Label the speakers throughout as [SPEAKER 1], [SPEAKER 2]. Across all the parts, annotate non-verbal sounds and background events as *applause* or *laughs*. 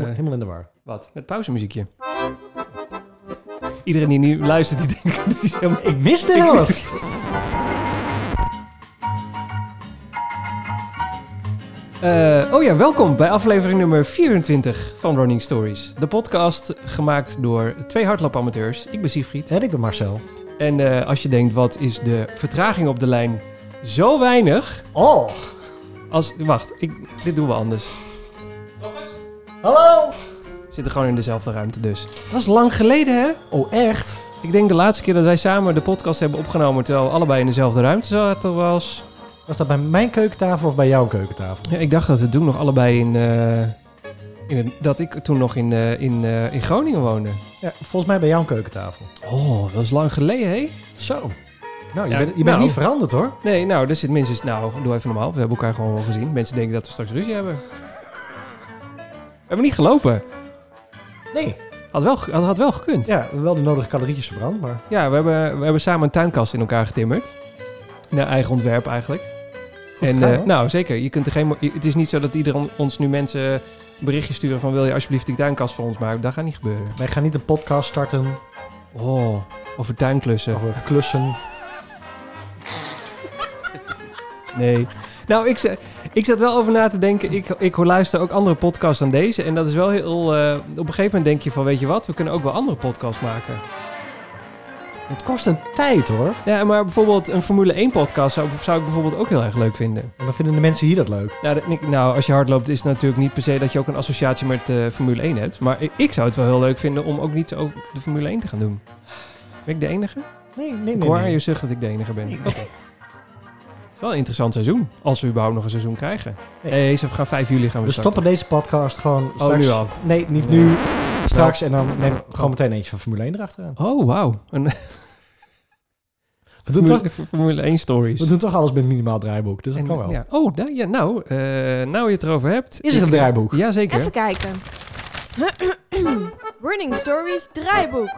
[SPEAKER 1] helemaal in de war.
[SPEAKER 2] Wat? Met pauzemuziekje. Iedereen die nu luistert, die denkt... dit is helemaal-
[SPEAKER 1] Ik mis de helft.
[SPEAKER 2] Eh, oh ja, welkom bij aflevering nummer 24 van Running Stories. De podcast gemaakt door twee hardloopamateurs. Ik ben Siegfried.
[SPEAKER 1] en ik ben Marcel.
[SPEAKER 2] En eh, als je denkt, wat is de vertraging op de lijn zo weinig...
[SPEAKER 1] Oh,
[SPEAKER 2] Als, wacht, ik, dit doen we anders.
[SPEAKER 1] hallo.
[SPEAKER 2] We zitten gewoon in dezelfde ruimte dus. Dat is lang geleden, hè?
[SPEAKER 1] Oh, echt?
[SPEAKER 2] Ik denk de laatste keer dat wij samen de podcast hebben opgenomen... terwijl we allebei in dezelfde ruimte zaten was...
[SPEAKER 1] Was dat bij mijn keukentafel of bij jouw keukentafel?
[SPEAKER 2] Ja, ik dacht dat we toen nog allebei in. eh, in een- dat ik toen nog in, eh, in, eh, in Groningen woonde.
[SPEAKER 1] Ja, volgens mij bij jouw keukentafel.
[SPEAKER 2] Oh, dat is lang geleden, hé?
[SPEAKER 1] Zo. Nou, je
[SPEAKER 2] Ja,
[SPEAKER 1] bent, je bent
[SPEAKER 2] nou.
[SPEAKER 1] niet veranderd hoor.
[SPEAKER 2] Nee, nou, er zit minstens. Nou, doe even normaal. We hebben elkaar gewoon wel gezien. Mensen denken dat we straks ruzie hebben. We hebben niet gelopen.
[SPEAKER 1] Nee.
[SPEAKER 2] Had wel, ge- had, had wel gekund. Ja,
[SPEAKER 1] Ja, wel de nodige calorietjes verbrand, maar...
[SPEAKER 2] we, hebben, we hebben samen een tuinkast in elkaar getimmerd. Naar eigen ontwerp eigenlijk.
[SPEAKER 1] Goed
[SPEAKER 2] en
[SPEAKER 1] gegaan,
[SPEAKER 2] eh,
[SPEAKER 1] hè?
[SPEAKER 2] nou, zeker. Je kunt er geen, mo- het is niet zo dat iedereen ons nu mensen berichtjes sturen van wil je alsjeblieft die tuinkast voor ons maken. Dat gaat niet gebeuren.
[SPEAKER 1] Wij gaan niet een podcast starten
[SPEAKER 2] Oh, over tuinklussen.
[SPEAKER 1] over klussen.
[SPEAKER 2] Nee. Nou, ik, za- ik zat wel over na te denken. Ik, ik luister ook andere podcasts dan deze. En dat is wel heel... eh, op een gegeven moment denk je van, weet je wat? We kunnen ook wel andere podcasts maken.
[SPEAKER 1] Het kost een tijd hoor.
[SPEAKER 2] Ja, maar bijvoorbeeld een Formule 1 podcast zou, zou ik bijvoorbeeld ook heel erg leuk vinden.
[SPEAKER 1] En dan vinden de mensen hier dat leuk.
[SPEAKER 2] Nou, dat- ik- nou, als je hardloopt is het natuurlijk niet per se dat je ook een associatie met eh, Formule 1 hebt. Maar ik, ik zou het wel heel leuk vinden om ook niet over de Formule 1 te gaan doen. Ben ik de enige?
[SPEAKER 1] Nee, nee,
[SPEAKER 2] ik
[SPEAKER 1] nee.
[SPEAKER 2] hoor aan
[SPEAKER 1] nee.
[SPEAKER 2] je zucht dat ik de enige ben.
[SPEAKER 1] Nee,
[SPEAKER 2] Oké. Het is Wel een interessant seizoen. Als we überhaupt nog een seizoen krijgen.
[SPEAKER 1] Nee.
[SPEAKER 2] Nee, ze gaan 5 juli gaan we,
[SPEAKER 1] We
[SPEAKER 2] starten.
[SPEAKER 1] stoppen deze podcast gewoon
[SPEAKER 2] Oh,
[SPEAKER 1] straks.
[SPEAKER 2] nu al.
[SPEAKER 1] Nee, Nou. niet nu. Straks. En dan neem ik gewoon meteen eentje van Formule 1 erachteraan.
[SPEAKER 2] Oh, wauw. Een
[SPEAKER 1] We doen, toch,
[SPEAKER 2] *laughs* Formule, Formule 1 stories.
[SPEAKER 1] we doen toch alles met minimaal draaiboek, dus dat
[SPEAKER 2] En,
[SPEAKER 1] kan wel.
[SPEAKER 2] Ja. Oh, nou, ja, nou, eh, nou je het erover hebt.
[SPEAKER 1] Is er
[SPEAKER 2] Ik-
[SPEAKER 1] een draaiboek?
[SPEAKER 2] Jazeker.
[SPEAKER 3] Even kijken. *clears throat* Running Stories draaiboek.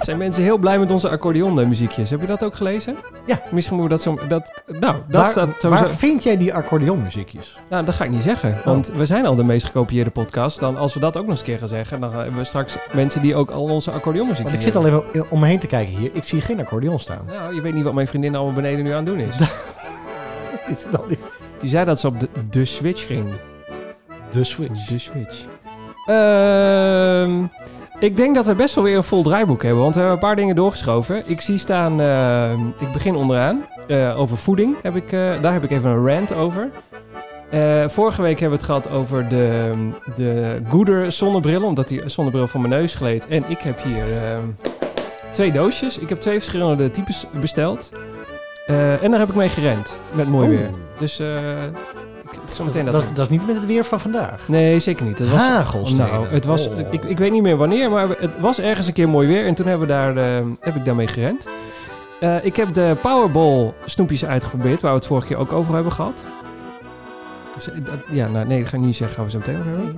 [SPEAKER 2] Zijn mensen heel blij met onze accordeonmuziekjes. Heb je dat ook gelezen?
[SPEAKER 1] Ja.
[SPEAKER 2] Misschien moeten we dat zo... Dat, nou, dat
[SPEAKER 1] waar,
[SPEAKER 2] staat sowieso...
[SPEAKER 1] waar Oh. vind jij die accordeonmuziekjes?
[SPEAKER 2] Nou, dat ga ik niet zeggen. Want we zijn al de meest gekopieerde podcast. Dan als we dat ook nog eens een keer gaan zeggen... dan hebben we straks mensen die ook al onze accordeonmuziek
[SPEAKER 1] Want ik zit al even om me heen te kijken hier. Ik zie geen accordeon
[SPEAKER 2] *laughs*
[SPEAKER 1] staan.
[SPEAKER 2] Nou, je weet niet wat mijn vriendin allemaal beneden nu aan het doen is.
[SPEAKER 1] Is het dan die-
[SPEAKER 2] Die zei dat ze op de, de Switch ging.
[SPEAKER 1] De Switch.
[SPEAKER 2] De Switch. Ehm, ik denk dat we best wel weer een vol draaiboek hebben, want we hebben een paar dingen doorgeschoven. Ik zie staan, ehm, ik begin onderaan, Eh, over voeding. Heb ik, eh, daar heb ik even een rant over. Eh, vorige week hebben we het gehad over de, de Gooder zonnebril, omdat die zonnebril van mijn neus gleed. En ik heb hier ehm, twee doosjes. Ik heb twee verschillende types besteld. Eh, en daar heb ik mee gerend, met mooi weer.
[SPEAKER 1] Oeh.
[SPEAKER 2] Dus eh, ik, ik zal
[SPEAKER 1] Dat,
[SPEAKER 2] meteen dat...
[SPEAKER 1] dat, dat is niet met het weer van vandaag.
[SPEAKER 2] Nee, zeker niet. Het was,
[SPEAKER 1] Hagelstenen.
[SPEAKER 2] nou, het was,
[SPEAKER 1] Oh.
[SPEAKER 2] ik, ik weet niet meer wanneer, maar het was ergens een keer mooi weer. En toen hebben we daar, eh, heb ik daarmee gerend. Eh, ik heb de Powerball snoepjes uitgeprobeerd, waar we het vorige keer ook over hebben gehad. Dus, eh, dat- ja, nou, nee, dat ga ik niet zeggen. Gaan we zo meteen over hebben.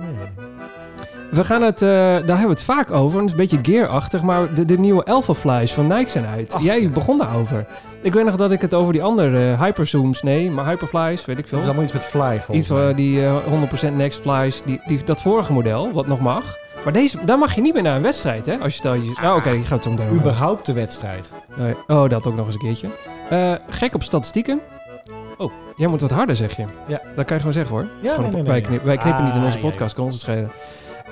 [SPEAKER 2] We gaan het, eh, daar hebben we het vaak over. Het is een beetje gearachtig, maar de, de nieuwe Alphaflies van Nike zijn uit.
[SPEAKER 1] Ach.
[SPEAKER 2] Jij begon daarover. Ik weet nog dat ik het over die andere eh, Hyperzooms, nee, maar Hyperflies, weet ik veel.
[SPEAKER 1] Dat is allemaal iets met fly volgens
[SPEAKER 2] Iets van
[SPEAKER 1] mij.
[SPEAKER 2] die eh, 100% Next Flies, die, die, dat vorige model, wat nog mag. Maar deze, daar mag je niet meer naar een wedstrijd, hè? Als je stel je... Nou, oké, ik ga het zo meteen over hebben.
[SPEAKER 1] Überhaupt de wedstrijd.
[SPEAKER 2] Nee, Oh, dat ook nog eens een keertje. Eh, gek op statistieken. Oh, jij moet wat harder, zeg je.
[SPEAKER 1] Ja.
[SPEAKER 2] Dat kan je gewoon zeggen, hoor. Het is
[SPEAKER 1] nee,
[SPEAKER 2] gewoon
[SPEAKER 1] nee,
[SPEAKER 2] wij,
[SPEAKER 1] nee,
[SPEAKER 2] knip-
[SPEAKER 1] ja.
[SPEAKER 2] wij knippen niet in onze
[SPEAKER 1] Ah,
[SPEAKER 2] podcast, kan ons het schelen.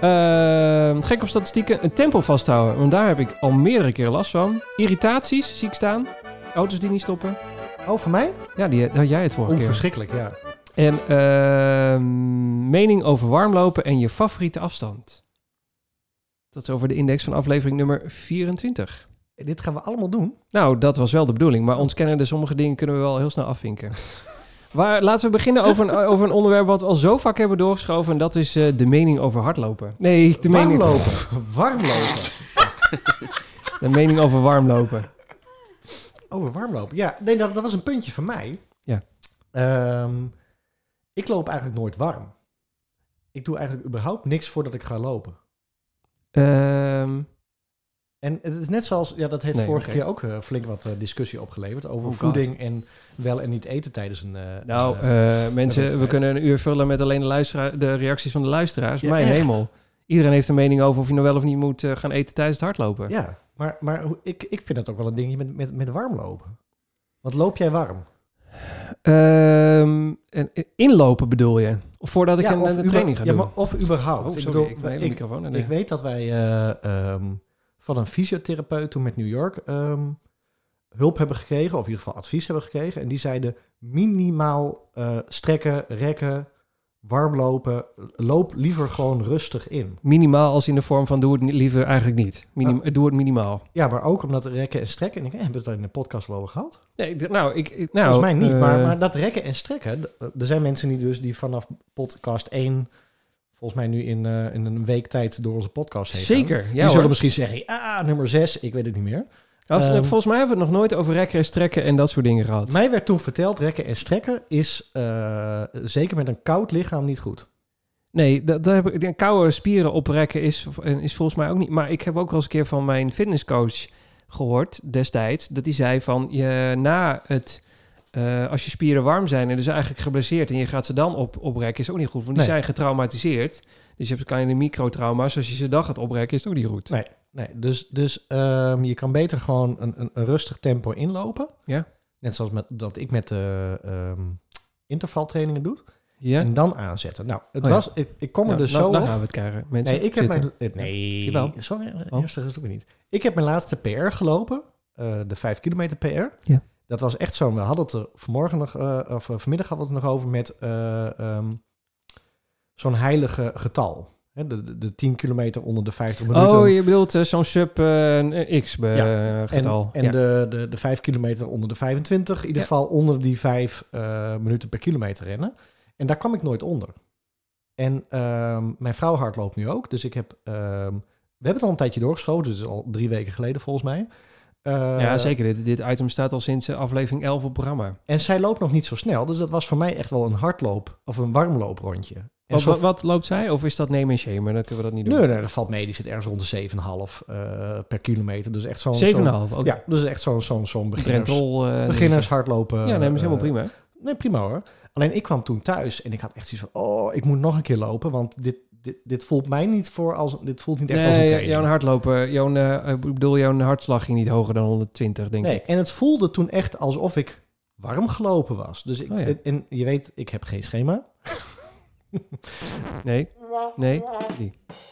[SPEAKER 2] Ehm, gek op statistieken. Een tempo vasthouden, want daar heb ik al meerdere keren last van. Irritaties, zie ik staan. Auto's die niet stoppen.
[SPEAKER 1] ja. Oh, voor mij?
[SPEAKER 2] Ja, die daar had jij het vorige keer.
[SPEAKER 1] Onverschrikkelijk, ja.
[SPEAKER 2] En ehm, mening over warmlopen en je favoriete afstand. Dat is over de index van aflevering nummer 24.
[SPEAKER 1] Dit gaan we allemaal doen.
[SPEAKER 2] Nou, dat was wel de bedoeling, maar ons kennende sommige dingen kunnen we wel heel snel afvinken. Waar, laten we beginnen over een, over een onderwerp wat we al zo vaak hebben doorgeschoven. En dat is eh, de mening over hardlopen. Nee, de mening, *laughs*
[SPEAKER 1] Warmlopen. Warmlopen.
[SPEAKER 2] de mening over warmlopen.
[SPEAKER 1] Over warmlopen. Ja, nee, dat, dat was een puntje van mij.
[SPEAKER 2] Ja.
[SPEAKER 1] Ehm, ik loop eigenlijk nooit warm. Ik doe eigenlijk überhaupt niks voordat ik ga lopen.
[SPEAKER 2] Ehm,
[SPEAKER 1] En het is net zoals, ja, dat heeft
[SPEAKER 2] Nee,
[SPEAKER 1] vorige
[SPEAKER 2] oké.
[SPEAKER 1] keer ook eh, flink wat eh, discussie opgeleverd over
[SPEAKER 2] Oh god.
[SPEAKER 1] voeding en wel en niet eten tijdens een. eh,
[SPEAKER 2] Nou,
[SPEAKER 1] eh,
[SPEAKER 2] eh, mensen, we
[SPEAKER 1] wedstrijd.
[SPEAKER 2] kunnen een uur vullen met alleen de, luistera- de reacties van de luisteraars.
[SPEAKER 1] Ja,
[SPEAKER 2] Mijn
[SPEAKER 1] echt.
[SPEAKER 2] hemel. Iedereen heeft een mening over of je nou wel of niet moet eh, gaan eten tijdens het hardlopen.
[SPEAKER 1] ja, maar, maar hoe- ik, ik vind dat ook wel een dingetje met, met, met warm lopen. Want loop jij warm?
[SPEAKER 2] Ehm, en, inlopen bedoel je? Of voordat ik
[SPEAKER 1] Ja,
[SPEAKER 2] een,
[SPEAKER 1] of
[SPEAKER 2] een
[SPEAKER 1] uber-
[SPEAKER 2] training ga
[SPEAKER 1] ja,
[SPEAKER 2] doen?
[SPEAKER 1] maar of überhaupt.
[SPEAKER 2] oh, sorry, ik,
[SPEAKER 1] bedoel,
[SPEAKER 2] ben hele
[SPEAKER 1] ik,
[SPEAKER 2] microfoon. aan de-
[SPEAKER 1] ik weet dat wij eh, ehm, van een fysiotherapeut toen met New York ehm, hulp hebben gekregen, of in ieder geval advies hebben gekregen. En die zeiden minimaal eh, strekken, rekken, warm lopen. Loop liever gewoon rustig in.
[SPEAKER 2] Minimaal als in de vorm van doe het ni- liever eigenlijk niet. Minim- Doe het minimaal.
[SPEAKER 1] Ja, maar ook omdat rekken en strekken. En ik eh, hebben we het in de podcast wel over gehad.
[SPEAKER 2] Nee, ik d- nou, ik, ik- nou,
[SPEAKER 1] Volgens mij niet,
[SPEAKER 2] eh,
[SPEAKER 1] maar, maar dat rekken en strekken. d- eh, Er zijn mensen die dus die vanaf podcast 1, volgens mij nu in, eh, in een week tijd door onze podcast heen. gaan.
[SPEAKER 2] Zeker,
[SPEAKER 1] Die
[SPEAKER 2] ja
[SPEAKER 1] zullen
[SPEAKER 2] hoor.
[SPEAKER 1] misschien zeggen, ah, nummer 6, ik weet het niet meer.
[SPEAKER 2] Als-
[SPEAKER 1] ehm,
[SPEAKER 2] volgens mij hebben we het nog nooit over rekken en strekken en dat soort dingen gehad.
[SPEAKER 1] Mij werd toen verteld, rekken en strekken is eh, zeker met een koud lichaam niet goed.
[SPEAKER 2] Nee, dat, dat heb ik, de koude spieren oprekken is, is volgens mij ook niet. Maar ik heb ook wel eens een keer van mijn fitnesscoach gehoord destijds. Dat die zei van je, na het. eh, als je spieren warm zijn en dus eigenlijk geblesseerd en je gaat ze dan op, oprekken, is ook niet goed. Want die
[SPEAKER 1] Nee.
[SPEAKER 2] zijn getraumatiseerd. Dus je hebt kleine microtrauma's. Als je ze dan gaat oprekken, is het ook niet goed.
[SPEAKER 1] Nee. Nee, dus dus ehm, je kan beter gewoon een, een, een rustig tempo inlopen.
[SPEAKER 2] Ja.
[SPEAKER 1] Net zoals met, dat ik met eh, ehm, intervaltrainingen doe.
[SPEAKER 2] Ja?
[SPEAKER 1] En dan aanzetten. Nou, het
[SPEAKER 2] Oh ja.
[SPEAKER 1] was, ik, ik kom er
[SPEAKER 2] Nou,
[SPEAKER 1] dus
[SPEAKER 2] dan,
[SPEAKER 1] zo
[SPEAKER 2] dan
[SPEAKER 1] op.
[SPEAKER 2] gaan we het krijgen. Mensen,
[SPEAKER 1] Nee, ik heb
[SPEAKER 2] zitten.
[SPEAKER 1] mijn... eh, Nee,
[SPEAKER 2] Jawel.
[SPEAKER 1] sorry, eh,
[SPEAKER 2] Oh.
[SPEAKER 1] eerste is ook weer niet. Ik heb mijn laatste PR gelopen, eh, de 5 kilometer PR.
[SPEAKER 2] Ja.
[SPEAKER 1] Dat was echt zo'n... We hadden het er vanmorgen nog, eh, of eh, vanmiddag hadden we het nog over met eh, ehm, zo'n heilige getal. Hè, de, de, de 10 kilometer onder de 50 minuten.
[SPEAKER 2] Oh, je bedoelt eh, zo'n sub eh, een eh,
[SPEAKER 1] en
[SPEAKER 2] X-getal.
[SPEAKER 1] en de, de, de 5 kilometer onder de 25. In ieder
[SPEAKER 2] Ja.
[SPEAKER 1] geval onder die 5 eh, minuten per kilometer rennen. En daar kwam ik nooit onder. En ehm, mijn vrouw hardloopt nu ook. Dus ik heb. ehm, we hebben het al een tijdje doorgeschoten. Dus al drie weken geleden volgens mij. Eh,
[SPEAKER 2] ja, zeker. Dit, dit item staat al sinds eh, aflevering 11 op het programma.
[SPEAKER 1] En zij loopt nog niet zo snel. Dus dat was voor mij echt wel een hardloop. Of een warmlooprondje. En
[SPEAKER 2] Wat,
[SPEAKER 1] zo-
[SPEAKER 2] wat, wat loopt zij? Of is dat neem en shamen? Dan kunnen we dat niet doen.
[SPEAKER 1] Nee, nee, dat valt mee. Die zit ergens rond de 7,5 eh, per kilometer. Dus echt zo'n.
[SPEAKER 2] 7,5. Ook
[SPEAKER 1] zo'n- Ja, dus echt zo'n zo'n zo'n beginners,
[SPEAKER 2] Drentol. eh,
[SPEAKER 1] beginners hardlopen.
[SPEAKER 2] Ja, nee, maar is helemaal
[SPEAKER 1] eh,
[SPEAKER 2] prima.
[SPEAKER 1] Nee, prima hoor. Alleen ik kwam toen thuis en ik had echt zoiets van... oh, ik moet nog een keer lopen, want dit, dit, dit voelt mij niet voor als... dit voelt niet echt als een
[SPEAKER 2] Nee,
[SPEAKER 1] training.
[SPEAKER 2] jouw hardlopen, jouw, eh, ik bedoel, jouw hartslag ging niet hoger dan 120, denk
[SPEAKER 1] nee,
[SPEAKER 2] ik.
[SPEAKER 1] en het voelde toen echt alsof ik warm gelopen was. Dus ik,
[SPEAKER 2] Oh ja.
[SPEAKER 1] en je weet, ik heb geen schema.
[SPEAKER 2] Nee, nee.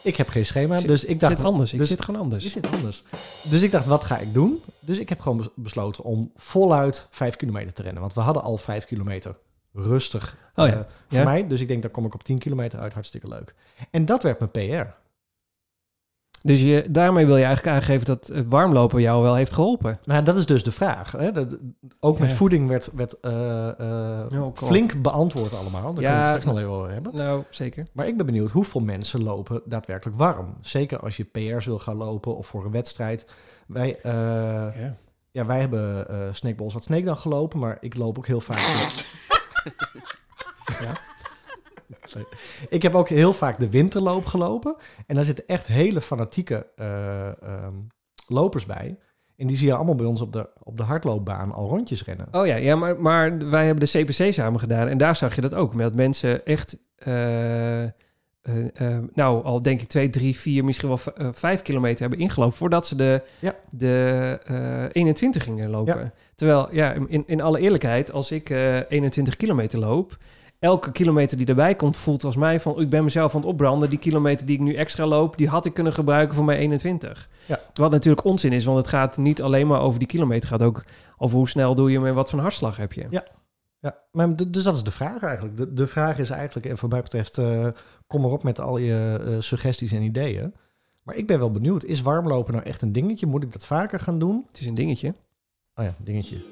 [SPEAKER 1] Ik heb geen schema,
[SPEAKER 2] Zit-
[SPEAKER 1] dus ik
[SPEAKER 2] Ik
[SPEAKER 1] dacht...
[SPEAKER 2] zit anders. Ik
[SPEAKER 1] dus-
[SPEAKER 2] zit gewoon
[SPEAKER 1] Is
[SPEAKER 2] anders.
[SPEAKER 1] dit anders? Dus ik dacht, wat ga ik doen? Dus ik heb gewoon bes- besloten om voluit vijf kilometer te rennen. Want we hadden al vijf kilometer rustig
[SPEAKER 2] Oh
[SPEAKER 1] eh,
[SPEAKER 2] ja.
[SPEAKER 1] voor mij. Dus ik denk, dan kom ik op 10 kilometer uit. Hartstikke leuk. En dat werd mijn PR.
[SPEAKER 2] Dus je, daarmee wil je eigenlijk aangeven dat het warmlopen jou wel heeft geholpen.
[SPEAKER 1] Nou, dat is dus de vraag. Hè? Dat, ook met
[SPEAKER 2] Ja.
[SPEAKER 1] voeding werd, werd eh, eh,
[SPEAKER 2] Oh, God.
[SPEAKER 1] flink beantwoord allemaal. Daar
[SPEAKER 2] Ja.
[SPEAKER 1] kunnen we het straks nog even over hebben.
[SPEAKER 2] Nou, zeker.
[SPEAKER 1] Maar ik ben benieuwd hoeveel mensen lopen daadwerkelijk warm. Zeker als je PR's wil gaan lopen of voor een wedstrijd. Wij, eh,
[SPEAKER 2] Ja.
[SPEAKER 1] ja, wij hebben eh Snakeballs wat Snake dan gelopen, maar ik loop ook heel vaak... ja. Sorry. Ik heb ook heel vaak de winterloop gelopen. En daar zitten echt hele fanatieke eh, ehm, lopers bij. En die zie je allemaal bij ons op de, op de hardloopbaan al rondjes rennen.
[SPEAKER 2] Oh ja, ja maar, maar wij hebben de CPC samen gedaan. En daar zag je dat ook. Met dat mensen echt, eh, eh, eh, nou al denk ik twee, drie, vier, misschien wel v- eh, vijf kilometer hebben ingelopen. Voordat ze de,
[SPEAKER 1] Ja.
[SPEAKER 2] de eh, 21 gingen lopen. Terwijl, ja, in, in alle eerlijkheid, als ik eh, 21 kilometer loop... Elke kilometer die erbij komt voelt als mij van... ik ben mezelf aan het opbranden. Die kilometer die ik nu extra loop... die had ik kunnen gebruiken voor mijn 21.
[SPEAKER 1] Ja.
[SPEAKER 2] Wat natuurlijk onzin is, want het gaat niet alleen maar over die kilometer. Het gaat ook over hoe snel doe je hem en wat voor een hartslag heb je.
[SPEAKER 1] Ja, maar d- dus dat is de vraag eigenlijk. De, de vraag is eigenlijk, en wat mij betreft, eh, kom maar op met al je eh, suggesties en ideeën. Maar ik ben wel benieuwd, is warmlopen nou echt een dingetje? Moet ik dat vaker gaan doen?
[SPEAKER 2] Het is een dingetje.
[SPEAKER 1] Oh ja, dingetje. *laughs*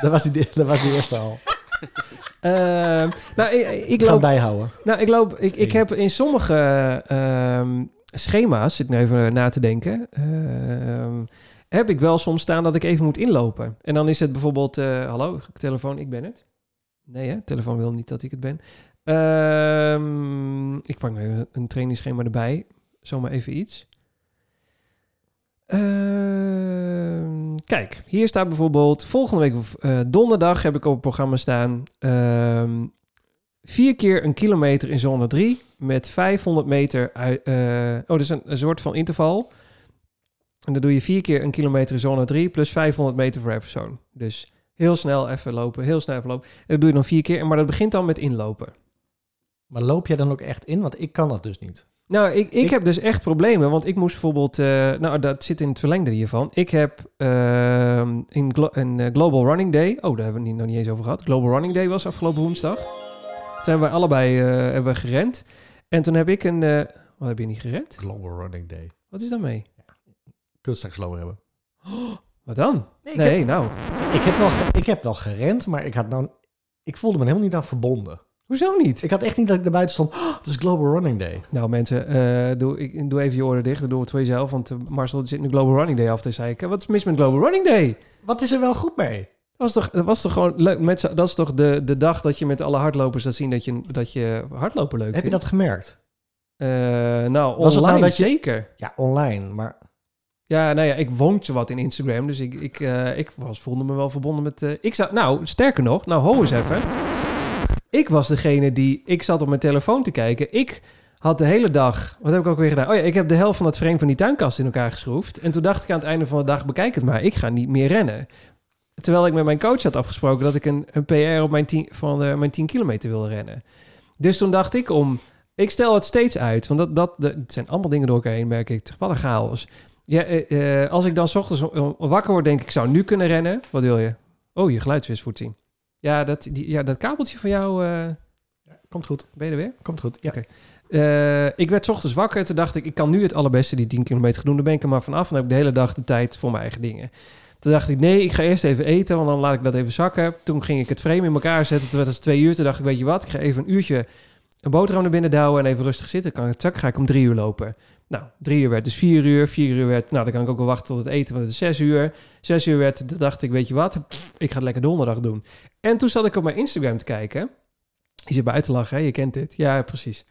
[SPEAKER 1] dat, was die, *laughs* dat was die eerste al.
[SPEAKER 2] Ehm, nou, ik, ik
[SPEAKER 1] Ik ga hem
[SPEAKER 2] loop,
[SPEAKER 1] bijhouden.
[SPEAKER 2] nou, ik, loop ik, ik
[SPEAKER 1] Eén.
[SPEAKER 2] heb in sommige ehm, schema's, zit nu even na te denken, ehm, heb ik wel soms staan dat ik even moet inlopen. En dan is het bijvoorbeeld, eh, hallo, telefoon, ik ben het. Nee, hè? telefoon wil niet dat ik het ben. Ehm, ik pak nu even een nou trainingsschema erbij. zomaar even iets. Ehm, kijk, hier staat bijvoorbeeld... Volgende week eh, donderdag heb ik op het programma staan... ehm, vier keer een kilometer in zone 3... met 500 meter... uit- eh, oh, dat is een, een soort van interval... En dan doe je vier keer een kilometer in zone 3 plus 500 meter voor elke persoon. Dus heel snel even lopen, heel snel even lopen. En dat doe je dan vier keer, maar dat begint dan met inlopen.
[SPEAKER 1] Maar loop jij dan ook echt in? Want ik kan dat dus niet.
[SPEAKER 2] Nou, ik, ik,
[SPEAKER 1] Ik-
[SPEAKER 2] heb dus echt problemen, want ik moest bijvoorbeeld... eh, nou, dat zit in het verlengde hiervan. Ik heb ehm, in, Glo- in, eh, Global Running Day... Oh, daar hebben we het nog niet eens over gehad. Global Running Day was afgelopen woensdag. Toen hebben we allebei eh, hebben we gerend. En toen heb ik een... eh, wat heb je niet gerend?
[SPEAKER 1] Global Running Day.
[SPEAKER 2] Wat is dat mee?
[SPEAKER 1] Kun je het straks slower hebben?
[SPEAKER 2] Wat dan?
[SPEAKER 1] Nee, ik,
[SPEAKER 2] Nee,
[SPEAKER 1] Heb,
[SPEAKER 2] nou.
[SPEAKER 1] ik, heb wel ge- ik heb wel gerend, maar ik, had nou, ik voelde me helemaal niet aan verbonden.
[SPEAKER 2] Hoezo niet?
[SPEAKER 1] Ik had echt niet dat ik erbuiten stond. "Oh, het is Global Running Day.
[SPEAKER 2] Nou mensen, eh, doe, ik, doe even je oren dicht. en Doe het voor jezelf. Want eh, Marcel zit nu Global Running Day af te zeiken. Wat is mis met Global Running Day?
[SPEAKER 1] Wat is er wel goed mee?
[SPEAKER 2] Dat was toch, dat was toch gewoon leuk. Met z'n- dat is toch de, de dag dat je met alle hardlopers laat zien dat je, dat je hardlopen
[SPEAKER 1] Heb
[SPEAKER 2] leuk
[SPEAKER 1] je
[SPEAKER 2] vindt?
[SPEAKER 1] dat gemerkt?
[SPEAKER 2] Eh, nou,
[SPEAKER 1] Was
[SPEAKER 2] online
[SPEAKER 1] het nou dat je-
[SPEAKER 2] zeker.
[SPEAKER 1] Ja, online. Maar
[SPEAKER 2] Ja, nou ja, ik woonde wat in Instagram. Dus ik, ik, eh, ik was, voelde me wel verbonden met... eh, ik zou, nou, sterker nog. Nou, ho eens even. Ik was degene die... Ik zat op mijn telefoon te kijken. Ik had de hele dag... Wat heb ik ook weer gedaan? Oh ja, ik heb de helft van het frame van die tuinkast in elkaar geschroefd. En toen dacht ik aan het einde van de dag... Bekijk het maar, ik ga niet meer rennen. Terwijl ik met mijn coach had afgesproken... dat ik een, een PR op mijn 10, van eh, mijn 10 kilometer wilde rennen. Dus toen dacht ik om... Ik stel het steeds uit. Want dat, dat, dat- het zijn allemaal dingen door elkaar heen, merk ik. Het is Wat een chaos. Ja, eh, eh, als ik dan 's ochtends o- o- wakker word, denk ik, ik zou nu kunnen rennen. Wat wil je? Oh, je geluidswisvoet zien. Ja, dat, die, ja, dat kabeltje van jou, eh,
[SPEAKER 1] komt goed.
[SPEAKER 2] ben je er weer?
[SPEAKER 1] Komt goed. Ja.
[SPEAKER 2] Oké. Eh, ik werd 's ochtends wakker. Toen dacht ik, ik kan nu het allerbeste die 10 kilometer doen. Dan ben ik er maar vanaf. Dan heb ik de hele dag de tijd voor mijn eigen dingen. Toen dacht ik, nee, ik ga eerst even eten, want dan laat ik dat even zakken. Toen ging ik het frame in elkaar zetten. Toen werd het twee uur. Toen dacht ik, weet je wat, ik ga even een uurtje een boterham naar binnen douwen en even rustig zitten. Kan ik zak, ga ik om drie uur lopen. Nou, drie uur werd dus vier uur. Vier uur werd, nou, dan kan ik ook wel wachten tot het eten, want het is zes uur. Zes uur werd, toen dacht ik, weet je wat, pff, ik ga het lekker donderdag doen. En toen zat ik op mijn Instagram te kijken. Je zit bij uit te lachen, hè? je kent dit. Ja, precies.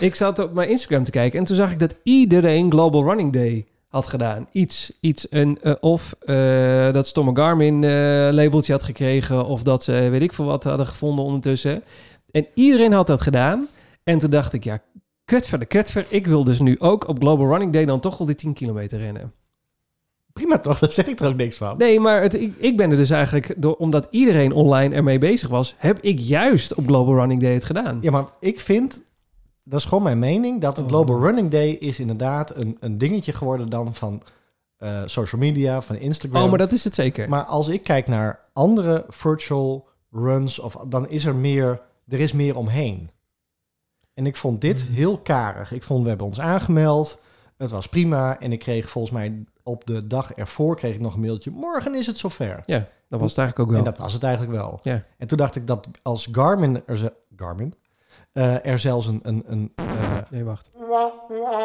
[SPEAKER 2] Ik zat op mijn Instagram te kijken en toen zag ik dat iedereen Global Running Day had gedaan. Iets, iets. Een, eh, of eh, dat ze Tom Garmin eh, labeltje had gekregen, of dat ze weet ik veel wat hadden gevonden ondertussen. En iedereen had dat gedaan. En toen dacht ik, ja, kutver de kutver. Ik wil dus nu ook op Global Running Day dan toch wel die 10 kilometer rennen.
[SPEAKER 1] Prima toch? *laughs* Daar zeg ik er ook niks van.
[SPEAKER 2] Nee, maar het, ik, ik ben er dus eigenlijk, door, omdat iedereen online ermee bezig was, heb ik juist op Global Running Day het gedaan.
[SPEAKER 1] Ja, maar ik vind, dat is gewoon mijn mening, dat het
[SPEAKER 2] Oh.
[SPEAKER 1] Global Running Day is inderdaad een, een dingetje geworden dan van eh, social media, van Instagram.
[SPEAKER 2] Oh, maar dat is het zeker.
[SPEAKER 1] Maar als ik kijk naar andere virtual runs, of, dan is er meer, er is meer omheen. En ik vond dit
[SPEAKER 2] Hmm.
[SPEAKER 1] heel karig. Ik vond, we hebben ons aangemeld. Het was prima. En ik kreeg volgens mij op de dag ervoor kreeg ik nog een mailtje. Morgen is het zover.
[SPEAKER 2] ja, dat was het eigenlijk ook
[SPEAKER 1] En
[SPEAKER 2] wel.
[SPEAKER 1] dat was het eigenlijk wel.
[SPEAKER 2] Ja.
[SPEAKER 1] En toen dacht ik dat als Garmin er, ze- Garmin, Eh, er zelfs een... een, een eh,
[SPEAKER 2] Nee, wacht.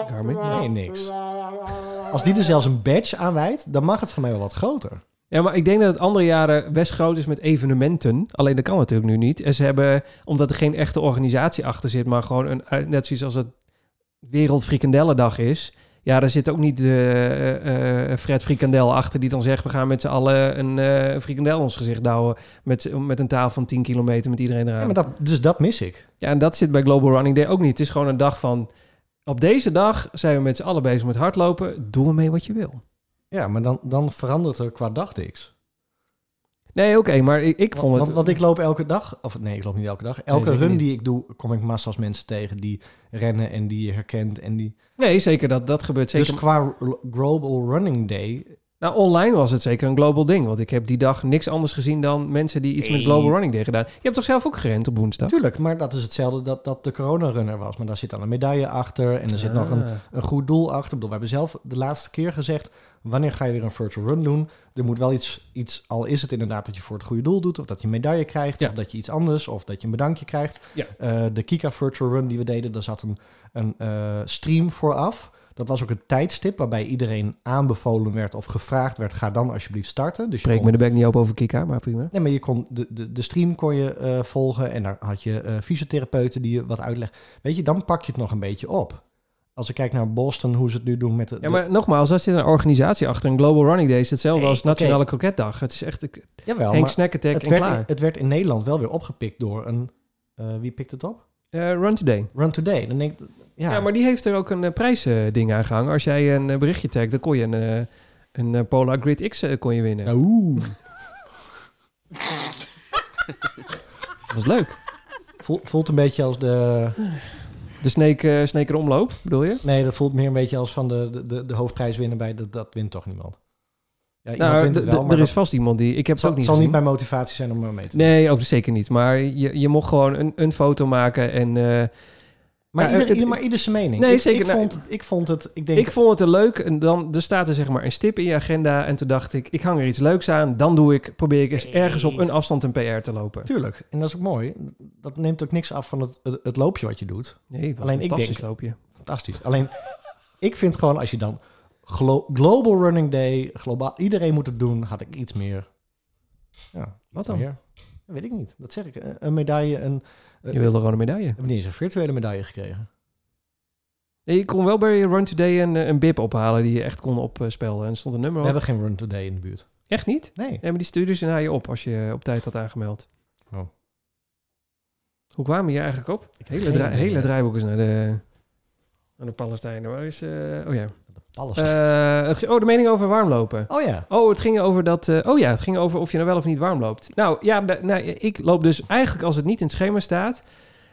[SPEAKER 2] Garmin? Ja.
[SPEAKER 1] nee, niks. Als die er zelfs een badge aan wijdt, dan mag het van mij wel wat groter.
[SPEAKER 2] Ja, maar ik denk dat het andere jaren best groot is met evenementen. Alleen dat kan natuurlijk nu niet. En ze hebben, omdat er geen echte organisatie achter zit, maar gewoon een, uit- net zoiets als het Wereldfrikandellendag is. Ja, daar zit ook niet de, eh, eh, Fred Frikandel achter die dan zegt... we gaan met z'n allen een eh, frikandel in ons gezicht douwen... Met, z'n- met een taal van 10 kilometer met iedereen eraan.
[SPEAKER 1] Ja, maar dat, dus dat mis ik.
[SPEAKER 2] Ja, en dat zit bij Global Running Day ook niet. Het is gewoon een dag van... op deze dag zijn we met z'n allen bezig met hardlopen. Doe ermee wat je wil.
[SPEAKER 1] Ja, maar dan, dan verandert er qua dag niks.
[SPEAKER 2] Nee, oké, maar ik, ik vond
[SPEAKER 1] Want,
[SPEAKER 2] het...
[SPEAKER 1] want, want ik loop elke dag, of nee, ik loop niet elke dag. Elke
[SPEAKER 2] zeker
[SPEAKER 1] run
[SPEAKER 2] niet.
[SPEAKER 1] die ik doe, kom ik massa's mensen tegen die rennen en die je herkent. En die...
[SPEAKER 2] Nee, zeker, dat, dat gebeurt zeker.
[SPEAKER 1] Dus qua r- Global Running Day,
[SPEAKER 2] Nou, online was het zeker een global ding. Want ik heb die dag niks anders gezien dan mensen die iets met
[SPEAKER 1] Nee.
[SPEAKER 2] Global Running Day gedaan. Je hebt toch zelf ook gerend op woensdag?
[SPEAKER 1] natuurlijk, maar dat is hetzelfde dat, dat de coronarunner was. Maar daar zit dan een medaille achter en er zit nog een
[SPEAKER 2] Ah.
[SPEAKER 1] een goed doel achter. Ik bedoel, we hebben zelf de laatste keer gezegd... wanneer ga je weer een virtual run doen? Er moet wel iets, iets al is het inderdaad dat je voor het goede doel doet... of dat je een medaille krijgt,
[SPEAKER 2] Ja.
[SPEAKER 1] of dat je iets anders... of dat je een bedankje krijgt.
[SPEAKER 2] Ja.
[SPEAKER 1] Eh, de Kika virtual run die we deden, daar zat een, een eh, stream vooraf... Dat was ook een tijdstip waarbij iedereen aanbevolen werd of gevraagd werd: ga dan alsjeblieft starten. Dus je
[SPEAKER 2] Spreek
[SPEAKER 1] kon-
[SPEAKER 2] me de bek niet op over Kika, maar prima.
[SPEAKER 1] Nee, maar je kon de, de, de stream kon je eh, volgen en daar had je eh, fysiotherapeuten die je wat uitlegden. Weet je, dan pak je het nog een beetje op. Als ik kijk naar Boston, hoe ze het nu doen met de...
[SPEAKER 2] Ja, maar nogmaals, daar zit een organisatie achter. Een Global Running Day is hetzelfde
[SPEAKER 1] Nee,
[SPEAKER 2] als
[SPEAKER 1] oké.
[SPEAKER 2] Nationale Kroketdag. Het is echt ik,
[SPEAKER 1] de- jawel,
[SPEAKER 2] Henk
[SPEAKER 1] maar
[SPEAKER 2] Snack Attack
[SPEAKER 1] het
[SPEAKER 2] en
[SPEAKER 1] werd,
[SPEAKER 2] klaar.
[SPEAKER 1] het werd in Nederland wel weer opgepikt door een... eh, wie pikt het op?
[SPEAKER 2] Eh, Run Today.
[SPEAKER 1] Run Today. Dan denk ik, ja,
[SPEAKER 2] Ja. maar die heeft er ook een eh, prijsding aan gehangen. Als jij een eh, berichtje tagt, dan kon je een, eh, een eh, Polar Grid X eh, kon je winnen.
[SPEAKER 1] Ja, Nou, oeh.
[SPEAKER 2] Dat was leuk.
[SPEAKER 1] Voel- voelt een beetje als de...
[SPEAKER 2] De Snake, eh, Snake in omloop, bedoel je?
[SPEAKER 1] Nee, dat voelt meer een beetje als van de, de- de, de hoofdprijs winnen bij... Dat, dat wint toch niemand? Ja, iemand
[SPEAKER 2] Nou,
[SPEAKER 1] wint
[SPEAKER 2] d-
[SPEAKER 1] het wel,
[SPEAKER 2] d-
[SPEAKER 1] maar
[SPEAKER 2] er
[SPEAKER 1] dat
[SPEAKER 2] is vast iemand die... Ik heb het
[SPEAKER 1] zal,
[SPEAKER 2] ook niet
[SPEAKER 1] zal niet
[SPEAKER 2] gezien.
[SPEAKER 1] mijn motivatie zijn om er mee te
[SPEAKER 2] Nee, ook zeker niet. Maar je, je mocht gewoon een, een foto maken en... eh,
[SPEAKER 1] Maar,
[SPEAKER 2] Ja,
[SPEAKER 1] ieder,
[SPEAKER 2] het-
[SPEAKER 1] ieder- maar ieder zijn mening.
[SPEAKER 2] Nee,
[SPEAKER 1] ik,
[SPEAKER 2] zeker.
[SPEAKER 1] Ik
[SPEAKER 2] Nou,
[SPEAKER 1] vond, ik vond het, ik denk,
[SPEAKER 2] ik vond het er leuk. En dan, er staat er zeg maar een stip in je agenda. En toen dacht ik, ik hang er iets leuks aan. Dan doe ik, probeer ik eens ergens op een afstand een PR te lopen.
[SPEAKER 1] tuurlijk. En dat is ook mooi. Dat neemt ook niks af van het, het, het loopje wat je doet.
[SPEAKER 2] Nee, het was
[SPEAKER 1] Alleen
[SPEAKER 2] Alleen
[SPEAKER 1] ik
[SPEAKER 2] fantastisch
[SPEAKER 1] denk-
[SPEAKER 2] loopje.
[SPEAKER 1] Fantastisch.
[SPEAKER 2] *laughs*
[SPEAKER 1] Alleen, ik vind gewoon als je dan glo- Global Running Day, globaal, iedereen moet het doen, had ik iets meer. Ja, iets
[SPEAKER 2] Wat dan?
[SPEAKER 1] meer. Dat weet ik niet. Dat zeg ik. Een- Een medaille, een. Eh,
[SPEAKER 2] Je wilde gewoon een medaille.
[SPEAKER 1] Ik heb niet eens een virtuele medaille gekregen.
[SPEAKER 2] Nee, je kon wel bij Run Today een, eh, een bib ophalen die je echt kon opspelden. En er stond een nummer
[SPEAKER 1] We
[SPEAKER 2] op.
[SPEAKER 1] hebben geen Run Today in de buurt.
[SPEAKER 2] Echt niet?
[SPEAKER 1] Nee.
[SPEAKER 2] Nee, maar die stuurde ze naar je op als je op tijd had aangemeld.
[SPEAKER 1] Oh.
[SPEAKER 2] Hoe kwamen je eigenlijk op?
[SPEAKER 1] Ik heb
[SPEAKER 2] Hele,
[SPEAKER 1] geen
[SPEAKER 2] dra-
[SPEAKER 1] idee.
[SPEAKER 2] hele draaiboek is naar de, naar de Palestijnen. Waar is... eh, oh ja.
[SPEAKER 1] De Palestijn.
[SPEAKER 2] Eh, het, ge- oh, de mening over warmlopen.
[SPEAKER 1] oh ja.
[SPEAKER 2] Oh, het ging over dat. eh, oh ja, het ging over of je nou wel of niet warm loopt. Nou ja, da- nou, ik loop dus eigenlijk als het niet in het schema staat,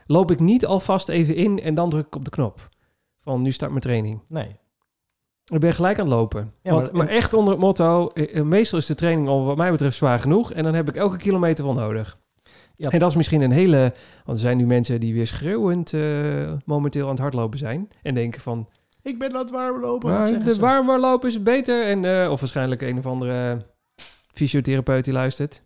[SPEAKER 2] loop ik niet alvast even in en dan druk ik op de knop. Van nu start mijn training.
[SPEAKER 1] Nee.
[SPEAKER 2] Ik ben gelijk aan het lopen.
[SPEAKER 1] Ja,
[SPEAKER 2] Want,
[SPEAKER 1] maar-
[SPEAKER 2] maar echt onder het motto, eh, eh, meestal is de training al wat mij betreft zwaar genoeg. En dan heb ik elke kilometer wel nodig.
[SPEAKER 1] Ja.
[SPEAKER 2] En dat is misschien een hele... Want er zijn nu mensen die weer schreeuwend eh, momenteel aan het hardlopen zijn. En denken van,
[SPEAKER 1] Ik ben aan het warm lopen.
[SPEAKER 2] maar
[SPEAKER 1] wat zeggen
[SPEAKER 2] de
[SPEAKER 1] ze?
[SPEAKER 2] warmer lopen is beter. En, eh, of waarschijnlijk een of andere fysiotherapeut die luistert.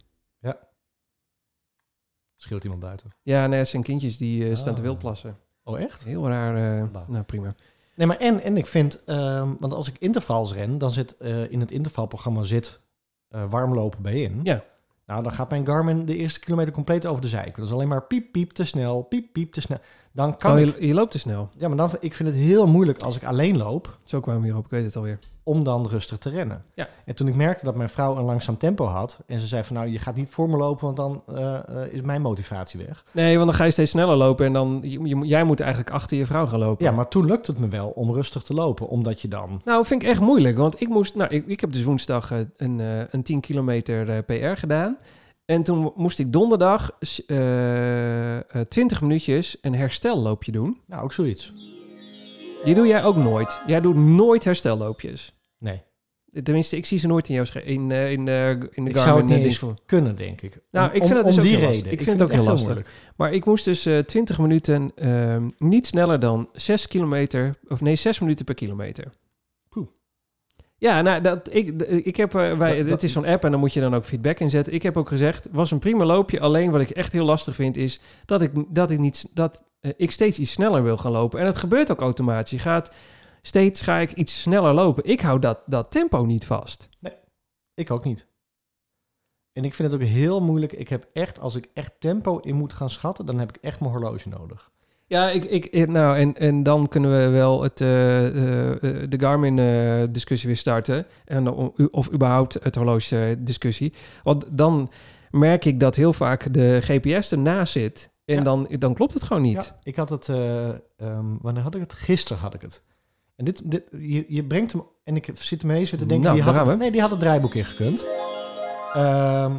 [SPEAKER 1] Scheelt iemand buiten.
[SPEAKER 2] Ja, nee, het zijn kindjes die eh, staan te
[SPEAKER 1] Ah.
[SPEAKER 2] wildplassen.
[SPEAKER 1] Oh echt?
[SPEAKER 2] Heel raar. eh,
[SPEAKER 1] Nou.
[SPEAKER 2] nou, prima.
[SPEAKER 1] Nee, maar en, en ik vind, ehm, want als ik intervals ren, dan zit eh, in het intervalprogramma zit eh, warmlopen bij in.
[SPEAKER 2] Ja.
[SPEAKER 1] Nou, dan gaat mijn Garmin de eerste kilometer compleet over de zeik. Dat is alleen maar piep, piep, te snel, piep, piep, te snel. Dan kan
[SPEAKER 2] Oh,
[SPEAKER 1] ik,
[SPEAKER 2] je, je loopt te snel.
[SPEAKER 1] ja, maar dan, ik vind het heel moeilijk als ik alleen loop
[SPEAKER 2] Zo kwamen we hierop, ik weet het alweer.
[SPEAKER 1] om dan rustig te rennen.
[SPEAKER 2] Ja.
[SPEAKER 1] En toen ik merkte dat mijn vrouw een langzaam tempo had en ze zei van nou, je gaat niet voor me lopen, want dan eh, eh, is mijn motivatie weg.
[SPEAKER 2] Nee, want dan ga je steeds sneller lopen en dan... Je, je- jij moet eigenlijk achter je vrouw gaan lopen.
[SPEAKER 1] Ja, maar toen lukt het me wel om rustig te lopen, omdat je dan...
[SPEAKER 2] Nou, vind ik echt moeilijk. Want ik moest... Nou, ik, ik heb dus woensdag eh, een, eh, een 10 kilometer eh, PR gedaan. En toen moest ik donderdag s- eh, eh, 20 minuutjes een herstelloopje doen.
[SPEAKER 1] Nou, ook zoiets.
[SPEAKER 2] Die doe jij ook nooit. Jij doet nooit herstelloopjes.
[SPEAKER 1] Nee.
[SPEAKER 2] Tenminste, ik zie ze nooit in jouw sche- in, eh, in, eh, in de
[SPEAKER 1] Ik
[SPEAKER 2] Garmin.
[SPEAKER 1] zou het niet
[SPEAKER 2] eh,
[SPEAKER 1] eens
[SPEAKER 2] ding.
[SPEAKER 1] Kunnen, denk ik.
[SPEAKER 2] Nou, ik vind dat dus ook
[SPEAKER 1] die
[SPEAKER 2] heel lastig.
[SPEAKER 1] reden.
[SPEAKER 2] Ik vind het ook
[SPEAKER 1] echt
[SPEAKER 2] heel lastig.
[SPEAKER 1] moeilijk.
[SPEAKER 2] Maar ik moest dus eh 20 minuten ehm, niet sneller dan 6 kilometer, of nee, 6 minuten per kilometer.
[SPEAKER 1] Poeh.
[SPEAKER 2] Ja, nou, dat, ik, d- ik heb, eh, wij,
[SPEAKER 1] Dat- dat-
[SPEAKER 2] het is zo'n app en dan moet je dan ook feedback inzetten. Ik heb ook gezegd, was een prima loopje. Alleen wat ik echt heel lastig vind is dat ik, dat ik, niet, dat, eh, ik steeds iets sneller wil gaan lopen. En dat gebeurt ook automatisch. Je gaat, steeds ga ik iets sneller lopen. Ik hou dat, dat tempo niet vast.
[SPEAKER 1] Ik ook niet. En ik vind het ook heel moeilijk. Ik heb echt, als ik echt tempo in moet gaan schatten, dan heb ik echt mijn horloge nodig.
[SPEAKER 2] Ja, ik, ik, eh, nou, en, en dan kunnen we wel het, eh, eh, eh, de Garmin-discussie weer starten. En, o- u- of überhaupt het horloge-discussie. Want dan merk ik dat heel vaak de GPS ernaast zit. En
[SPEAKER 1] Ja.
[SPEAKER 2] dan, dan klopt het gewoon niet.
[SPEAKER 1] Ja, ik had het, eh, ehm, wanneer had ik het? Gisteren had ik het. En dit, dit je, je brengt hem, en ik zit er ineens weer te denken,
[SPEAKER 2] Nou,
[SPEAKER 1] die, had
[SPEAKER 2] daar
[SPEAKER 1] het,
[SPEAKER 2] gaan
[SPEAKER 1] nee, die had het draaiboek ingekund. Ehm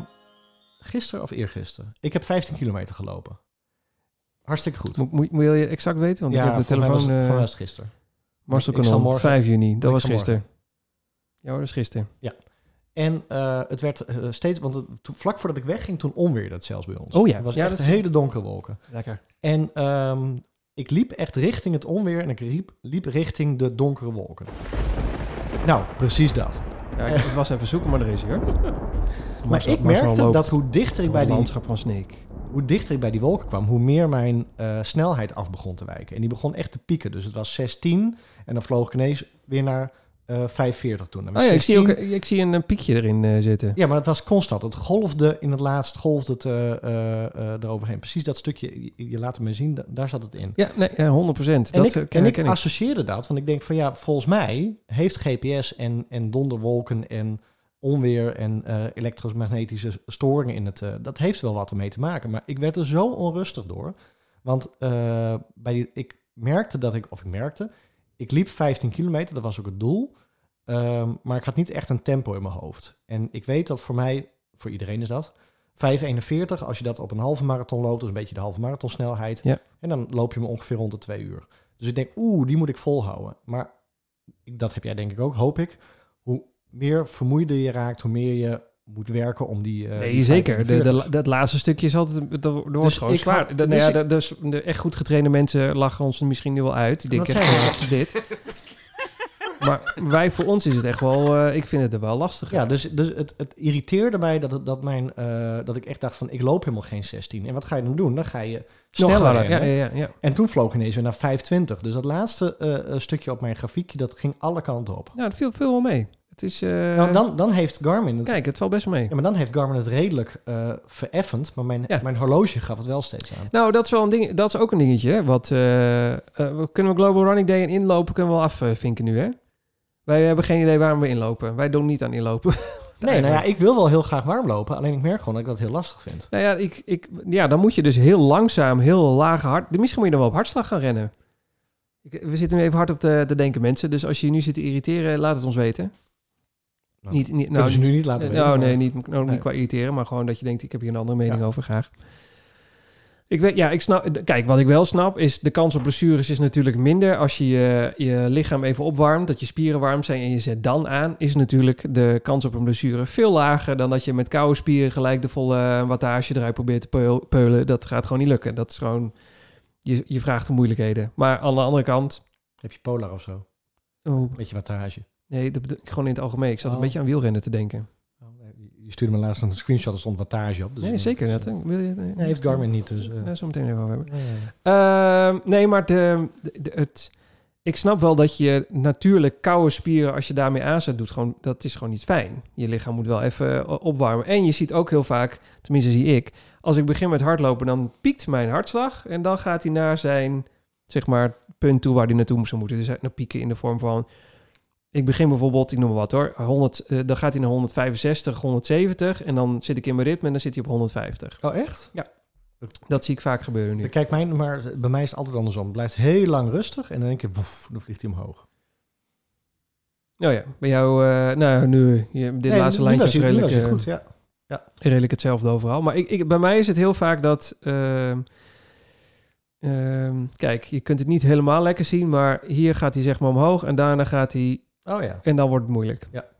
[SPEAKER 1] gisteren of eergisteren? Ik heb 15 kilometer gelopen. Hartstikke goed.
[SPEAKER 2] Moet, moet, wil je exact weten? Want ik heb de
[SPEAKER 1] voor mij
[SPEAKER 2] telefoon...
[SPEAKER 1] was, het- voor mij
[SPEAKER 2] eh
[SPEAKER 1] was het gisteren.
[SPEAKER 2] Marcel
[SPEAKER 1] ik zal
[SPEAKER 2] Kanon,
[SPEAKER 1] morgen-
[SPEAKER 2] 5 juni. Dat
[SPEAKER 1] ik
[SPEAKER 2] was
[SPEAKER 1] zal morgen.
[SPEAKER 2] gisteren. Ja, hoor, dat is gisteren.
[SPEAKER 1] En eh, het werd eh, steeds, want het- toen, vlak voordat ik wegging, toen onweerde het zelfs bij ons.
[SPEAKER 2] Oh ja.
[SPEAKER 1] het was
[SPEAKER 2] Ja,
[SPEAKER 1] echt
[SPEAKER 2] dat is-
[SPEAKER 1] hele donkere wolken.
[SPEAKER 2] Lekker.
[SPEAKER 1] En ehm, ik liep echt richting het onweer en ik riep, liep richting de donkere wolken. Nou, precies dat.
[SPEAKER 2] Ja, ik, het was even zoeken, maar er is hij
[SPEAKER 1] *laughs*
[SPEAKER 2] hoor.
[SPEAKER 1] Maar
[SPEAKER 2] Marcel-
[SPEAKER 1] ik
[SPEAKER 2] Marcel
[SPEAKER 1] merkte
[SPEAKER 2] loopt
[SPEAKER 1] dat hoe dichter ik
[SPEAKER 2] door
[SPEAKER 1] bij
[SPEAKER 2] het
[SPEAKER 1] die,
[SPEAKER 2] landschap van Sneek.
[SPEAKER 1] hoe dichter ik bij die wolken kwam, hoe meer mijn eh, snelheid af begon te wijken. En die begon echt te pieken. Dus het was 16 en dan vloog ik ineens weer naar eh 45 toen. En
[SPEAKER 2] Oh ja, ik zie, ook,
[SPEAKER 1] 16
[SPEAKER 2] ik zie een, een piekje erin eh, zitten.
[SPEAKER 1] ja, maar het was constant. Het golfde in het laatst, golfde het eh, eh, eh, eroverheen. Precies dat stukje, je- je laat het me zien, da- daar zat het in.
[SPEAKER 2] Ja, nee, ja, 100 procent.
[SPEAKER 1] En
[SPEAKER 2] Dat
[SPEAKER 1] ik,
[SPEAKER 2] eh,
[SPEAKER 1] en
[SPEAKER 2] ken,
[SPEAKER 1] ik
[SPEAKER 2] ken ik.
[SPEAKER 1] associeerde dat, want ik denk van ja, volgens mij heeft GPS en, en donderwolken en onweer en eh, elektromagnetische storingen in het, eh, dat heeft wel wat ermee te maken. Maar ik werd er zo onrustig door, want eh, bij, die- ik merkte dat ik, of ik merkte, ik liep 15 kilometer, dat was ook het doel, ehm, maar ik had niet echt een tempo in mijn hoofd. En ik weet dat voor mij, voor iedereen is dat, 5,41, als je dat op een halve marathon loopt, dus een beetje de halve marathonsnelheid,
[SPEAKER 2] Ja.
[SPEAKER 1] en dan loop je me ongeveer rond de twee uur. Dus ik denk, oeh, die moet ik volhouden. Maar ik- dat heb jij denk ik ook, hoop ik. Hoe meer vermoeider je raakt, hoe meer je moet werken om die... eh,
[SPEAKER 2] Nee,
[SPEAKER 1] die
[SPEAKER 2] zeker. De,
[SPEAKER 1] 45.
[SPEAKER 2] de, dat laatste stukje is altijd... Dat, dat wordt
[SPEAKER 1] Dus
[SPEAKER 2] gewoon
[SPEAKER 1] ik
[SPEAKER 2] zwaar.
[SPEAKER 1] had-
[SPEAKER 2] Dat-
[SPEAKER 1] dus
[SPEAKER 2] nou
[SPEAKER 1] ik-
[SPEAKER 2] ja, dat- dus de echt goed getrainde mensen lachen ons er misschien nu wel uit. Die
[SPEAKER 1] Dat
[SPEAKER 2] denken echt,
[SPEAKER 1] zei
[SPEAKER 2] eh, *laughs* dit. Maar wij, voor ons is het echt wel... eh, ik vind het er wel lastiger.
[SPEAKER 1] Ja, dus, dus het, het irriteerde mij dat, het- dat, mijn, eh, dat ik echt dacht van, ik loop helemaal geen 16. En wat ga je dan doen? Dan ga je
[SPEAKER 2] Nog
[SPEAKER 1] sneller
[SPEAKER 2] harder. Ja,
[SPEAKER 1] rennen.
[SPEAKER 2] ja, ja, ja.
[SPEAKER 1] En toen vloog ik ineens weer naar 5,20. Dus dat laatste eh, eh, stukje op mijn grafiekje, dat ging alle kanten op.
[SPEAKER 2] Nou, dat viel, viel wel mee. Het is... eh,
[SPEAKER 1] nou, dan, dan heeft Garmin het...
[SPEAKER 2] Kijk, het valt best wel mee.
[SPEAKER 1] Ja, maar dan heeft Garmin het redelijk eh vereffend, maar mijn,
[SPEAKER 2] Ja.
[SPEAKER 1] mijn horloge gaf het wel steeds aan.
[SPEAKER 2] Nou, dat is wel een ding. Dat is ook een dingetje. hè, Wat eh, eh, we- kunnen we Global Running Day en inlopen kunnen we wel afvinken nu, hè? Wij hebben geen idee waarom we inlopen. Wij doen niet aan inlopen. *laughs*
[SPEAKER 1] Nee, nou ja, ik wil wel heel graag warm lopen. Alleen ik merk gewoon dat ik dat heel lastig vind.
[SPEAKER 2] nou ja, ik, ik, ja, dan moet je dus heel langzaam, heel laag hard. Misschien moet je dan wel op hartslag gaan rennen. Ik- we zitten nu even hard op te, te denken, mensen. Dus als je je nu zit te irriteren, laat het ons weten.
[SPEAKER 1] Nou,
[SPEAKER 2] niet, niet,
[SPEAKER 1] Kunnen
[SPEAKER 2] nou,
[SPEAKER 1] ze nu niet laten weten.
[SPEAKER 2] Nou,
[SPEAKER 1] maar-
[SPEAKER 2] nee, niet, nou, niet
[SPEAKER 1] Nee.
[SPEAKER 2] qua irriteren, maar gewoon dat je denkt, ik heb hier een andere mening
[SPEAKER 1] Ja.
[SPEAKER 2] over graag. Ik weet, ja, ik snap, kijk, wat ik wel snap is, de kans op blessures is natuurlijk minder. Als je je, je lichaam even opwarmt, dat je spieren warm zijn en je zet dan aan, is natuurlijk de kans op een blessure veel lager dan dat je met koude spieren gelijk de volle wattage eruit probeert te peul- peulen. Dat gaat gewoon niet lukken. Dat is gewoon, je, je vraagt om moeilijkheden. Maar aan de andere kant,
[SPEAKER 1] Heb je Polar of zo?
[SPEAKER 2] oh,
[SPEAKER 1] Beetje wattage.
[SPEAKER 2] nee, dat bedoel ik gewoon in het algemeen. Ik zat een
[SPEAKER 1] Oh.
[SPEAKER 2] beetje aan wielrennen te denken.
[SPEAKER 1] Oh, nee, Je stuurde me laatst een screenshot, er stond wattage op. Dus
[SPEAKER 2] nee,
[SPEAKER 1] ik-
[SPEAKER 2] zeker.
[SPEAKER 1] dus,
[SPEAKER 2] Dat, hè. Wil je, nee,
[SPEAKER 1] Nee, heeft Garmin niet. Dus, eh,
[SPEAKER 2] Daar zo meteen even over hebben.
[SPEAKER 1] ja, ja.
[SPEAKER 2] Ehm, nee, maar de, de- de- het, ik snap wel dat je natuurlijk koude spieren, als je daarmee aanzet, doet gewoon, dat is gewoon niet fijn. Je lichaam moet wel even o- opwarmen. En je ziet ook heel vaak, tenminste zie ik, als ik begin met hardlopen, dan piekt mijn hartslag. En dan gaat hij naar zijn, zeg maar, punt toe waar hij naartoe zou moeten. Dus naar pieken in de vorm van, ik begin bijvoorbeeld, ik noem maar wat hoor, 100, eh, dan gaat hij naar 165, 170. En dan zit ik in mijn ritme en dan zit hij op 150.
[SPEAKER 1] Oh, echt?
[SPEAKER 2] Dat zie ik vaak gebeuren nu.
[SPEAKER 1] Kijk, mijn, maar bij mij is het altijd andersom. Het blijft heel lang rustig en dan denk je, woef, dan vliegt hij omhoog.
[SPEAKER 2] Nou ja, bij jou, eh, nou nu, je, dit
[SPEAKER 1] Nee,
[SPEAKER 2] laatste
[SPEAKER 1] nu
[SPEAKER 2] lijntje
[SPEAKER 1] was
[SPEAKER 2] is
[SPEAKER 1] hij- nu
[SPEAKER 2] redelijk,
[SPEAKER 1] was hij
[SPEAKER 2] eh,
[SPEAKER 1] goed, ja.
[SPEAKER 2] redelijk hetzelfde overal. Maar ik, ik, bij mij is het heel vaak dat, ehm, ehm, kijk, je kunt het niet helemaal lekker zien, maar hier gaat hij zeg maar omhoog en daarna gaat hij,
[SPEAKER 1] Oh ja.
[SPEAKER 2] en dan wordt het moeilijk.
[SPEAKER 1] Ja.
[SPEAKER 2] Kun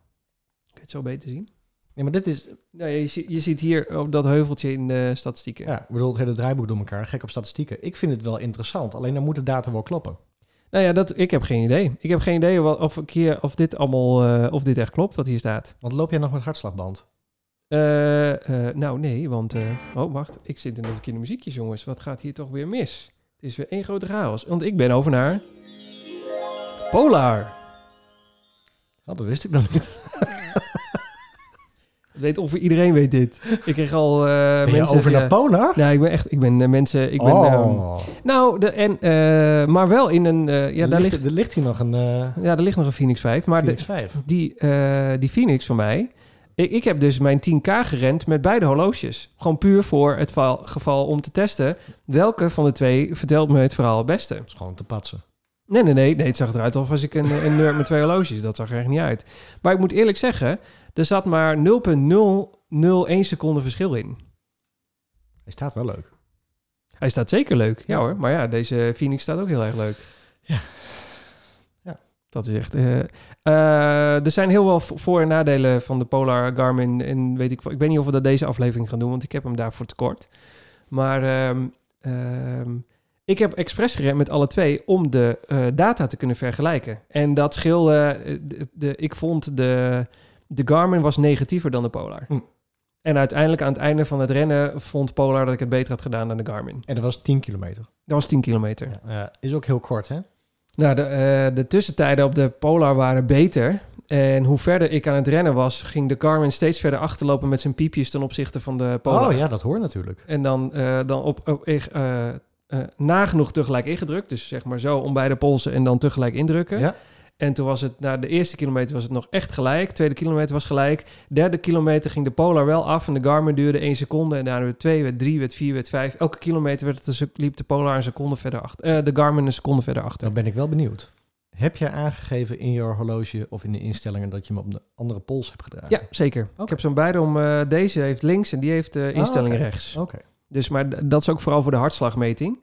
[SPEAKER 2] je het zo beter zien?
[SPEAKER 1] Nee, maar dit is,
[SPEAKER 2] Nou, je, zie- je ziet hier op dat heuveltje in de statistieken.
[SPEAKER 1] ja, ik bedoel, het hele draaiboek door elkaar. Gek op statistieken. Ik vind het wel interessant. Alleen dan moet de data wel kloppen.
[SPEAKER 2] Nou ja, dat, ik heb geen idee. Ik heb geen idee wat, of, ik hier, of dit allemaal, eh, of dit echt klopt wat hier staat.
[SPEAKER 1] Want loop jij nog met hartslagband?
[SPEAKER 2] Eh, eh, nou, nee, want... eh, oh, wacht. Ik zit in de verkeerde muziekjes, jongens. Wat gaat hier toch weer mis? Het is weer één grote chaos. Want ik ben over naar... Polar.
[SPEAKER 1] Oh, dat wist ik dan
[SPEAKER 2] *laughs*
[SPEAKER 1] niet.
[SPEAKER 2] Ik weet of iedereen weet dit. Ik kreeg al eh,
[SPEAKER 1] Ben je
[SPEAKER 2] mensen...
[SPEAKER 1] over
[SPEAKER 2] ja.
[SPEAKER 1] naar Polar?
[SPEAKER 2] Nee, ik ben echt... Ik ben eh, mensen... Ik ben, ehm,
[SPEAKER 1] oh.
[SPEAKER 2] nou, de, en, eh, maar wel in een... eh, ja,
[SPEAKER 1] Er
[SPEAKER 2] daar
[SPEAKER 1] ligt,
[SPEAKER 2] ligt,
[SPEAKER 1] er ligt hier nog een eh
[SPEAKER 2] ja, daar ligt nog een Phoenix 5. Maar de,
[SPEAKER 1] Phoenix 5.
[SPEAKER 2] die, eh, die Phoenix van mij. Ik, ik heb dus mijn 10K gerend met beide horloges. Gewoon puur voor het va- geval om te testen. Welke van de twee vertelt me het verhaal het beste?
[SPEAKER 1] Dat is gewoon te patsen.
[SPEAKER 2] Nee, nee, nee. nee het zag eruit alsof ik een, een nerd met twee horloges. Dat zag er echt niet uit. Maar ik moet eerlijk zeggen, er zat maar 0,001 seconde verschil in.
[SPEAKER 1] Hij staat wel leuk.
[SPEAKER 2] Hij staat zeker leuk. Ja hoor. Maar ja, deze Phoenix staat ook heel erg leuk.
[SPEAKER 1] Ja. Ja.
[SPEAKER 2] Dat is echt... eh, eh, er zijn heel wel vo- voor- en nadelen van de Polar Garmin. En weet ik, wel- ik weet niet of we dat deze aflevering gaan doen, want ik heb hem daarvoor tekort. Maar ehm, ehm, ik heb expres gerend met alle twee om de eh, data te kunnen vergelijken. En dat scheelde... eh, de, de- ik vond de, de Garmin was negatiever dan de Polar.
[SPEAKER 1] Hm.
[SPEAKER 2] En uiteindelijk aan het einde van het rennen vond Polar dat ik het beter had gedaan dan de Garmin.
[SPEAKER 1] En dat was 10 kilometer.
[SPEAKER 2] Dat was 10 kilometer.
[SPEAKER 1] Ja, is ook heel kort, hè?
[SPEAKER 2] Nou, de, eh, de tussentijden op de Polar waren beter. En hoe verder ik aan het rennen was, ging de Garmin steeds verder achterlopen met zijn piepjes ten opzichte van de Polar.
[SPEAKER 1] Oh ja, dat hoor natuurlijk.
[SPEAKER 2] En dan, eh, dan op, op eh, eh, eh, nagenoeg tegelijk ingedrukt. Dus zeg maar zo om beide polsen en dan tegelijk indrukken.
[SPEAKER 1] Ja.
[SPEAKER 2] En toen was het, na de eerste kilometer was het nog echt gelijk. Tweede kilometer was gelijk. Derde kilometer ging de Polar wel af en de Garmin duurde één seconde. En daarna weer twee, weer drie, weer vier, weer vijf. Elke kilometer werd het een sec- liep de Polar een seconde verder achter. eh, de Garmin een seconde verder achter.
[SPEAKER 1] Dan ben ik wel benieuwd. Heb jij aangegeven in je horloge of in de instellingen dat je hem op de andere pols hebt gedragen?
[SPEAKER 2] Ja, zeker. Ik heb zo'n beide om. eh, deze heeft links en die heeft eh instelling
[SPEAKER 1] Ah, Oh, oké.
[SPEAKER 2] rechts.
[SPEAKER 1] Oké.
[SPEAKER 2] Dus, maar d- dat is ook vooral voor de hartslagmeting.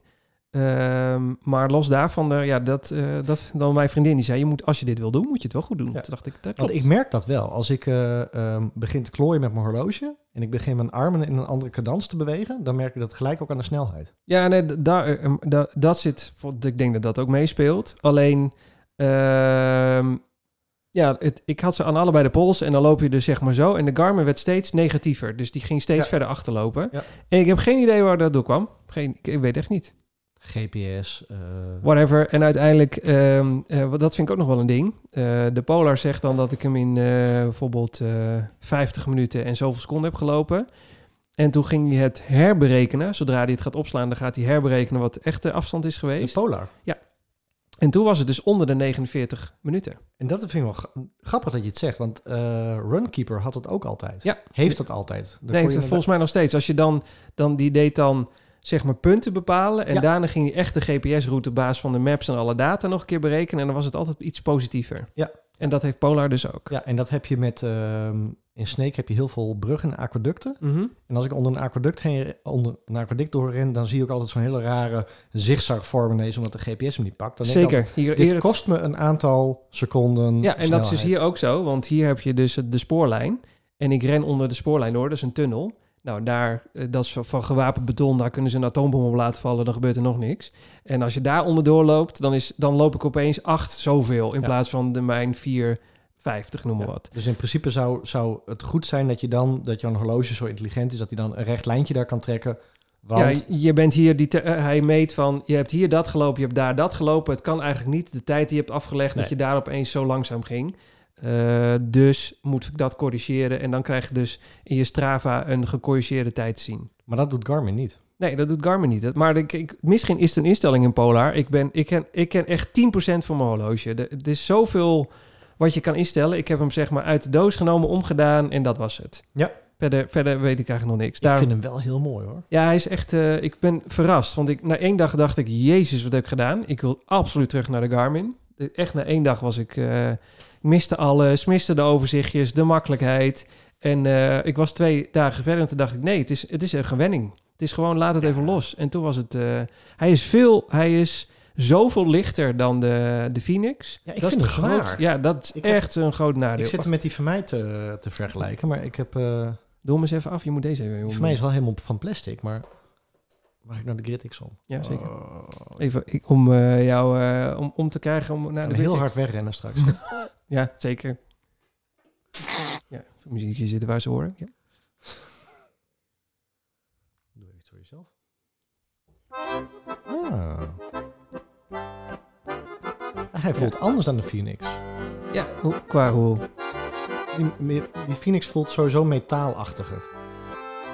[SPEAKER 2] Ehm, maar los daarvan, eh, ja, dat, eh, dat dan mijn vriendin die zei: je moet, als je dit wil doen, moet je het wel goed doen.
[SPEAKER 1] Ja.
[SPEAKER 2] Toen dacht ik, dat
[SPEAKER 1] Want ik
[SPEAKER 2] klopt.
[SPEAKER 1] merk dat wel. Als ik eh, ehm, begin te klooien met mijn horloge en ik begin mijn armen in een andere cadans te bewegen, dan merk ik dat gelijk ook aan de snelheid.
[SPEAKER 2] Ja, nee, d- daar, eh, ehm, da- dat zit. voor- Ik denk dat dat ook meespeelt. Alleen, ehm, ja, het, ik had ze aan allebei de pols en dan loop je dus zeg maar zo. En de Garmin werd steeds negatiever, dus die ging steeds
[SPEAKER 1] Ja.
[SPEAKER 2] verder achterlopen.
[SPEAKER 1] Ja.
[SPEAKER 2] En ik heb geen idee waar dat door kwam. Geen, ik, ik weet echt niet.
[SPEAKER 1] GPS. eh,
[SPEAKER 2] Whatever. En uiteindelijk, ehm, eh, wat- dat vind ik ook nog wel een ding. Eh, de Polar zegt dan dat ik hem in eh, bijvoorbeeld eh, 50 minuten en zoveel seconden heb gelopen. En toen ging hij het herberekenen. Zodra hij het gaat opslaan, dan gaat hij herberekenen wat de echte afstand is
[SPEAKER 1] de
[SPEAKER 2] geweest.
[SPEAKER 1] Polar.
[SPEAKER 2] En toen was het dus onder de 49 minuten.
[SPEAKER 1] En dat vind ik wel gra- grappig dat je het zegt, want eh, Runkeeper had dat ook altijd.
[SPEAKER 2] Ja.
[SPEAKER 1] Heeft dat altijd. Dan kon
[SPEAKER 2] nee,
[SPEAKER 1] je
[SPEAKER 2] het-
[SPEAKER 1] inderdaad-
[SPEAKER 2] volgens mij nog steeds. Als je dan, dan die deed dan zeg maar punten bepalen. En
[SPEAKER 1] Ja.
[SPEAKER 2] daarna ging hij echt de GPS-route op basis van de maps en alle data nog een keer berekenen. En dan was het altijd iets positiever.
[SPEAKER 1] Ja.
[SPEAKER 2] En dat heeft Polar dus ook.
[SPEAKER 1] Ja, en dat heb je met... ehm, in Snake heb je heel veel bruggen en aquaducten.
[SPEAKER 2] Mhm.
[SPEAKER 1] En als ik onder een aquaduct, heen, onder een aquaduct doorren, dan zie ik ook altijd zo'n hele rare zigzagvorm ineens, omdat de GPS hem niet pakt. Dan denk ik
[SPEAKER 2] Zeker. Hier,
[SPEAKER 1] altijd,
[SPEAKER 2] hier
[SPEAKER 1] dit
[SPEAKER 2] het-
[SPEAKER 1] kost me een aantal seconden
[SPEAKER 2] ja, en dat is dus
[SPEAKER 1] snelheid.
[SPEAKER 2] hier ook zo, want hier heb je dus het- de spoorlijn. En ik ren onder de spoorlijn door, dat is een tunnel. Nou, daar, eh, dat is van- van gewapend beton, daar kunnen ze een atoombom op laten vallen, dan gebeurt er nog niks. En als je daar onderdoor loopt, dan, is, dan loop ik opeens acht zoveel in
[SPEAKER 1] Ja.
[SPEAKER 2] plaats van de mijn 450, noem maar
[SPEAKER 1] Ja,
[SPEAKER 2] wat.
[SPEAKER 1] Dus in principe zou, zou het goed zijn dat je dan, dat jouw horloge zo intelligent is, dat hij dan een recht lijntje daar kan trekken. Want
[SPEAKER 2] Ja, je bent hier, die te- eh, hij meet van, je hebt hier dat gelopen, je hebt daar dat gelopen. Het kan eigenlijk niet de tijd die je hebt afgelegd, dat
[SPEAKER 1] Nee.
[SPEAKER 2] je daar opeens zo langzaam ging. Eh, dus moet ik dat corrigeren. En dan krijg je dus in je Strava een gecorrigeerde tijd te zien.
[SPEAKER 1] Maar dat doet Garmin niet.
[SPEAKER 2] Nee, dat doet Garmin niet. Maar ik, ik, misschien is het een instelling in Polar. Ik, ben, ik, ken, ik ken echt 10% van mijn horloge. De- Het is zoveel wat je kan instellen. Ik heb hem zeg maar uit de doos genomen, omgedaan en dat was het.
[SPEAKER 1] Ja.
[SPEAKER 2] Verder, verder weet ik eigenlijk nog niks.
[SPEAKER 1] Ik
[SPEAKER 2] Daarom-
[SPEAKER 1] vind hem wel heel mooi hoor.
[SPEAKER 2] ja, hij is echt. eh, ik ben verrast. Want ik, na één dag dacht ik: Jezus, wat heb ik gedaan? Ik wil absoluut terug naar de Garmin. De- Echt na één dag was ik. eh, ik miste alles, miste de overzichtjes, de makkelijkheid. En eh, ik was twee dagen verder en toen dacht ik: Nee, het is, het is een gewenning. Het is gewoon, laat het even los. En toen was het. eh, hij is veel. Hij is zoveel lichter dan de, de Phoenix.
[SPEAKER 1] Ja, ik
[SPEAKER 2] dat
[SPEAKER 1] vind
[SPEAKER 2] is
[SPEAKER 1] het
[SPEAKER 2] een groot-
[SPEAKER 1] zwaar.
[SPEAKER 2] Ja, dat is
[SPEAKER 1] Ik heb-
[SPEAKER 2] echt een groot nadeel.
[SPEAKER 1] Ik zit hem met die van mij te, te vergelijken, maar ik heb... eh,
[SPEAKER 2] Doe hem eens even af. Je moet deze even.
[SPEAKER 1] die van mij is wel helemaal van plastic, maar... Mag ik naar de Grid X om?
[SPEAKER 2] Ja, zeker.
[SPEAKER 1] Oh,
[SPEAKER 2] Even ik- om eh, jou eh, om, om te krijgen om
[SPEAKER 1] ik
[SPEAKER 2] naar
[SPEAKER 1] kan
[SPEAKER 2] de
[SPEAKER 1] heel
[SPEAKER 2] Witte-
[SPEAKER 1] hard wegrennen
[SPEAKER 2] *laughs*
[SPEAKER 1] straks.
[SPEAKER 2] Ja, zeker. Ja, het muziekje zitten waar ze horen. Ja.
[SPEAKER 1] Doe even iets voor jezelf. Ah. Hij voelt anders dan de Phoenix.
[SPEAKER 2] Ja, hoe- qua hoe.
[SPEAKER 1] Die, die Phoenix voelt sowieso metaalachtiger.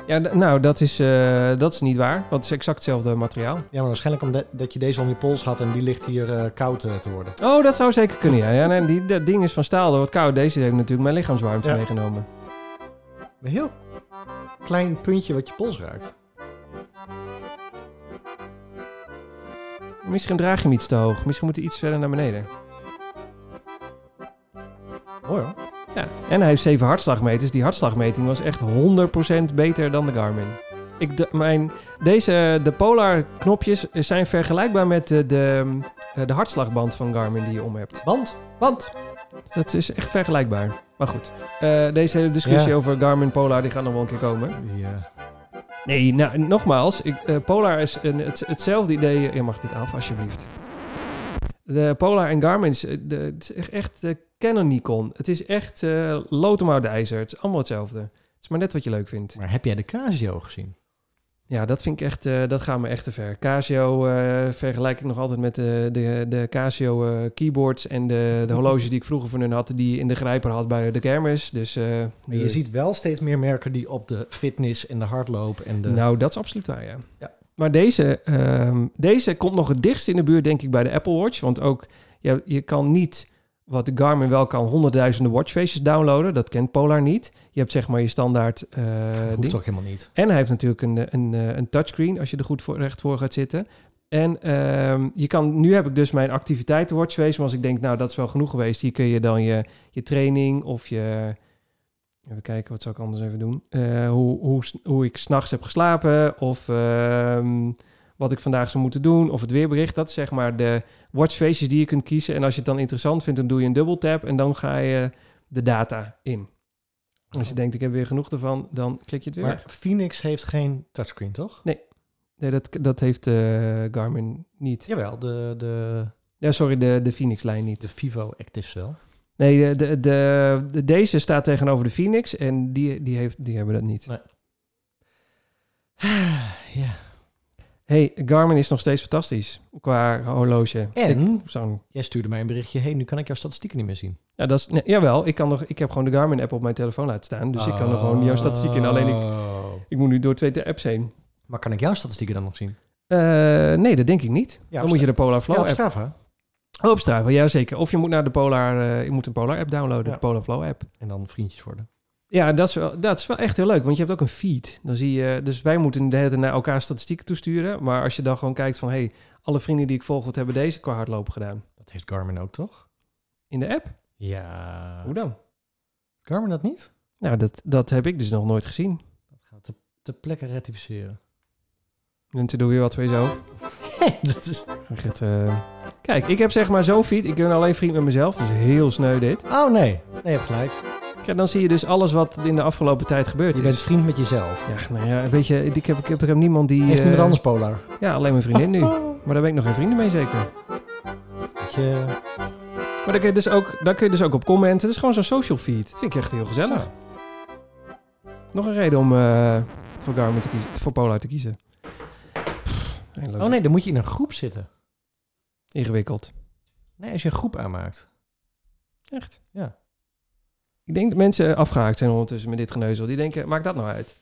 [SPEAKER 2] Ja, d- nou, dat is, eh, dat is niet waar. Want het is exact hetzelfde materiaal.
[SPEAKER 1] Ja, maar waarschijnlijk omdat dat je deze om je pols had en die ligt hier eh, koud eh, te worden.
[SPEAKER 2] Oh, dat zou zeker kunnen, ja. ja nee, die, dat ding is van staal, dat wordt koud. Deze heeft natuurlijk mijn lichaamswarmte
[SPEAKER 1] Ja.
[SPEAKER 2] meegenomen.
[SPEAKER 1] Een heel klein puntje wat je pols raakt.
[SPEAKER 2] Misschien draag je hem iets te hoog. Misschien moet hij iets verder naar beneden.
[SPEAKER 1] Mooi hoor.
[SPEAKER 2] Ja. En hij heeft zeven hartslagmeters. Die hartslagmeting was echt 100% beter dan de Garmin. Ik, d- mijn, deze, eh, de Polar knopjes zijn vergelijkbaar met de, de, eh, de hartslagband van Garmin die je om hebt.
[SPEAKER 1] Want
[SPEAKER 2] Want dat is echt vergelijkbaar. Maar goed, eh, deze hele discussie
[SPEAKER 1] Ja.
[SPEAKER 2] over Garmin Polar die gaat nog wel een keer komen.
[SPEAKER 1] die, eh,
[SPEAKER 2] Nee, nou, nogmaals, ik, eh, Polar is een, het, hetzelfde idee. Je mag dit af, alsjeblieft. De Polar en Garmin is, eh, de- het is echt- echt eh, canonicon. Het is echt eh lood om uit de ijzer. Het is allemaal hetzelfde. Het is maar net wat je leuk vindt.
[SPEAKER 1] maar heb jij de Casio gezien?
[SPEAKER 2] Ja, dat vind ik echt, eh, dat gaat me echt te ver. Casio eh, vergelijk ik nog altijd met de, de, de Casio eh, keyboards en de, de horloges die ik vroeger van hun had, die je in de grijper had bij de kermis. Dus eh,
[SPEAKER 1] Maar je
[SPEAKER 2] eh,
[SPEAKER 1] ziet wel steeds meer merken die op de fitness en de hardloop en de...
[SPEAKER 2] Nou, dat is absoluut waar, ja.
[SPEAKER 1] Ja.
[SPEAKER 2] Maar deze, ehm, deze komt nog het dichtst in de buurt, denk ik, bij de Apple Watch. Want ook, ja, je kan niet, wat de Garmin wel kan, honderdduizenden watchfaces downloaden. Dat kent Polar niet. Je hebt zeg maar je standaard eh,
[SPEAKER 1] hoeft
[SPEAKER 2] ding.
[SPEAKER 1] toch helemaal niet.
[SPEAKER 2] En hij heeft natuurlijk een, eh, een, eh, een touchscreen, als je er goed voor, recht voor gaat zitten. En ehm, je kan, nu heb ik dus mijn activiteitenwatchface. Maar als ik denk, nou, dat is wel genoeg geweest. Hier kun je dan je, je training of je... Even kijken, wat zou ik anders even doen? Eh, hoe, hoe, s- hoe ik s'nachts heb geslapen of ehm, wat ik vandaag zou moeten doen of het weerbericht. Dat is zeg maar de watchfaces die je kunt kiezen. En als je het dan interessant vindt, dan doe je een dubbeltap en dan ga je de data in. Als je denkt, ik heb weer genoeg ervan, dan klik je het weer weg.
[SPEAKER 1] Maar Phoenix heeft geen touchscreen, toch?
[SPEAKER 2] Nee, dat, dat heeft eh, Garmin niet. Ja.
[SPEAKER 1] Jawel, de, de,
[SPEAKER 2] sorry, de, de Phoenix-lijn niet.
[SPEAKER 1] de Vivo Active Cell.
[SPEAKER 2] Nee, de, de, de, de- deze staat tegenover de Phoenix en die, die, heeft, die hebben dat niet. *sighs*
[SPEAKER 1] Nee. Ja.
[SPEAKER 2] Hey, Garmin is nog steeds fantastisch qua horloge. Ik-
[SPEAKER 1] En
[SPEAKER 2] Zo'n,
[SPEAKER 1] jij stuurde mij een berichtje, hey, nu kan ik jouw statistieken niet meer zien.
[SPEAKER 2] ja, dat is, nee, jawel, ik, kan nog, ik heb gewoon de Garmin-app op mijn telefoon laten staan. Dus ik kan er gewoon jouw statistieken in. Alleen ik,
[SPEAKER 1] Oh.
[SPEAKER 2] ik moet nu door twee apps heen.
[SPEAKER 1] Maar kan ik jouw statistieken dan nog zien?
[SPEAKER 2] Eh, nee, dat denk ik niet.
[SPEAKER 1] Ja,
[SPEAKER 2] dan moet je de Polar Flow
[SPEAKER 1] Ja, op
[SPEAKER 2] app.
[SPEAKER 1] Strava.
[SPEAKER 2] Oh, op Strava, ja zeker. Of je moet naar de Polar, eh, je moet een Polar app downloaden,
[SPEAKER 1] Ja.
[SPEAKER 2] de Polar Flow app.
[SPEAKER 1] En dan vriendjes worden.
[SPEAKER 2] Ja, dat is, wel, dat is wel echt heel leuk, want je hebt ook een feed. Dan zie je, dus wij moeten de hele tijd naar elkaar statistieken toesturen. Maar als je dan gewoon kijkt van, hé, hey, alle vrienden die ik volg, wat hebben deze qua hardlopen gedaan?
[SPEAKER 1] Dat heeft Garmin ook, toch?
[SPEAKER 2] In de app?
[SPEAKER 1] Ja.
[SPEAKER 2] Hoe dan?
[SPEAKER 1] Garmin dat niet?
[SPEAKER 2] Nou, dat, dat heb ik dus nog nooit gezien.
[SPEAKER 1] Dat gaan we te, te plekken *laughs* ratificeren.
[SPEAKER 2] Mensen doen weer wat voor jezelf.
[SPEAKER 1] dat is...
[SPEAKER 2] Echt, eh, Kijk, ik heb zeg maar zo'n feed. Ik ben alleen vriend met mezelf, dus heel sneu dit.
[SPEAKER 1] Oh nee, nee, je hebt gelijk.
[SPEAKER 2] Kijk, dan zie je dus alles wat in de afgelopen tijd gebeurd
[SPEAKER 1] Je
[SPEAKER 2] is.
[SPEAKER 1] bent vriend met jezelf.
[SPEAKER 2] Ja, nou ja, weet je, ik heb, ik heb, ik heb niemand die...
[SPEAKER 1] Heeft
[SPEAKER 2] eh,
[SPEAKER 1] iemand anders Polar?
[SPEAKER 2] Ja, alleen mijn vriendin nu.
[SPEAKER 1] Oh.
[SPEAKER 2] Maar daar ben ik nog geen vrienden mee zeker.
[SPEAKER 1] *laughs* Dat je-
[SPEAKER 2] Maar daar kun je dus ook, daar kun je dus ook op commenten. Het is gewoon zo'n social feed. Dat vind ik echt heel gezellig. Nog een reden om eh, voor Garmin te kiezen, voor Polar te kiezen. Pff, eindeloos.
[SPEAKER 1] Oh nee, dan moet je in een groep zitten.
[SPEAKER 2] Ingewikkeld.
[SPEAKER 1] Nee, als je een groep aanmaakt.
[SPEAKER 2] Echt?
[SPEAKER 1] Ja.
[SPEAKER 2] Ik denk dat mensen afgehaakt zijn ondertussen met dit geneuzel. Die denken, maakt dat nou uit?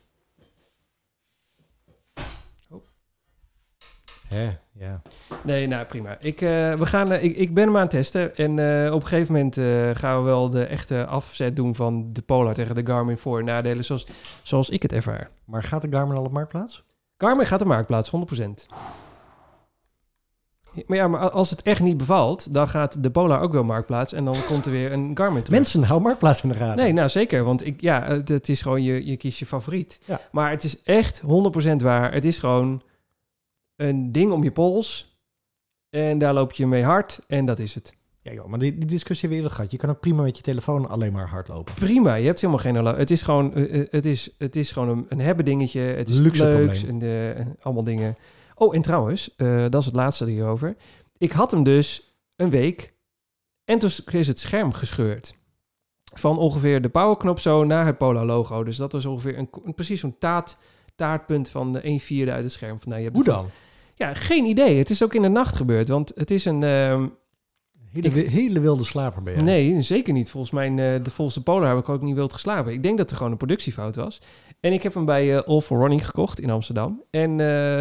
[SPEAKER 1] Hè, ja.
[SPEAKER 2] Nee, nou prima. Ik, eh, we gaan, eh, ik, ik ben hem aan het testen. En eh, op een gegeven moment eh, gaan we wel de echte afzet doen van de Polar tegen de Garmin voor en nadelen. Zoals, zoals ik het ervaar.
[SPEAKER 1] Maar gaat de Garmin al op marktplaats?
[SPEAKER 2] Carmen gaat de marktplaats, 100%. Maar ja, maar a- als het echt niet bevalt, dan gaat de Polar ook wel marktplaats en dan komt er weer een Garmin terug.
[SPEAKER 1] Mensen, hou marktplaats in de gaten.
[SPEAKER 2] Nee, nou zeker, want ik, ja, het, het is gewoon je, je kiest je favoriet.
[SPEAKER 1] Ja.
[SPEAKER 2] Maar het is echt 100% waar. Het is gewoon een ding om je pols en daar loop je mee hard en dat is het.
[SPEAKER 1] Ja, joh, maar die, die discussie weer eerder gehad. Je kan ook prima met je telefoon alleen maar hardlopen.
[SPEAKER 2] Prima, je hebt helemaal geen horlo- Het is gewoon, eh, eh, het is, het is gewoon een, een hebben dingetje. Het is
[SPEAKER 1] Luxe
[SPEAKER 2] leuks
[SPEAKER 1] probleem.
[SPEAKER 2] en, eh, en allemaal dingen. Oh, en trouwens, eh, dat is het laatste hierover. Ik had hem dus een week en toen is het scherm gescheurd. Van ongeveer de powerknop zo naar het Polar-logo. Dus dat was ongeveer een, een- precies zo'n taart, taartpunt van de 1 vierde uit het scherm. Van, nou, je hebt
[SPEAKER 1] Hoe dan?
[SPEAKER 2] Ja, geen idee. Het is ook in de nacht gebeurd. Want het is een... ehm,
[SPEAKER 1] Hele,
[SPEAKER 2] Ik-
[SPEAKER 1] wi- hele wilde slaper ben je.
[SPEAKER 2] Nee, zeker niet. Volgens mij, eh, de volgens de Polar heb ik ook niet wild geslapen. Ik denk dat er gewoon een productiefout was. En ik heb hem bij eh, All for Running gekocht in Amsterdam. En eh,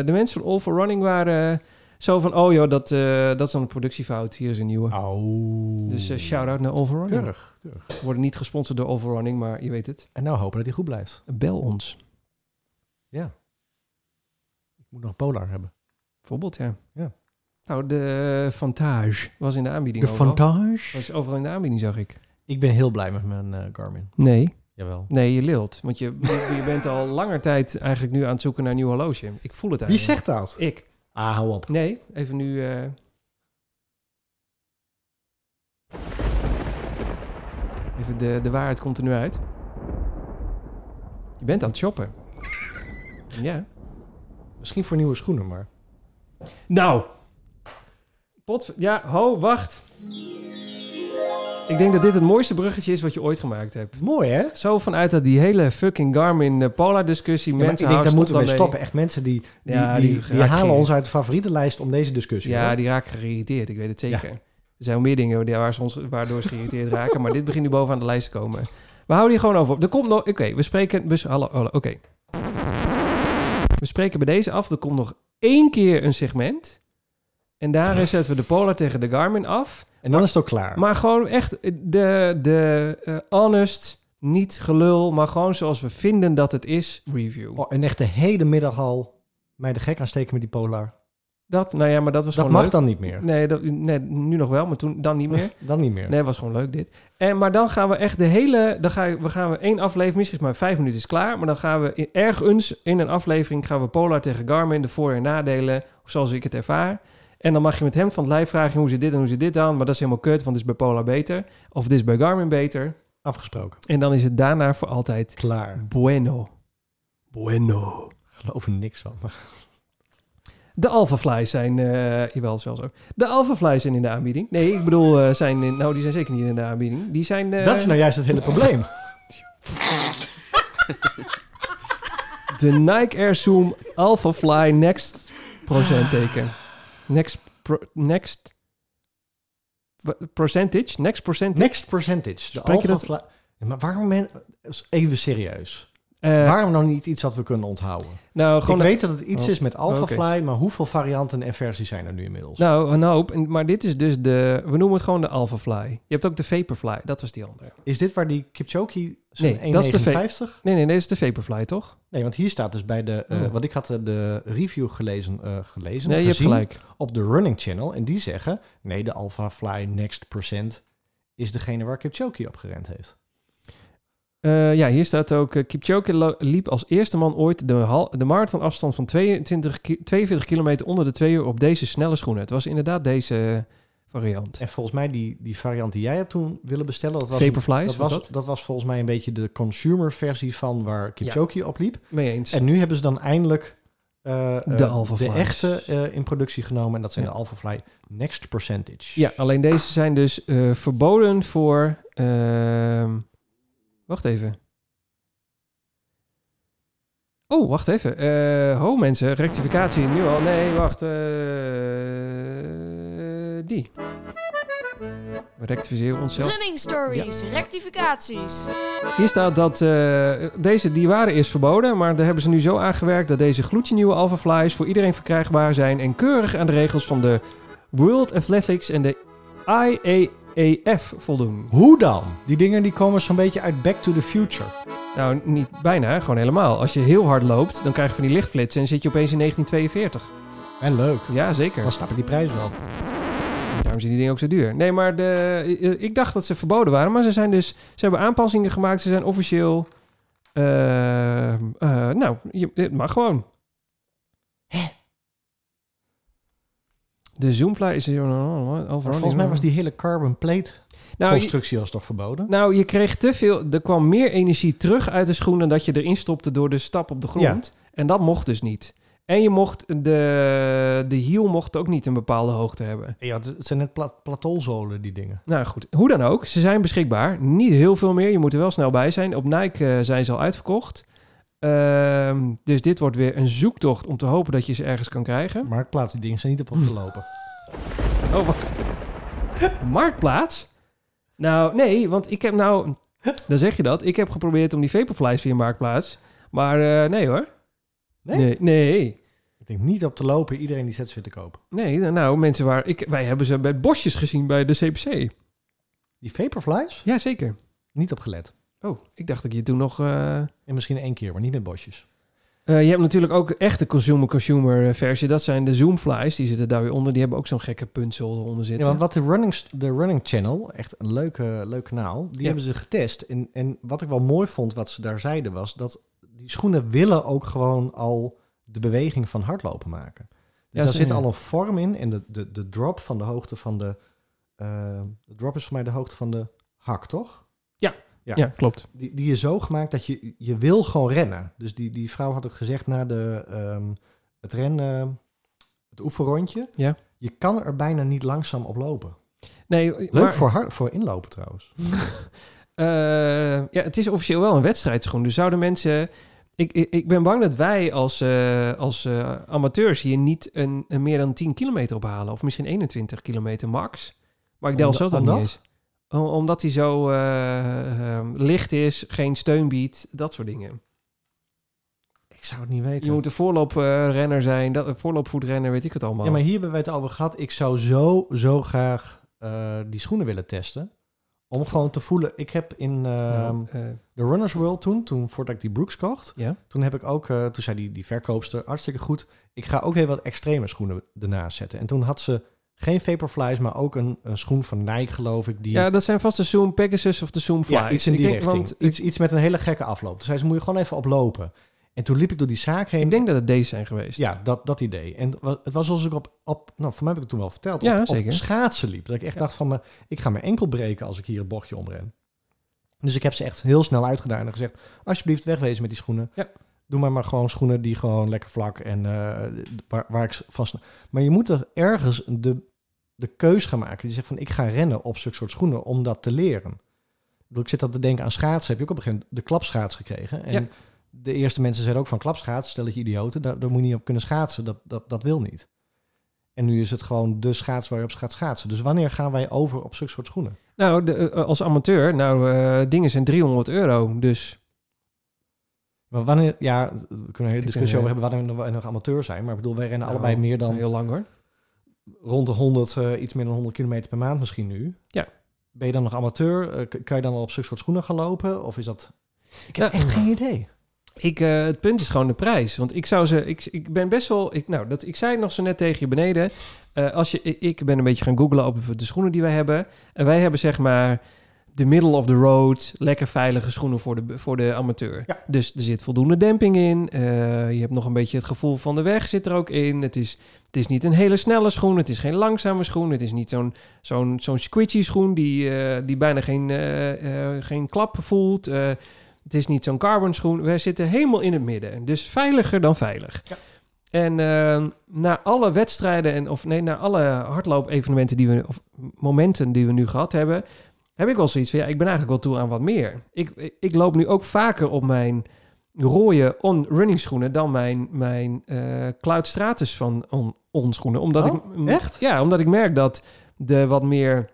[SPEAKER 2] de mensen van All for Running waren eh, zo van... Oh joh, dat, eh, dat is dan een productiefout. Hier is een nieuwe.
[SPEAKER 1] Au.
[SPEAKER 2] Dus eh, shout-out naar All for
[SPEAKER 1] Oh,
[SPEAKER 2] Running.
[SPEAKER 1] Keurig, keurig.
[SPEAKER 2] We worden niet gesponsord door All for Running, maar je weet het.
[SPEAKER 1] En nou hopen dat hij goed blijft.
[SPEAKER 2] Bel ons,
[SPEAKER 1] Ik moet nog een Polar hebben.
[SPEAKER 2] bijvoorbeeld, ja.
[SPEAKER 1] Ja.
[SPEAKER 2] Nou, de eh, Vantage was in de aanbieding
[SPEAKER 1] De
[SPEAKER 2] overal.
[SPEAKER 1] Vantage.
[SPEAKER 2] Was overal in de aanbieding, zag ik.
[SPEAKER 1] Ik ben heel blij met mijn eh, Garmin.
[SPEAKER 2] Nee,
[SPEAKER 1] Jawel.
[SPEAKER 2] nee, je lilt. Want je, je bent al *laughs* langer tijd eigenlijk nu aan het zoeken naar een nieuw horloge. Ik voel het eigenlijk.
[SPEAKER 1] Wie zegt dat?
[SPEAKER 2] Ik.
[SPEAKER 1] Ah, hou op.
[SPEAKER 2] Nee, even nu. eh, Even de, de waarheid komt er nu uit. Je bent aan het shoppen. Ja.
[SPEAKER 1] Misschien voor nieuwe schoenen, maar...
[SPEAKER 2] Nou. Pot. Ja, ho, wacht. Ik denk dat dit het mooiste bruggetje is wat je ooit gemaakt hebt.
[SPEAKER 1] Mooi, hè?
[SPEAKER 2] Zo vanuit dat die hele fucking Garmin eh, Polar discussie.
[SPEAKER 1] Ja, maar
[SPEAKER 2] mensen
[SPEAKER 1] ik denk, daar moeten
[SPEAKER 2] houden
[SPEAKER 1] we mee
[SPEAKER 2] stop
[SPEAKER 1] stoppen. Echt mensen die, die,
[SPEAKER 2] Ja,
[SPEAKER 1] die,
[SPEAKER 2] die
[SPEAKER 1] die,
[SPEAKER 2] raak
[SPEAKER 1] halen
[SPEAKER 2] je.
[SPEAKER 1] ons uit de favorietenlijst om deze discussie.
[SPEAKER 2] daarmee. Ja,
[SPEAKER 1] hoor.
[SPEAKER 2] die raken geïrriteerd. Ik weet het zeker. Er zijn wel meer dingen die- waar ze ons, waardoor ze geïrriteerd raken. Maar dit begint nu bovenaan de lijst te komen. We houden hier gewoon over op. Er komt nog... Oké, we spreken... Dus, hallo, hallo, oké. We spreken bij deze af. Er komt nog één keer een segment. En
[SPEAKER 1] *laughs*
[SPEAKER 2] daarin zetten we de Polar tegen de Garmin af.
[SPEAKER 1] En dan is het ook klaar.
[SPEAKER 2] Maar gewoon echt eh, de, de eh, honest, niet gelul, maar gewoon zoals we vinden dat het is, review.
[SPEAKER 1] Oh, en echt de hele middag al mij de gek aansteken met die polar.
[SPEAKER 2] Dat, nou ja, maar dat was
[SPEAKER 1] Dat
[SPEAKER 2] gewoon
[SPEAKER 1] mag
[SPEAKER 2] leuk.
[SPEAKER 1] dan niet meer.
[SPEAKER 2] Nee, dat, nee, nu nog wel, maar toen dan niet meer.
[SPEAKER 1] Dan niet meer.
[SPEAKER 2] Nee, was gewoon leuk dit. En, maar dan gaan we echt de hele... Dan ga, je- we gaan we één aflevering, misschien is maar vijf minuten is klaar. Maar dan gaan we in, ergens in een aflevering gaan we Polar tegen Garmin de voor- en nadelen. Zoals ik het ervaar. En dan mag je met hem van het lijf vragen hoe zit dit en hoe zit dit dan. Maar dat is helemaal kut, want het is bij Polar beter. Of het is bij Garmin beter.
[SPEAKER 1] Afgesproken.
[SPEAKER 2] En dan is het daarna voor altijd
[SPEAKER 1] Klaar.
[SPEAKER 2] Bueno. Bueno.
[SPEAKER 1] Geloof er niks van. Maar
[SPEAKER 2] De Alphaflies zijn, eh jawel, het is wel zo. De Alphaflies zijn in de aanbieding. Nee, ik bedoel, eh, zijn in, nou, die zijn zeker niet in de aanbieding. Die zijn... eh,
[SPEAKER 1] dat is nou juist het hele probleem.
[SPEAKER 2] De Nike Air Zoom Alphafly Next procentteken. Next... Pro, next... wa- Percentage? Next percentage?
[SPEAKER 1] Next percentage. De
[SPEAKER 2] Spreek je
[SPEAKER 1] alpha fla- Ja, maar waarom... Men... Even serieus.
[SPEAKER 2] Eh,
[SPEAKER 1] waarom nou niet iets dat we kunnen onthouden?
[SPEAKER 2] nou, gewoon...
[SPEAKER 1] ik weet dat het iets
[SPEAKER 2] Oh.
[SPEAKER 1] is met
[SPEAKER 2] Oké.
[SPEAKER 1] AlphaFly, maar hoeveel varianten en versies zijn er nu inmiddels?
[SPEAKER 2] Nou, een hoop. En- Maar dit is dus de... We noemen het gewoon de Alphafly. Je hebt ook de Vaporfly. Dat was die andere.
[SPEAKER 1] Is dit waar die Kipchoge zijn
[SPEAKER 2] Nee, dat is de
[SPEAKER 1] 1,59?
[SPEAKER 2] Nee, nee, deze is de Vaporfly, toch?
[SPEAKER 1] Nee, want hier staat dus bij de... eh,
[SPEAKER 2] Oh.
[SPEAKER 1] Want ik had eh, de review gelezen, eh, gelezen
[SPEAKER 2] Nee, je hebt
[SPEAKER 1] gezien
[SPEAKER 2] gelijk.
[SPEAKER 1] op de Running Channel. En die zeggen, nee, de AlphaFly Next Percent is degene waar Kipchoge op gerend heeft.
[SPEAKER 2] Eh, ja, hier staat ook... eh, Kipchoge lo- liep als eerste man ooit de, hal- de marathonafstand van 22 ki- 42 kilometer onder de twee uur op deze snelle schoenen. Het was inderdaad deze variant.
[SPEAKER 1] En volgens mij die, die variant die jij hebt toen willen bestellen... Dat was een-
[SPEAKER 2] Vaporfly,
[SPEAKER 1] dat,
[SPEAKER 2] was,
[SPEAKER 1] was,
[SPEAKER 2] dat?
[SPEAKER 1] dat was volgens mij een beetje de consumer versie van waar Kipchoge op liep.
[SPEAKER 2] Mee eens.
[SPEAKER 1] En nu hebben ze dan eindelijk eh, eh,
[SPEAKER 2] De Alpha
[SPEAKER 1] de
[SPEAKER 2] Flies.
[SPEAKER 1] echte eh, in productie genomen. En dat zijn
[SPEAKER 2] Ja.
[SPEAKER 1] de Alphafly Next Percentage.
[SPEAKER 2] Ja, alleen deze zijn dus eh, verboden voor... ehm, wacht even. Oh, wacht even. Eh, ho, mensen. Rectificatie nu al. Nee, wacht. eh, die. We rectificeren onszelf.
[SPEAKER 3] Running stories, rectificaties.
[SPEAKER 2] Hier staat dat eh, deze, die waren eerst verboden, maar daar hebben ze nu zo aangewerkt dat deze gloedje nieuwe Alpha Flies voor iedereen verkrijgbaar zijn en keurig aan de regels van de World Athletics en de IAAF voldoen.
[SPEAKER 1] Hoe dan? Die dingen die komen zo'n beetje uit Back to the Future.
[SPEAKER 2] Nou, niet bijna, gewoon helemaal. Als je heel hard loopt, dan krijg je van die lichtflitsen en zit je opeens in 1942.
[SPEAKER 1] En leuk.
[SPEAKER 2] Ja, zeker.
[SPEAKER 1] Dan snap ik die prijs wel.
[SPEAKER 2] Daarom zijn die dingen ook zo duur. Nee, maar de, eh, ik dacht dat ze verboden waren, maar ze zijn dus, ze hebben aanpassingen gemaakt. Ze zijn officieel, eh, eh, nou, je, het mag gewoon. De Zoomfly is hier oh, overal.
[SPEAKER 1] Maar volgens mij was die hele carbon plate
[SPEAKER 2] nou, je,
[SPEAKER 1] constructie was toch verboden?
[SPEAKER 2] nou, je kreeg te veel. Er kwam meer energie terug uit de schoen dan dat je erin stopte door de stap op de grond. En dat mocht dus niet. En je mocht de, de hiel mocht ook niet een bepaalde hoogte hebben.
[SPEAKER 1] Ja, het, het zijn net pla plateauzolen, die dingen.
[SPEAKER 2] Nou goed, hoe dan ook, ze zijn beschikbaar. Niet heel veel meer, je moet er wel snel bij zijn. Op Nike eh, zijn ze al uitverkocht. Ehm, dus dit wordt weer een zoektocht om te hopen dat je ze ergens kan krijgen.
[SPEAKER 1] Marktplaats, die dingen zijn niet op
[SPEAKER 2] *laughs*
[SPEAKER 1] op te lopen.
[SPEAKER 2] Oh, wacht. Marktplaats? Nou, nee, want ik heb nou... Dan zeg je dat. Ik heb geprobeerd om die Vaporflies via Marktplaats. Maar eh, nee hoor.
[SPEAKER 1] Nee?
[SPEAKER 2] Nee, nee.
[SPEAKER 1] Ik denk niet op te lopen, iedereen die zet ze weer te koop.
[SPEAKER 2] Nee, nou, mensen waar... Ik, wij hebben ze bij bosjes gezien bij de CPC.
[SPEAKER 1] Die Vaporflies?
[SPEAKER 2] Jazeker.
[SPEAKER 1] Niet op gelet.
[SPEAKER 2] Oh, ik dacht dat ik je toen nog... eh,
[SPEAKER 1] En misschien één keer, maar niet met bosjes.
[SPEAKER 2] Eh, je hebt natuurlijk ook echt de consumer-consumer eh, versie. Dat zijn de Zoomflies. Die zitten daar weer onder. Die hebben ook zo'n gekke puntsel eronder
[SPEAKER 1] Ja,
[SPEAKER 2] zitten.
[SPEAKER 1] want wat de running, st- de running Channel, echt een leuk, eh, leuk kanaal, die
[SPEAKER 2] Ja.
[SPEAKER 1] hebben ze getest. En, en wat ik wel mooi vond, wat ze daar zeiden, was dat die schoenen willen ook gewoon al de beweging van hardlopen maken. Dus
[SPEAKER 2] Ja,
[SPEAKER 1] daar
[SPEAKER 2] ze-
[SPEAKER 1] zit al een vorm in. En de, de, de drop van de hoogte van de... eh, de drop is voor mij de hoogte van de hak, toch?
[SPEAKER 2] ja. klopt.
[SPEAKER 1] Die, die is zo gemaakt dat je, je wil gewoon rennen. Dus die, die vrouw had ook gezegd na de, ehm, het rennen, het oefenrondje...
[SPEAKER 2] Ja.
[SPEAKER 1] je kan er bijna niet langzaam op lopen.
[SPEAKER 2] Nee,
[SPEAKER 1] Leuk
[SPEAKER 2] maar,
[SPEAKER 1] voor, har- voor inlopen trouwens.
[SPEAKER 2] eh, ja, het is officieel wel een wedstrijdschoen. Dus zouden mensen... Ik, ik, ik ben bang dat wij als, eh, als eh, amateurs hier niet een, een meer dan 10 kilometer ophalen. Of misschien 21 kilometer max. Maar ik deel
[SPEAKER 1] Omda-
[SPEAKER 2] zelf dat niet
[SPEAKER 1] omdat?
[SPEAKER 2] eens. Om- Omdat hij zo eh, eh, licht is, geen steun biedt, dat soort dingen.
[SPEAKER 1] Ik zou het niet weten.
[SPEAKER 2] Je moet een voorlooprenner zijn, dat, een voorloopvoetrenner, weet ik het allemaal.
[SPEAKER 1] Ja, maar hier hebben wij het over gehad. Ik zou zo, zo graag eh, die schoenen willen testen. Om gewoon te voelen. Ik heb in ehm,
[SPEAKER 2] Nou, eh,
[SPEAKER 1] de Runners World toen, toen voordat ik die Brooks kocht.
[SPEAKER 2] Ja.
[SPEAKER 1] Toen heb ik ook, eh, toen zei die, die verkoopster, hartstikke goed. Ik ga ook heel wat extreme schoenen ernaast zetten. En toen had ze geen Vaporflies, maar ook een, een schoen van Nike geloof ik. Die,
[SPEAKER 2] ja, dat zijn vast de Zoom Pegasus of de Zoom Fly.
[SPEAKER 1] Ja, iets in die
[SPEAKER 2] ik denk,
[SPEAKER 1] richting.
[SPEAKER 2] Want
[SPEAKER 1] iets, iets met een hele gekke afloop. Toen zei ze, moet je gewoon even oplopen. En toen liep ik door die zaak heen.
[SPEAKER 2] ik denk dat het deze zijn geweest.
[SPEAKER 1] Ja, dat, dat idee. En het wa- het was alsof ik op, op nou, voor mij heb ik het toen wel verteld,
[SPEAKER 2] Ja,
[SPEAKER 1] op,
[SPEAKER 2] zeker.
[SPEAKER 1] op schaatsen liep. Dat ik echt
[SPEAKER 2] Ja.
[SPEAKER 1] dacht van, me, ik ga mijn enkel breken als ik hier een bochtje omren. Dus ik heb ze echt heel snel uitgedaan en gezegd, alsjeblieft wegwezen met die schoenen.
[SPEAKER 2] Ja.
[SPEAKER 1] Doe maar maar gewoon schoenen die gewoon lekker vlak en eh, waar, waar ik vast... Maar je moet er ergens de, de keus gaan maken. Die zegt van, ik ga rennen op zulke soort schoenen om dat te leren. Ik bedoel, Ik zit dan te denken aan schaatsen. Heb je ook op een gegeven moment de klapschaats gekregen? En
[SPEAKER 2] Ja.
[SPEAKER 1] de eerste mensen zeiden ook van klapschaats, stel dat je idioten, daar, daar moet je niet op kunnen schaatsen. Dat, dat, dat wil niet. En nu is het gewoon de schaats waar je op gaat schaatsen. Dus wanneer gaan wij over op zulke soort schoenen?
[SPEAKER 2] Nou, de, eh, als amateur, nou, eh, dingen zijn 300 euro. Dus
[SPEAKER 1] Maar wanneer, ja, we kunnen een hele
[SPEAKER 2] Ik
[SPEAKER 1] discussie
[SPEAKER 2] vind,
[SPEAKER 1] over hebben wanneer wij nog amateur zijn. Maar ik bedoel, wij rennen
[SPEAKER 2] Nou,
[SPEAKER 1] allebei meer dan
[SPEAKER 2] heel lang hoor.
[SPEAKER 1] rond de 100, eh, iets meer dan 100 kilometer per maand misschien nu.
[SPEAKER 2] Ja.
[SPEAKER 1] Ben je dan nog amateur? Eh, k- kan je dan al op zulke soort schoenen gaan lopen? Of is dat... Ik heb
[SPEAKER 2] heb Ja. echt
[SPEAKER 1] echt geen idee.
[SPEAKER 2] Ik, eh, het punt is gewoon de prijs. Want ik zou ze. Ik, ik ben best wel. Ik, nou, dat, ik zei het nog zo net tegen je beneden. Eh, als je, ik, ik ben een beetje gaan googlen op de schoenen die wij hebben. En wij hebben zeg maar. De middle of the road, lekker veilige schoenen voor de, voor de amateur.
[SPEAKER 1] Ja.
[SPEAKER 2] Dus er zit voldoende demping in. eh, je hebt nog een beetje het gevoel van de weg zit er ook in. Het is, het is niet een hele snelle schoen. Het is geen langzame schoen. Het is niet zo'n zo'n zo'n squishy schoen die, eh, die bijna geen, eh, eh, geen klap voelt. Eh, het is niet zo'n carbon schoen. We zitten helemaal in het midden. Dus veiliger dan veilig.
[SPEAKER 1] Ja.
[SPEAKER 2] En eh, na alle wedstrijden en of nee, na alle hardloop-evenementen die we of momenten die we nu gehad hebben, heb ik wel zoiets van ja, ik ben eigenlijk wel toe aan wat meer. Ik, ik loop nu ook vaker op mijn rode on-running schoenen dan mijn, mijn eh Cloud Stratus van on-on schoenen. Omdat
[SPEAKER 1] Oh,
[SPEAKER 2] ik,
[SPEAKER 1] echt?
[SPEAKER 2] Ja, omdat ik merk dat de wat meer,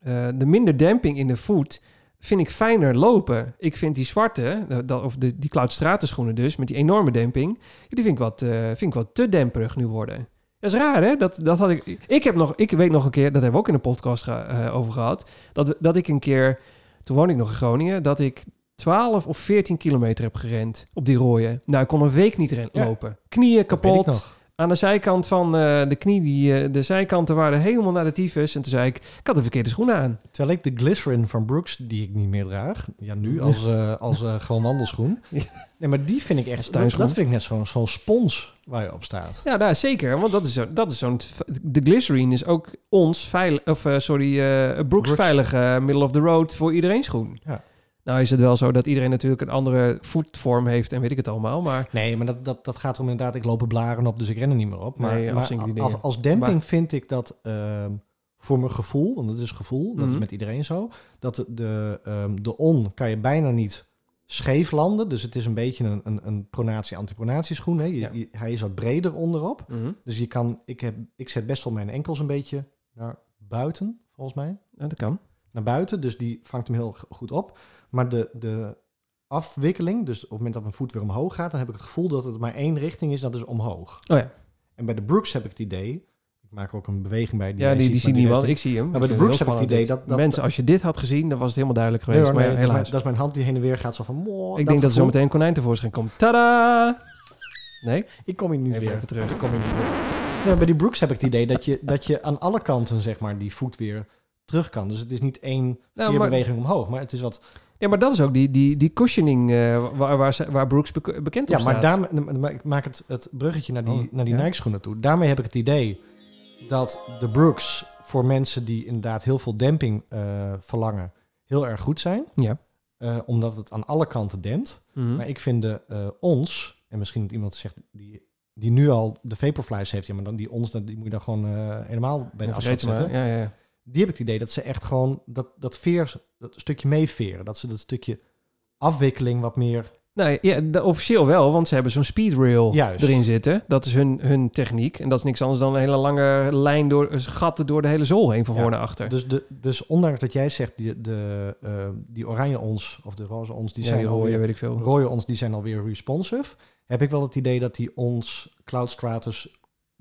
[SPEAKER 2] eh, de minder demping in de voet vind ik fijner lopen. Ik vind die zwarte, eh, dat- of de, die Cloud Stratus schoenen dus, met die enorme demping, die vind ik wat, eh, vind ik wat te demperig nu worden. Dat is raar, hè? Dat, dat had ik. Ik, heb nog, ik weet nog een keer, dat hebben we ook in de podcast ge- eh, over gehad. Dat, dat ik een keer, toen woon ik nog in Groningen, dat ik 12 of 14 kilometer heb gerend op die rooien. Nou, ik kon een week niet ren-
[SPEAKER 1] Ja.
[SPEAKER 2] lopen. Knieën
[SPEAKER 1] Dat weet ik
[SPEAKER 2] kapot.
[SPEAKER 1] nog.
[SPEAKER 2] Aan de zijkant van eh, de knie, die, eh, de zijkanten waren helemaal naar de tyfus. En toen zei ik, ik had de verkeerde schoenen aan.
[SPEAKER 1] Terwijl ik de glycerin van Brooks, die ik niet meer draag, ja nu als, eh, als eh, gewoon wandelschoen.
[SPEAKER 2] *laughs* Ja.
[SPEAKER 1] Nee, maar die vind ik echt, dat,
[SPEAKER 2] tuinschoen.
[SPEAKER 1] dat vind ik net zo'n zo'n spons waar je op staat.
[SPEAKER 2] Ja, nou, zeker. Want dat is, zo- dat is zo'n... De glycerine is ook ons veilig... Of eh, sorry, eh Brooks,
[SPEAKER 1] Brooks.
[SPEAKER 2] veilige middle of the road voor iedereen schoen.
[SPEAKER 1] Ja.
[SPEAKER 2] Nou is het wel zo dat iedereen natuurlijk een andere voetvorm heeft en weet ik het allemaal. Maar
[SPEAKER 1] Nee, maar dat, dat, dat gaat om inderdaad, ik loop er blaren op, dus ik ren er niet meer op. Maar,
[SPEAKER 2] Nee,
[SPEAKER 1] maar
[SPEAKER 2] afzinken die dingen.
[SPEAKER 1] als, als demping vind ik dat ehm, voor mijn gevoel, want het is gevoel, dat is
[SPEAKER 2] Mhm.
[SPEAKER 1] met iedereen zo, dat de, de, ehm, de on kan je bijna niet scheef landen. Dus het is een beetje een, een, een pronatie-antipronatie schoen. Hè? Je-
[SPEAKER 2] Ja.
[SPEAKER 1] je- hij is wat breder onderop. Dus je kan, ik, heb, ik zet best wel mijn enkels een beetje naar buiten, volgens mij.
[SPEAKER 2] ja, dat kan.
[SPEAKER 1] Naar buiten, dus die vangt hem heel g- goed op. Maar de, de afwikkeling, dus op het moment dat mijn voet weer omhoog gaat, dan heb ik het gevoel dat het maar één richting is, dat is omhoog.
[SPEAKER 2] Oh ja,
[SPEAKER 1] En bij de Brooks heb ik het idee, ik maak ook een beweging bij die
[SPEAKER 2] ja
[SPEAKER 1] jij
[SPEAKER 2] die, die
[SPEAKER 1] ziet, maar
[SPEAKER 2] zien niemand.
[SPEAKER 1] rest-
[SPEAKER 2] Ik zie hem.
[SPEAKER 1] Maar bij de
[SPEAKER 2] Ik
[SPEAKER 1] Brooks
[SPEAKER 2] vind
[SPEAKER 1] heb ik het
[SPEAKER 2] heel
[SPEAKER 1] idee
[SPEAKER 2] spannend
[SPEAKER 1] dat-
[SPEAKER 2] dit.
[SPEAKER 1] dat-
[SPEAKER 2] Mensen, als je dit had gezien, dan was het helemaal duidelijk
[SPEAKER 1] Nee,
[SPEAKER 2] geweest.
[SPEAKER 1] hoor, nee,
[SPEAKER 2] maar
[SPEAKER 1] dat, is mijn,
[SPEAKER 2] helaas.
[SPEAKER 1] dat is mijn hand die heen en weer gaat, zo van... "Mwah",
[SPEAKER 2] ik denk dat er
[SPEAKER 1] gevoel.
[SPEAKER 2] zo meteen een konijn tevoorschijn komt. Tada! Nee?
[SPEAKER 1] Ik kom hier niet
[SPEAKER 2] Even,
[SPEAKER 1] weer.
[SPEAKER 2] even terug.
[SPEAKER 1] Ik kom hier niet weer. Nee, maar bij die Brooks heb ik het idee dat je, dat je aan alle kanten, zeg maar, die voet weer terug kan. Dus het is niet één
[SPEAKER 2] Nou,
[SPEAKER 1] vier
[SPEAKER 2] maar-
[SPEAKER 1] beweging omhoog, maar het is wat
[SPEAKER 2] Ja, maar dat is ook die, die, die cushioning eh, waar, waar, ze- waar Brooks bek- bekend
[SPEAKER 1] Ja,
[SPEAKER 2] op
[SPEAKER 1] maar
[SPEAKER 2] staat.
[SPEAKER 1] daar, maar ik maak het, het bruggetje naar die,
[SPEAKER 2] Oh,
[SPEAKER 1] naar die
[SPEAKER 2] ja.
[SPEAKER 1] Nike-schoenen toe. Daarmee heb ik het idee dat de Brooks voor mensen die inderdaad heel veel demping eh, verlangen, heel erg goed zijn.
[SPEAKER 2] Ja.
[SPEAKER 1] Eh, omdat het aan alle kanten dempt.
[SPEAKER 2] Mhm.
[SPEAKER 1] Maar ik vind de eh, ons, en misschien dat iemand zegt die, die nu al de Vaporflies heeft, ja, maar dan die ons, dan- die moet je dan gewoon eh, helemaal bij de
[SPEAKER 2] Ja,
[SPEAKER 1] afstand
[SPEAKER 2] vergeet
[SPEAKER 1] zetten.
[SPEAKER 2] maar. Ja, ja.
[SPEAKER 1] die heb ik het idee dat ze echt gewoon dat, dat, veer, dat stukje meeveren. Dat ze dat stukje afwikkeling wat meer...
[SPEAKER 2] Nou ja, de- officieel wel, want ze hebben zo'n speedrail
[SPEAKER 1] Juist.
[SPEAKER 2] erin zitten. Dat is hun, hun techniek. En dat is niks anders dan een hele lange lijn door eh, gatten door de hele zool heen, van
[SPEAKER 1] Ja.
[SPEAKER 2] voor naar achter.
[SPEAKER 1] Dus, de, dus ondanks dat jij zegt, die, de, eh, die oranje ons of de roze ons, die
[SPEAKER 2] Ja,
[SPEAKER 1] zijn
[SPEAKER 2] hoor je,
[SPEAKER 1] alweer...
[SPEAKER 2] weet ik veel.
[SPEAKER 1] Rode ons, die zijn alweer responsive. Heb ik wel het idee dat die ons Cloud Stratus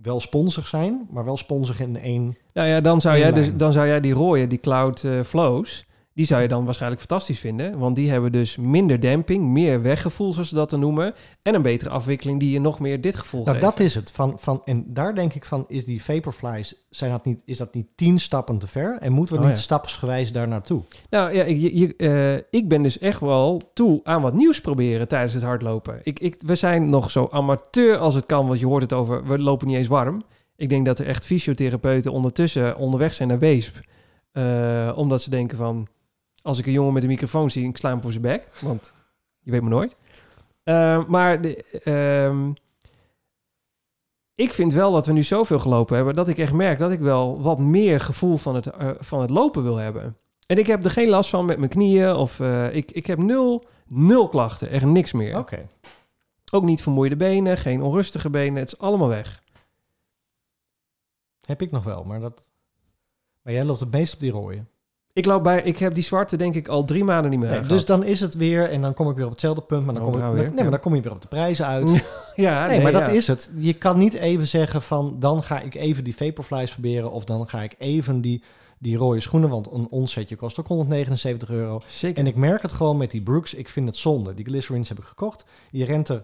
[SPEAKER 1] wel sponsig zijn, maar wel sponsig in één...
[SPEAKER 2] Nou ja, dan zou, jij dus,
[SPEAKER 1] Inline.
[SPEAKER 2] dan zou jij die rooien, die cloud eh, flows, die zou je dan waarschijnlijk fantastisch vinden. Want die hebben dus minder damping, meer weggevoel, zoals ze dat dan noemen. En een betere afwikkeling die je nog meer dit gevoel
[SPEAKER 1] Nou,
[SPEAKER 2] geeft.
[SPEAKER 1] dat is het. Van, van, en daar denk ik van, is die Vaporflies, zijn dat niet, is dat niet tien stappen te ver? En moeten we
[SPEAKER 2] Oh,
[SPEAKER 1] niet
[SPEAKER 2] ja.
[SPEAKER 1] stapsgewijs daar naartoe?
[SPEAKER 2] Nou ja, ik, je- je- eh, ik ben dus echt wel toe aan wat nieuws proberen tijdens het hardlopen. Ik, ik, we zijn nog zo amateur als het kan, want je hoort het over, we lopen niet eens warm. Ik denk dat er echt fysiotherapeuten ondertussen onderweg zijn naar Weesp. Eh, omdat ze denken van, als ik een jongen met een microfoon zie, ik sla hem voor zijn bek. Want je weet maar nooit. Eh, maar de, ehm, ik vind wel dat we nu zoveel gelopen hebben, dat ik echt merk dat ik wel wat meer gevoel van het, eh, van het lopen wil hebben. En ik heb er geen last van met mijn knieën of eh, ik, ik heb nul, nul klachten, echt niks meer.
[SPEAKER 1] Oké.
[SPEAKER 2] Ook niet vermoeide benen, geen onrustige benen, het is allemaal weg.
[SPEAKER 1] Heb ik nog wel, maar dat... Maar jij loopt het meest op die rode.
[SPEAKER 2] Ik, loop bij, ik heb die zwarte denk ik al drie maanden niet meer
[SPEAKER 1] Nee,
[SPEAKER 2] gehad.
[SPEAKER 1] dus dan is het weer, en dan kom ik weer op hetzelfde punt, maar dan,
[SPEAKER 2] Oh,
[SPEAKER 1] kom, ik,
[SPEAKER 2] nou
[SPEAKER 1] dan-
[SPEAKER 2] weer,
[SPEAKER 1] nee,
[SPEAKER 2] ja.
[SPEAKER 1] maar dan kom je weer op de prijzen uit.
[SPEAKER 2] Ja, Ja,
[SPEAKER 1] nee, maar dat
[SPEAKER 2] Ah, ja.
[SPEAKER 1] is het. Je kan niet even zeggen van, dan ga ik even die Vaporflies proberen, of dan ga ik even die, die rode schoenen, want een ons setje kost ook 179 euro.
[SPEAKER 2] Zeker.
[SPEAKER 1] En ik merk het gewoon met die Brooks. Ik vind het zonde. Die glycerins heb ik gekocht. Je rent er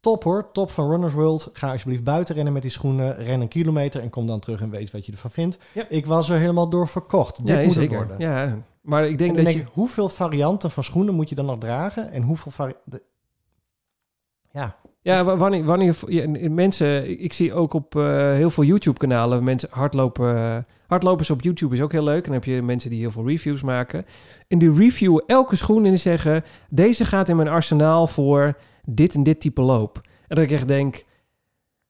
[SPEAKER 1] top hoor. Top van Runner's World. Ga alsjeblieft buiten rennen met die schoenen. Ren een kilometer en kom dan terug en weet wat je ervan vindt.
[SPEAKER 2] Ja.
[SPEAKER 1] Ik was er helemaal door verkocht. Dit
[SPEAKER 2] ja,
[SPEAKER 1] moet
[SPEAKER 2] zeker.
[SPEAKER 1] het worden.
[SPEAKER 2] Ja, maar ik
[SPEAKER 1] En
[SPEAKER 2] denk
[SPEAKER 1] dan
[SPEAKER 2] dat
[SPEAKER 1] denk
[SPEAKER 2] je...
[SPEAKER 1] ik, hoeveel varianten van schoenen moet je dan nog dragen? En hoeveel varianten... Ja,
[SPEAKER 2] Ja, wa- wanneer, wanneer ja, en- en mensen, ik- ik zie ook op eh, heel veel YouTube-kanalen mensen hardlopen. eh, hardlopers op YouTube is ook heel leuk. En dan heb je mensen die heel veel reviews maken. En die reviewen elke schoen en die zeggen: deze gaat in mijn arsenaal voor dit en dit type loop. En dat ik echt denk: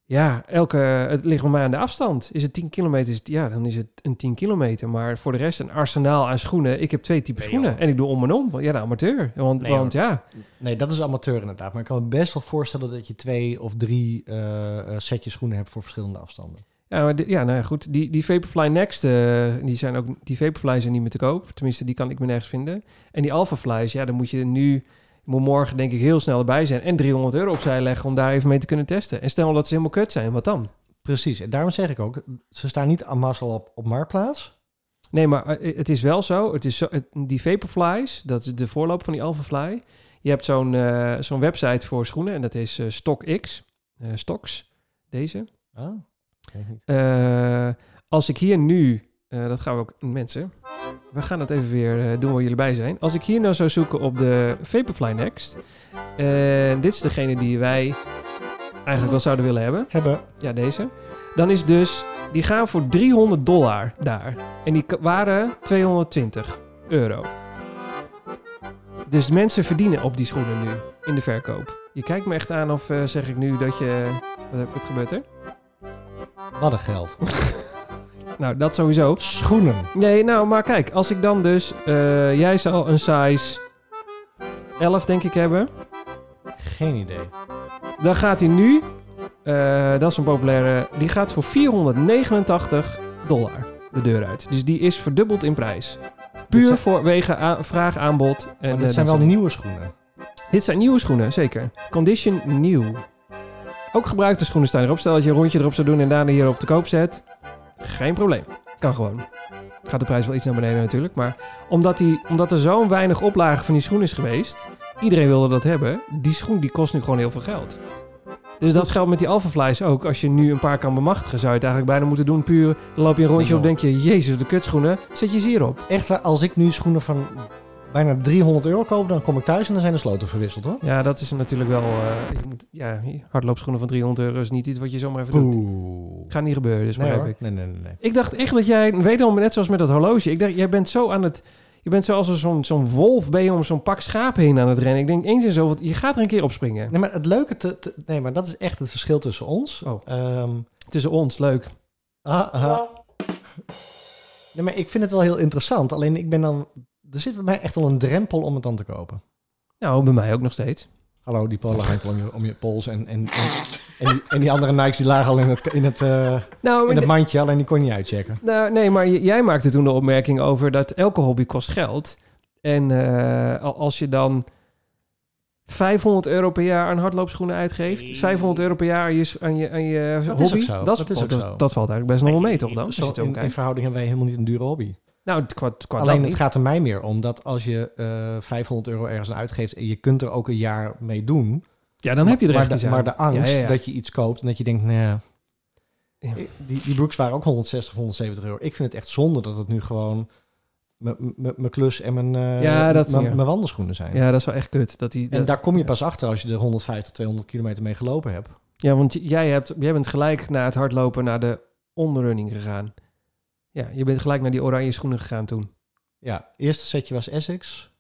[SPEAKER 2] ja, elke, het ligt bij mij aan de afstand. Is het 10 kilometer? Is het, ja, dan is het een 10 kilometer. Maar voor de rest een arsenaal aan schoenen. Ik heb twee typen
[SPEAKER 1] Nee,
[SPEAKER 2] schoenen.
[SPEAKER 1] joh.
[SPEAKER 2] En ik doe om en om. Ja, de amateur. Want,
[SPEAKER 1] Nee,
[SPEAKER 2] want ja.
[SPEAKER 1] nee, dat is amateur inderdaad. Maar ik kan me best wel voorstellen dat je twee of drie eh, eh, setjes schoenen hebt voor verschillende afstanden.
[SPEAKER 2] Ja, maar di- ja, nou ja, goed. Die, die Vaporfly Next, eh, die, zijn ook, die Vaporfly zijn niet meer te koop. Tenminste, die kan ik me nergens vinden. En die Alphaflies, ja, dan moet je nu... je moet morgen denk ik heel snel erbij zijn. En 300 euro opzij leggen om daar even mee te kunnen testen. En stel dat ze helemaal kut zijn, wat dan?
[SPEAKER 1] Precies. En daarom zeg ik ook, ze staan niet aan mazzel op, op Marktplaats.
[SPEAKER 2] Nee, maar eh, het is wel zo. Het is zo het- die Vaporflies, dat is de voorloop van die Alphafly. Je hebt zo'n eh, zo'n website voor schoenen en dat is eh, StockX. eh Stocks, deze.
[SPEAKER 1] Ah, weet niet.
[SPEAKER 2] Eh, als ik hier nu, eh, dat gaan we ook, mensen, we gaan dat even weer eh, doen waar jullie bij zijn. Als ik hier nou zou zoeken op de Vaporfly Next, en dit is degene die wij eigenlijk wel zouden willen hebben,
[SPEAKER 1] Hebben.
[SPEAKER 2] ja deze, dan is dus, die gaan voor 300 dollar daar. En die k- waren 220 euro. Dus mensen verdienen op die schoenen nu, in de verkoop. Je kijkt me echt aan of eh, zeg ik nu dat je... Wat, heb- wat gebeurt er?
[SPEAKER 1] Wat een geld.
[SPEAKER 2] Nou, dat sowieso.
[SPEAKER 1] Schoenen.
[SPEAKER 2] Nee, nou, maar kijk, als ik dan dus... eh, jij zou een size 11, denk ik, hebben.
[SPEAKER 1] Geen idee.
[SPEAKER 2] Dan gaat hij nu... eh, dat is een populaire... Die gaat voor 489 dollar de deur uit. Dus die is verdubbeld in prijs.
[SPEAKER 1] Dit
[SPEAKER 2] Puur
[SPEAKER 1] zijn-
[SPEAKER 2] voorwege a- vraag, aanbod. En,
[SPEAKER 1] Maar
[SPEAKER 2] eh,
[SPEAKER 1] dit
[SPEAKER 2] dat
[SPEAKER 1] zijn wel
[SPEAKER 2] soort-
[SPEAKER 1] nieuwe schoenen.
[SPEAKER 2] Dit zijn nieuwe schoenen, zeker. Condition nieuw. Ook gebruikte schoenen staan erop. Stel dat je een rondje erop zou doen en daarna hierop te koop zet. Geen probleem. Kan gewoon. Gaat de prijs wel iets naar beneden natuurlijk. Maar omdat, die, omdat er zo'n weinig oplage van die schoen is geweest. Iedereen wilde dat hebben. Die schoen die kost nu gewoon heel veel geld. Dus dat geldt met die Alphaflies ook. Als je nu een paar kan bemachtigen, zou je het eigenlijk bijna moeten doen. Puur, dan loop je een rondje op, denk je, jezus, de kutschoenen. Zet je ze hierop.
[SPEAKER 1] Echt waar, als ik nu schoenen van bijna 300 euro koop, dan kom ik thuis en dan zijn de sloten verwisseld hoor.
[SPEAKER 2] Ja, dat is natuurlijk wel... eh, je moet, ja, hardloopschoenen van 300 euro is niet iets wat je zomaar even doet.
[SPEAKER 1] Boe.
[SPEAKER 2] Gaat niet gebeuren, dus
[SPEAKER 1] Nee,
[SPEAKER 2] begrijp
[SPEAKER 1] hoor.
[SPEAKER 2] ik.
[SPEAKER 1] nee, nee, nee, nee.
[SPEAKER 2] Ik dacht echt dat jij, wederom net zoals met dat horloge, ik dacht, jij bent zo aan het, je bent zoals een- zo'n zo'n wolf, ben je om zo'n pak schaap heen aan het rennen. Ik denk eens en zo, want je gaat er een keer op springen.
[SPEAKER 1] Nee, maar het leuke, te, te- nee, maar dat is echt het verschil tussen ons.
[SPEAKER 2] Oh.
[SPEAKER 1] Ehm,
[SPEAKER 2] Tussen ons, leuk.
[SPEAKER 1] ah, ah. Nee, maar ik vind het wel heel interessant. Alleen ik ben dan... Er zit bij mij echt al een drempel om het dan te kopen.
[SPEAKER 2] Nou, bij mij ook nog steeds.
[SPEAKER 1] Hallo, die polo hangt om je, om je pols. En, en, en, en, die, en die andere Nikes die lagen al in het, in, het, eh,
[SPEAKER 2] Nou,
[SPEAKER 1] in
[SPEAKER 2] maar-
[SPEAKER 1] het mandje. Alleen die kon je niet uitchecken.
[SPEAKER 2] nou, nee, maar j- jij maakte toen de opmerking over dat elke hobby kost geld. En eh, al- als je dan 500 euro per jaar aan hardloopschoenen uitgeeft, 500 euro per jaar aan je, s- aan je, aan je
[SPEAKER 1] Dat is
[SPEAKER 2] hobby,
[SPEAKER 1] ook zo, dat is
[SPEAKER 2] valt-
[SPEAKER 1] ook zo.
[SPEAKER 2] dat valt eigenlijk best nog wel mee, toch Oh, dan? Als je
[SPEAKER 1] Zo,
[SPEAKER 2] het zo
[SPEAKER 1] in, in
[SPEAKER 2] kijkt.
[SPEAKER 1] verhouding hebben wij helemaal niet een dure hobby.
[SPEAKER 2] Nou, het- qua, qua dat
[SPEAKER 1] Alleen het
[SPEAKER 2] niet.
[SPEAKER 1] gaat er mij meer om dat als je eh, 500 euro ergens aan uitgeeft... en je kunt er ook een jaar mee doen...
[SPEAKER 2] Ja, dan heb je er
[SPEAKER 1] maar,
[SPEAKER 2] echt
[SPEAKER 1] de,
[SPEAKER 2] iets aan.
[SPEAKER 1] maar de angst
[SPEAKER 2] Ja, ja, ja.
[SPEAKER 1] dat je iets koopt en dat je denkt... Nee,
[SPEAKER 2] Ja.
[SPEAKER 1] die, die broeks waren ook 160, 170 euro. Ik vind het echt zonde dat het nu gewoon... mijn- mijn mijn klus en mijn, eh,
[SPEAKER 2] Ja, dat-
[SPEAKER 1] mijn,
[SPEAKER 2] ja.
[SPEAKER 1] mijn wandelschoenen zijn.
[SPEAKER 2] Ja, dat is wel echt kut. Dat die,
[SPEAKER 1] En
[SPEAKER 2] dat-
[SPEAKER 1] daar kom je pas achter als je er 150, 200 kilometer mee gelopen hebt.
[SPEAKER 2] Ja, want j- jij, hebt, jij bent gelijk na het hardlopen naar de onrunning gegaan. Ja, je bent gelijk naar die oranje schoenen gegaan toen.
[SPEAKER 1] Ja, eerste setje was Essex.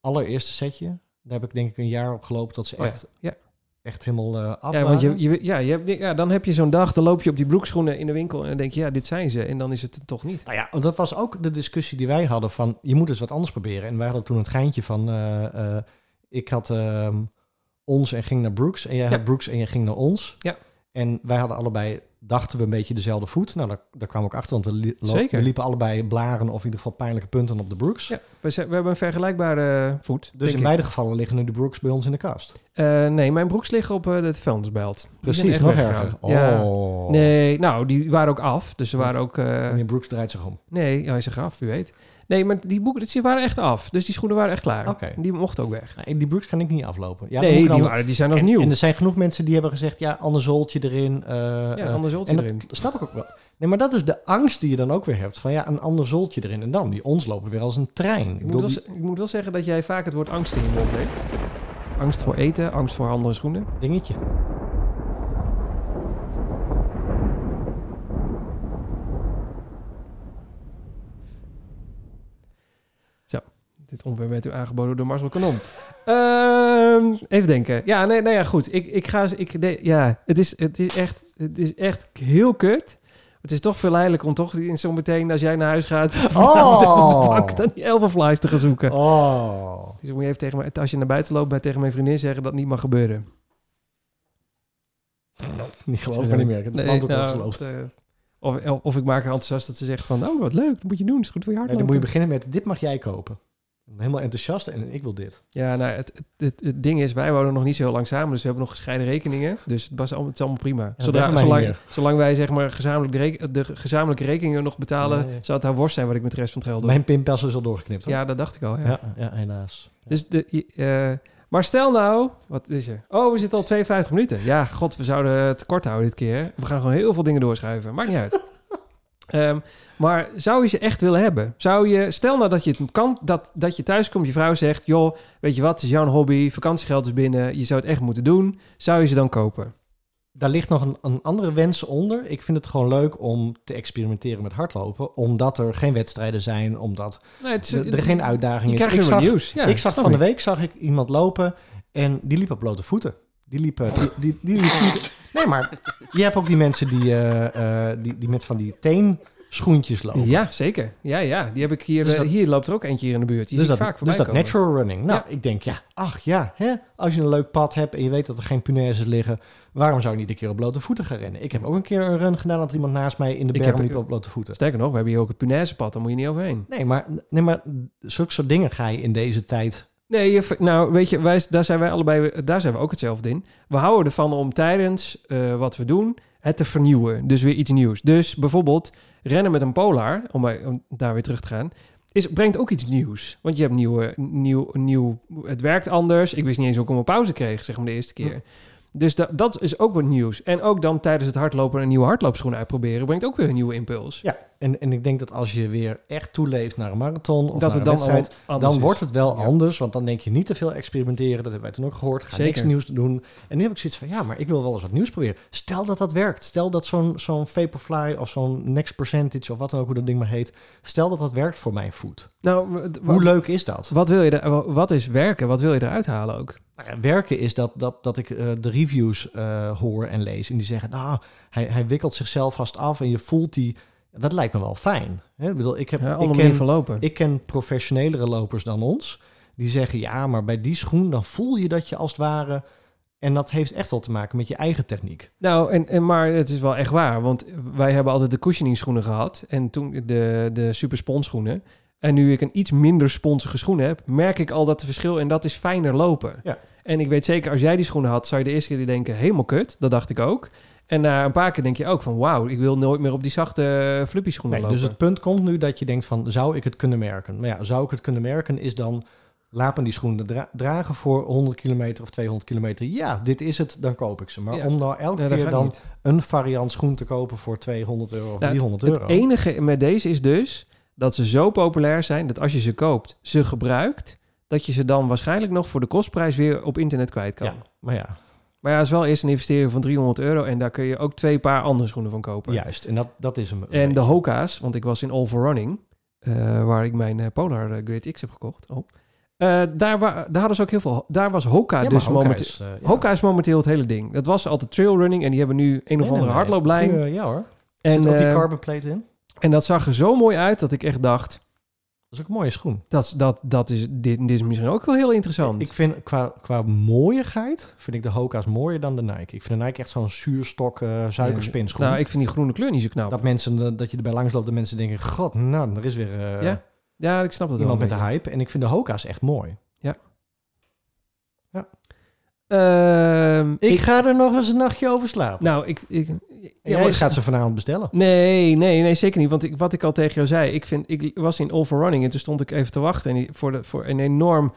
[SPEAKER 1] Allereerste setje. Daar heb ik denk ik een jaar op gelopen tot ze
[SPEAKER 2] Oh ja,
[SPEAKER 1] echt,
[SPEAKER 2] ja.
[SPEAKER 1] echt helemaal eh af
[SPEAKER 2] Ja, want je,
[SPEAKER 1] waren.
[SPEAKER 2] je, ja, je hebt, ja, dan heb je zo'n dag, dan loop je op die broekschoenen in de winkel en dan denk je, ja, dit zijn ze. En dan is het het toch niet.
[SPEAKER 1] Nou ja, dat was ook de discussie die wij hadden van... je moet eens wat anders proberen. En wij hadden toen het geintje van... eh, eh, ik had ehm, ons en ging naar Brooks. En jij
[SPEAKER 2] Ja.
[SPEAKER 1] had Brooks en jij ging naar ons.
[SPEAKER 2] Ja.
[SPEAKER 1] En wij hadden allebei, dachten we, een beetje dezelfde voet. Nou, daar, daar kwam ik achter, want we, li- lo-
[SPEAKER 2] Zeker.
[SPEAKER 1] we liepen allebei blaren... of in ieder geval pijnlijke punten op de Brooks.
[SPEAKER 2] Ja, we, zijn- we hebben een vergelijkbare eh, voet.
[SPEAKER 1] Dus
[SPEAKER 2] denk
[SPEAKER 1] in
[SPEAKER 2] ik.
[SPEAKER 1] beide gevallen liggen nu de Brooks bij ons in de kast.
[SPEAKER 2] Eh, nee, mijn broeks liggen op eh het vuilnisbelt. Die zijn
[SPEAKER 1] Precies,
[SPEAKER 2] echt
[SPEAKER 1] nog
[SPEAKER 2] weggegaan.
[SPEAKER 1] erger.
[SPEAKER 2] Ja.
[SPEAKER 1] Oh.
[SPEAKER 2] Nee, nou, die waren ook af. Dus ze waren ook... eh,
[SPEAKER 1] Meneer Brooks draait zich om.
[SPEAKER 2] nee, hij zegt af, u weet. Nee, maar die boeken, die waren echt af. Dus die schoenen waren echt klaar.
[SPEAKER 1] Oké.
[SPEAKER 2] Die mochten ook weg.
[SPEAKER 1] Nou, Die Brooks kan ik niet aflopen. Ja, dan moet
[SPEAKER 2] nee,
[SPEAKER 1] ik dan-
[SPEAKER 2] die, waren, die zijn nog
[SPEAKER 1] en,
[SPEAKER 2] nieuw.
[SPEAKER 1] En er zijn genoeg mensen die hebben gezegd... ja, ander zooltje erin. eh, eh,
[SPEAKER 2] ja, anders
[SPEAKER 1] en
[SPEAKER 2] zoltje
[SPEAKER 1] dat
[SPEAKER 2] erin.
[SPEAKER 1] snap ik ook wel. Nee, maar dat is de angst die je dan ook weer hebt. Van ja, een ander zooltje erin. En dan, die ons lopen weer als een trein. Ik
[SPEAKER 2] Ik moet,
[SPEAKER 1] bedoel,
[SPEAKER 2] wel,
[SPEAKER 1] die
[SPEAKER 2] ze- ik moet wel zeggen dat jij vaak het woord angst in je mond neemt. Angst voor eten, angst voor andere schoenen.
[SPEAKER 1] dingetje.
[SPEAKER 2] Dit onderwerp werd u aangeboden door Marcel Kanon. *laughs* Ehm, even denken. Ja, nee, nou ja, goed. Ik, ik ga... eens- Ik, nee, ja, het is, het, is echt, het is echt heel kut. Het is toch verleidelijk om toch in zo meteen als jij naar huis gaat... *laughs* vanavond op de bank dan die elfenflies te gaan zoeken. *laughs*
[SPEAKER 1] Oh.
[SPEAKER 2] Dus dan moet je even tegen mij, als je naar buiten loopt, bij tegen mijn vriendin zeggen dat het niet mag gebeuren.
[SPEAKER 1] Niet geloof ik niet meer. Ik heb het land ook
[SPEAKER 2] nou,
[SPEAKER 1] al geloofd.
[SPEAKER 2] eh, of, of ik maak haar enthousiast dat ze zegt van, oh, wat leuk, dat moet je doen, is goed voor je
[SPEAKER 1] Nee,
[SPEAKER 2] hardlopen.
[SPEAKER 1] dan moet je beginnen met, dit mag jij kopen. Ik ben Helemaal enthousiast en ik wil dit.
[SPEAKER 2] Ja, nou, het, het, het, het ding is, wij wonen nog niet zo heel lang samen, dus we hebben nog gescheiden rekeningen. Dus het, was allemaal, het is allemaal prima.
[SPEAKER 1] dat
[SPEAKER 2] Zodra,
[SPEAKER 1] werkt bij mij niet
[SPEAKER 2] zolang, zolang wij zeg maar gezamenlijk de, reken- de gezamenlijke rekeningen nog betalen,
[SPEAKER 1] Nee.
[SPEAKER 2] zou het haar worst zijn wat ik met de rest van het geld doe.
[SPEAKER 1] Mijn pinpas is al doorgeknipt. hoor.
[SPEAKER 2] Ja, dat dacht ik al. Ja.
[SPEAKER 1] ja, ja, helaas.
[SPEAKER 2] Dus de, je- eh, maar stel nou, wat is er? Oh, we zitten al 52 minuten. Ja, god, we zouden het kort houden dit keer. hè. We gaan gewoon heel veel dingen doorschuiven. Maakt niet *laughs* uit. Ehm, maar zou je ze echt willen hebben? Zou je, stel nou dat je het kan, dat, dat je thuis komt, je vrouw zegt: joh, weet je wat, het is jouw hobby, vakantiegeld is binnen, je zou het echt moeten doen. Zou je ze dan kopen?
[SPEAKER 1] daar ligt nog een, een andere wens onder. Ik vind het gewoon leuk om te experimenteren met hardlopen. Omdat er geen wedstrijden zijn, omdat
[SPEAKER 2] Nee, het is,
[SPEAKER 1] er, er geen
[SPEAKER 2] Je
[SPEAKER 1] uitdaging is.
[SPEAKER 2] krijgt
[SPEAKER 1] Ik
[SPEAKER 2] weer wat
[SPEAKER 1] zag,
[SPEAKER 2] nieuws. Ja,
[SPEAKER 1] ik zag
[SPEAKER 2] snap
[SPEAKER 1] van de
[SPEAKER 2] ik.
[SPEAKER 1] week zag ik iemand lopen en die liep op blote voeten. Die liep... eh, Die, die, die, liep- die-
[SPEAKER 2] *laughs*
[SPEAKER 1] nee, maar je hebt ook die mensen die, eh, eh, die, die met van die teenschoentjes lopen.
[SPEAKER 2] Ja, zeker. Ja, ja. Die heb ik hier.
[SPEAKER 1] Dus
[SPEAKER 2] eh,
[SPEAKER 1] dat-
[SPEAKER 2] hier loopt er ook eentje hier in de buurt. Die
[SPEAKER 1] dus
[SPEAKER 2] zie
[SPEAKER 1] dat,
[SPEAKER 2] ik vaak voorbij
[SPEAKER 1] dus dat
[SPEAKER 2] komen.
[SPEAKER 1] natural running. Nou, ik denk, ja, ach ja, hè? als je een leuk pad hebt en je weet dat er geen punaises liggen, waarom zou je niet een keer op blote voeten gaan rennen? Ik heb ook een keer een run gedaan dat er iemand naast mij in de
[SPEAKER 2] Ik
[SPEAKER 1] berm
[SPEAKER 2] heb-
[SPEAKER 1] liep op blote voeten.
[SPEAKER 2] Sterker nog, we hebben hier ook het punaisepad. Daar moet je niet overheen.
[SPEAKER 1] Nee, maar, nee, maar zulke soort dingen ga je in deze tijd.
[SPEAKER 2] Nee, je ver- nou weet je, wij, daar zijn wij allebei, daar zijn we ook hetzelfde in. We houden ervan om tijdens eh, wat we doen het te vernieuwen. Dus weer iets nieuws. Dus bijvoorbeeld rennen met een polar, om, bij- om daar weer terug te gaan, is, brengt ook iets nieuws. Want je hebt nieuwe, nieuw, nieuw, het werkt anders. Ik wist niet eens hoe ik om een pauze kreeg, zeg maar de eerste keer. Dus da- dat is ook wat nieuws. En ook dan tijdens het hardlopen een nieuwe hardloopschoen uitproberen, brengt ook weer een nieuwe impuls.
[SPEAKER 1] Ja, en, en ik denk dat als je weer echt toeleeft naar een marathon of
[SPEAKER 2] dat
[SPEAKER 1] naar
[SPEAKER 2] het
[SPEAKER 1] een
[SPEAKER 2] dan
[SPEAKER 1] wedstrijd,
[SPEAKER 2] al anders
[SPEAKER 1] dan
[SPEAKER 2] is.
[SPEAKER 1] wordt het wel
[SPEAKER 2] Ja.
[SPEAKER 1] anders. Want dan denk je niet te veel experimenteren. Dat hebben wij toen ook gehoord. Ga
[SPEAKER 2] Zeker.
[SPEAKER 1] niks nieuws doen. En nu heb ik zoiets van, ja, maar ik wil wel eens wat nieuws proberen. Stel dat dat werkt. Stel dat zo'n zo'n Vaporfly of zo'n Next Percentage of wat dan ook hoe dat ding maar heet. Stel dat dat werkt voor mijn voet.
[SPEAKER 2] Nou, w- w-
[SPEAKER 1] Hoe leuk is dat?
[SPEAKER 2] Wat, wil je er, wat is werken? Wat wil je eruit halen ook?
[SPEAKER 1] Nou ja, werken is dat, dat, dat ik eh, de reviews eh, hoor en lees. En die zeggen, nou, hij, hij wikkelt zichzelf vast af. En je voelt die Dat lijkt me wel fijn. Hè? Ik bedoel, ik, heb,
[SPEAKER 2] Ja,
[SPEAKER 1] ik,
[SPEAKER 2] andere manier
[SPEAKER 1] ken,
[SPEAKER 2] van lopen.
[SPEAKER 1] ik ken professionelere lopers dan ons. Die zeggen, ja, maar bij die schoen dan voel je dat je als het ware... En dat heeft echt wel te maken met je eigen techniek.
[SPEAKER 2] Nou, en, en, maar het is wel echt waar. Want wij hebben altijd de cushioning schoenen gehad. En toen de, de super spons schoenen. En nu ik een iets minder sponsige schoen heb, merk ik al dat verschil. En dat is fijner lopen.
[SPEAKER 1] Ja.
[SPEAKER 2] En ik weet zeker, als jij die schoenen had, zou je de eerste keer denken, helemaal kut. Dat dacht ik ook. En na een paar keer denk je ook van, wauw, ik wil nooit meer op die zachte flippy schoenen
[SPEAKER 1] Nee,
[SPEAKER 2] lopen.
[SPEAKER 1] dus het punt komt nu dat je denkt van, zou ik het kunnen merken? Maar ja, zou ik het kunnen merken is dan... Laat me die schoenen dra- dragen voor 100 kilometer of 200 kilometer. Ja, dit is het, dan koop ik ze. Maar
[SPEAKER 2] Ja.
[SPEAKER 1] om nou elke
[SPEAKER 2] Nee, dat
[SPEAKER 1] keer
[SPEAKER 2] gaat
[SPEAKER 1] dan
[SPEAKER 2] niet.
[SPEAKER 1] een variant schoen te kopen voor 200 euro of
[SPEAKER 2] Nou,
[SPEAKER 1] 300 euro.
[SPEAKER 2] Het enige met deze is dus dat ze zo populair zijn dat als je ze koopt, ze gebruikt, dat je ze dan waarschijnlijk nog voor de kostprijs weer op internet kwijt kan.
[SPEAKER 1] ja, maar ja,
[SPEAKER 2] Maar ja, het is wel eerst een investering van 300 euro en daar kun je ook twee paar andere schoenen van kopen.
[SPEAKER 1] juist. En dat, dat is hem. een
[SPEAKER 2] En de
[SPEAKER 1] beetje.
[SPEAKER 2] Hoka's, want ik was in All for Running, eh, waar ik mijn eh, Polar eh, Grid X heb gekocht. Oh. Eh, daar, wa- daar hadden ze ook heel veel. Daar was Hoka
[SPEAKER 1] Ja, maar
[SPEAKER 2] dus
[SPEAKER 1] Hoka
[SPEAKER 2] momenteel.
[SPEAKER 1] is, eh, ja.
[SPEAKER 2] Hoka is momenteel het hele ding. Dat was altijd trailrunning en die hebben nu een of
[SPEAKER 1] Ja,
[SPEAKER 2] andere
[SPEAKER 1] nee,
[SPEAKER 2] hardlooplijn.
[SPEAKER 1] goeie- Ja hoor.
[SPEAKER 2] en,
[SPEAKER 1] Zit ook die
[SPEAKER 2] eh,
[SPEAKER 1] carbon plate in?
[SPEAKER 2] en dat zag er zo mooi uit dat ik echt dacht,
[SPEAKER 1] Dat is ook een mooie schoen.
[SPEAKER 2] Dat, is- dat, dat is, dit, dit is misschien ook wel heel interessant.
[SPEAKER 1] Ik vind qua, qua mooiigheid vind ik de Hoka's mooier dan de Nike. Ik vind de Nike echt zo'n zuurstok eh suikerspinschoen.
[SPEAKER 2] nou, ik vind die groene kleur niet zo knap.
[SPEAKER 1] dat, mensen, eh, dat je erbij langs loopt en mensen denken... God, nou, er is weer eh,
[SPEAKER 2] Ja, ja, ik snap dat
[SPEAKER 1] iemand
[SPEAKER 2] wel.
[SPEAKER 1] met de
[SPEAKER 2] een
[SPEAKER 1] hype. En ik vind de Hoka's echt mooi.
[SPEAKER 2] beetje. Ehm,
[SPEAKER 1] Ik,
[SPEAKER 2] ik,
[SPEAKER 1] ga er nog eens een nachtje over slapen.
[SPEAKER 2] nou, ik... ik
[SPEAKER 1] En
[SPEAKER 2] ja,
[SPEAKER 1] jij
[SPEAKER 2] maar-
[SPEAKER 1] gaat ze vanavond bestellen.
[SPEAKER 2] Nee, nee, nee, zeker niet. Want ik, wat ik al tegen jou zei, ik, vind, ik was in All for Running en toen stond ik even te wachten en die- voor, de, voor een enorm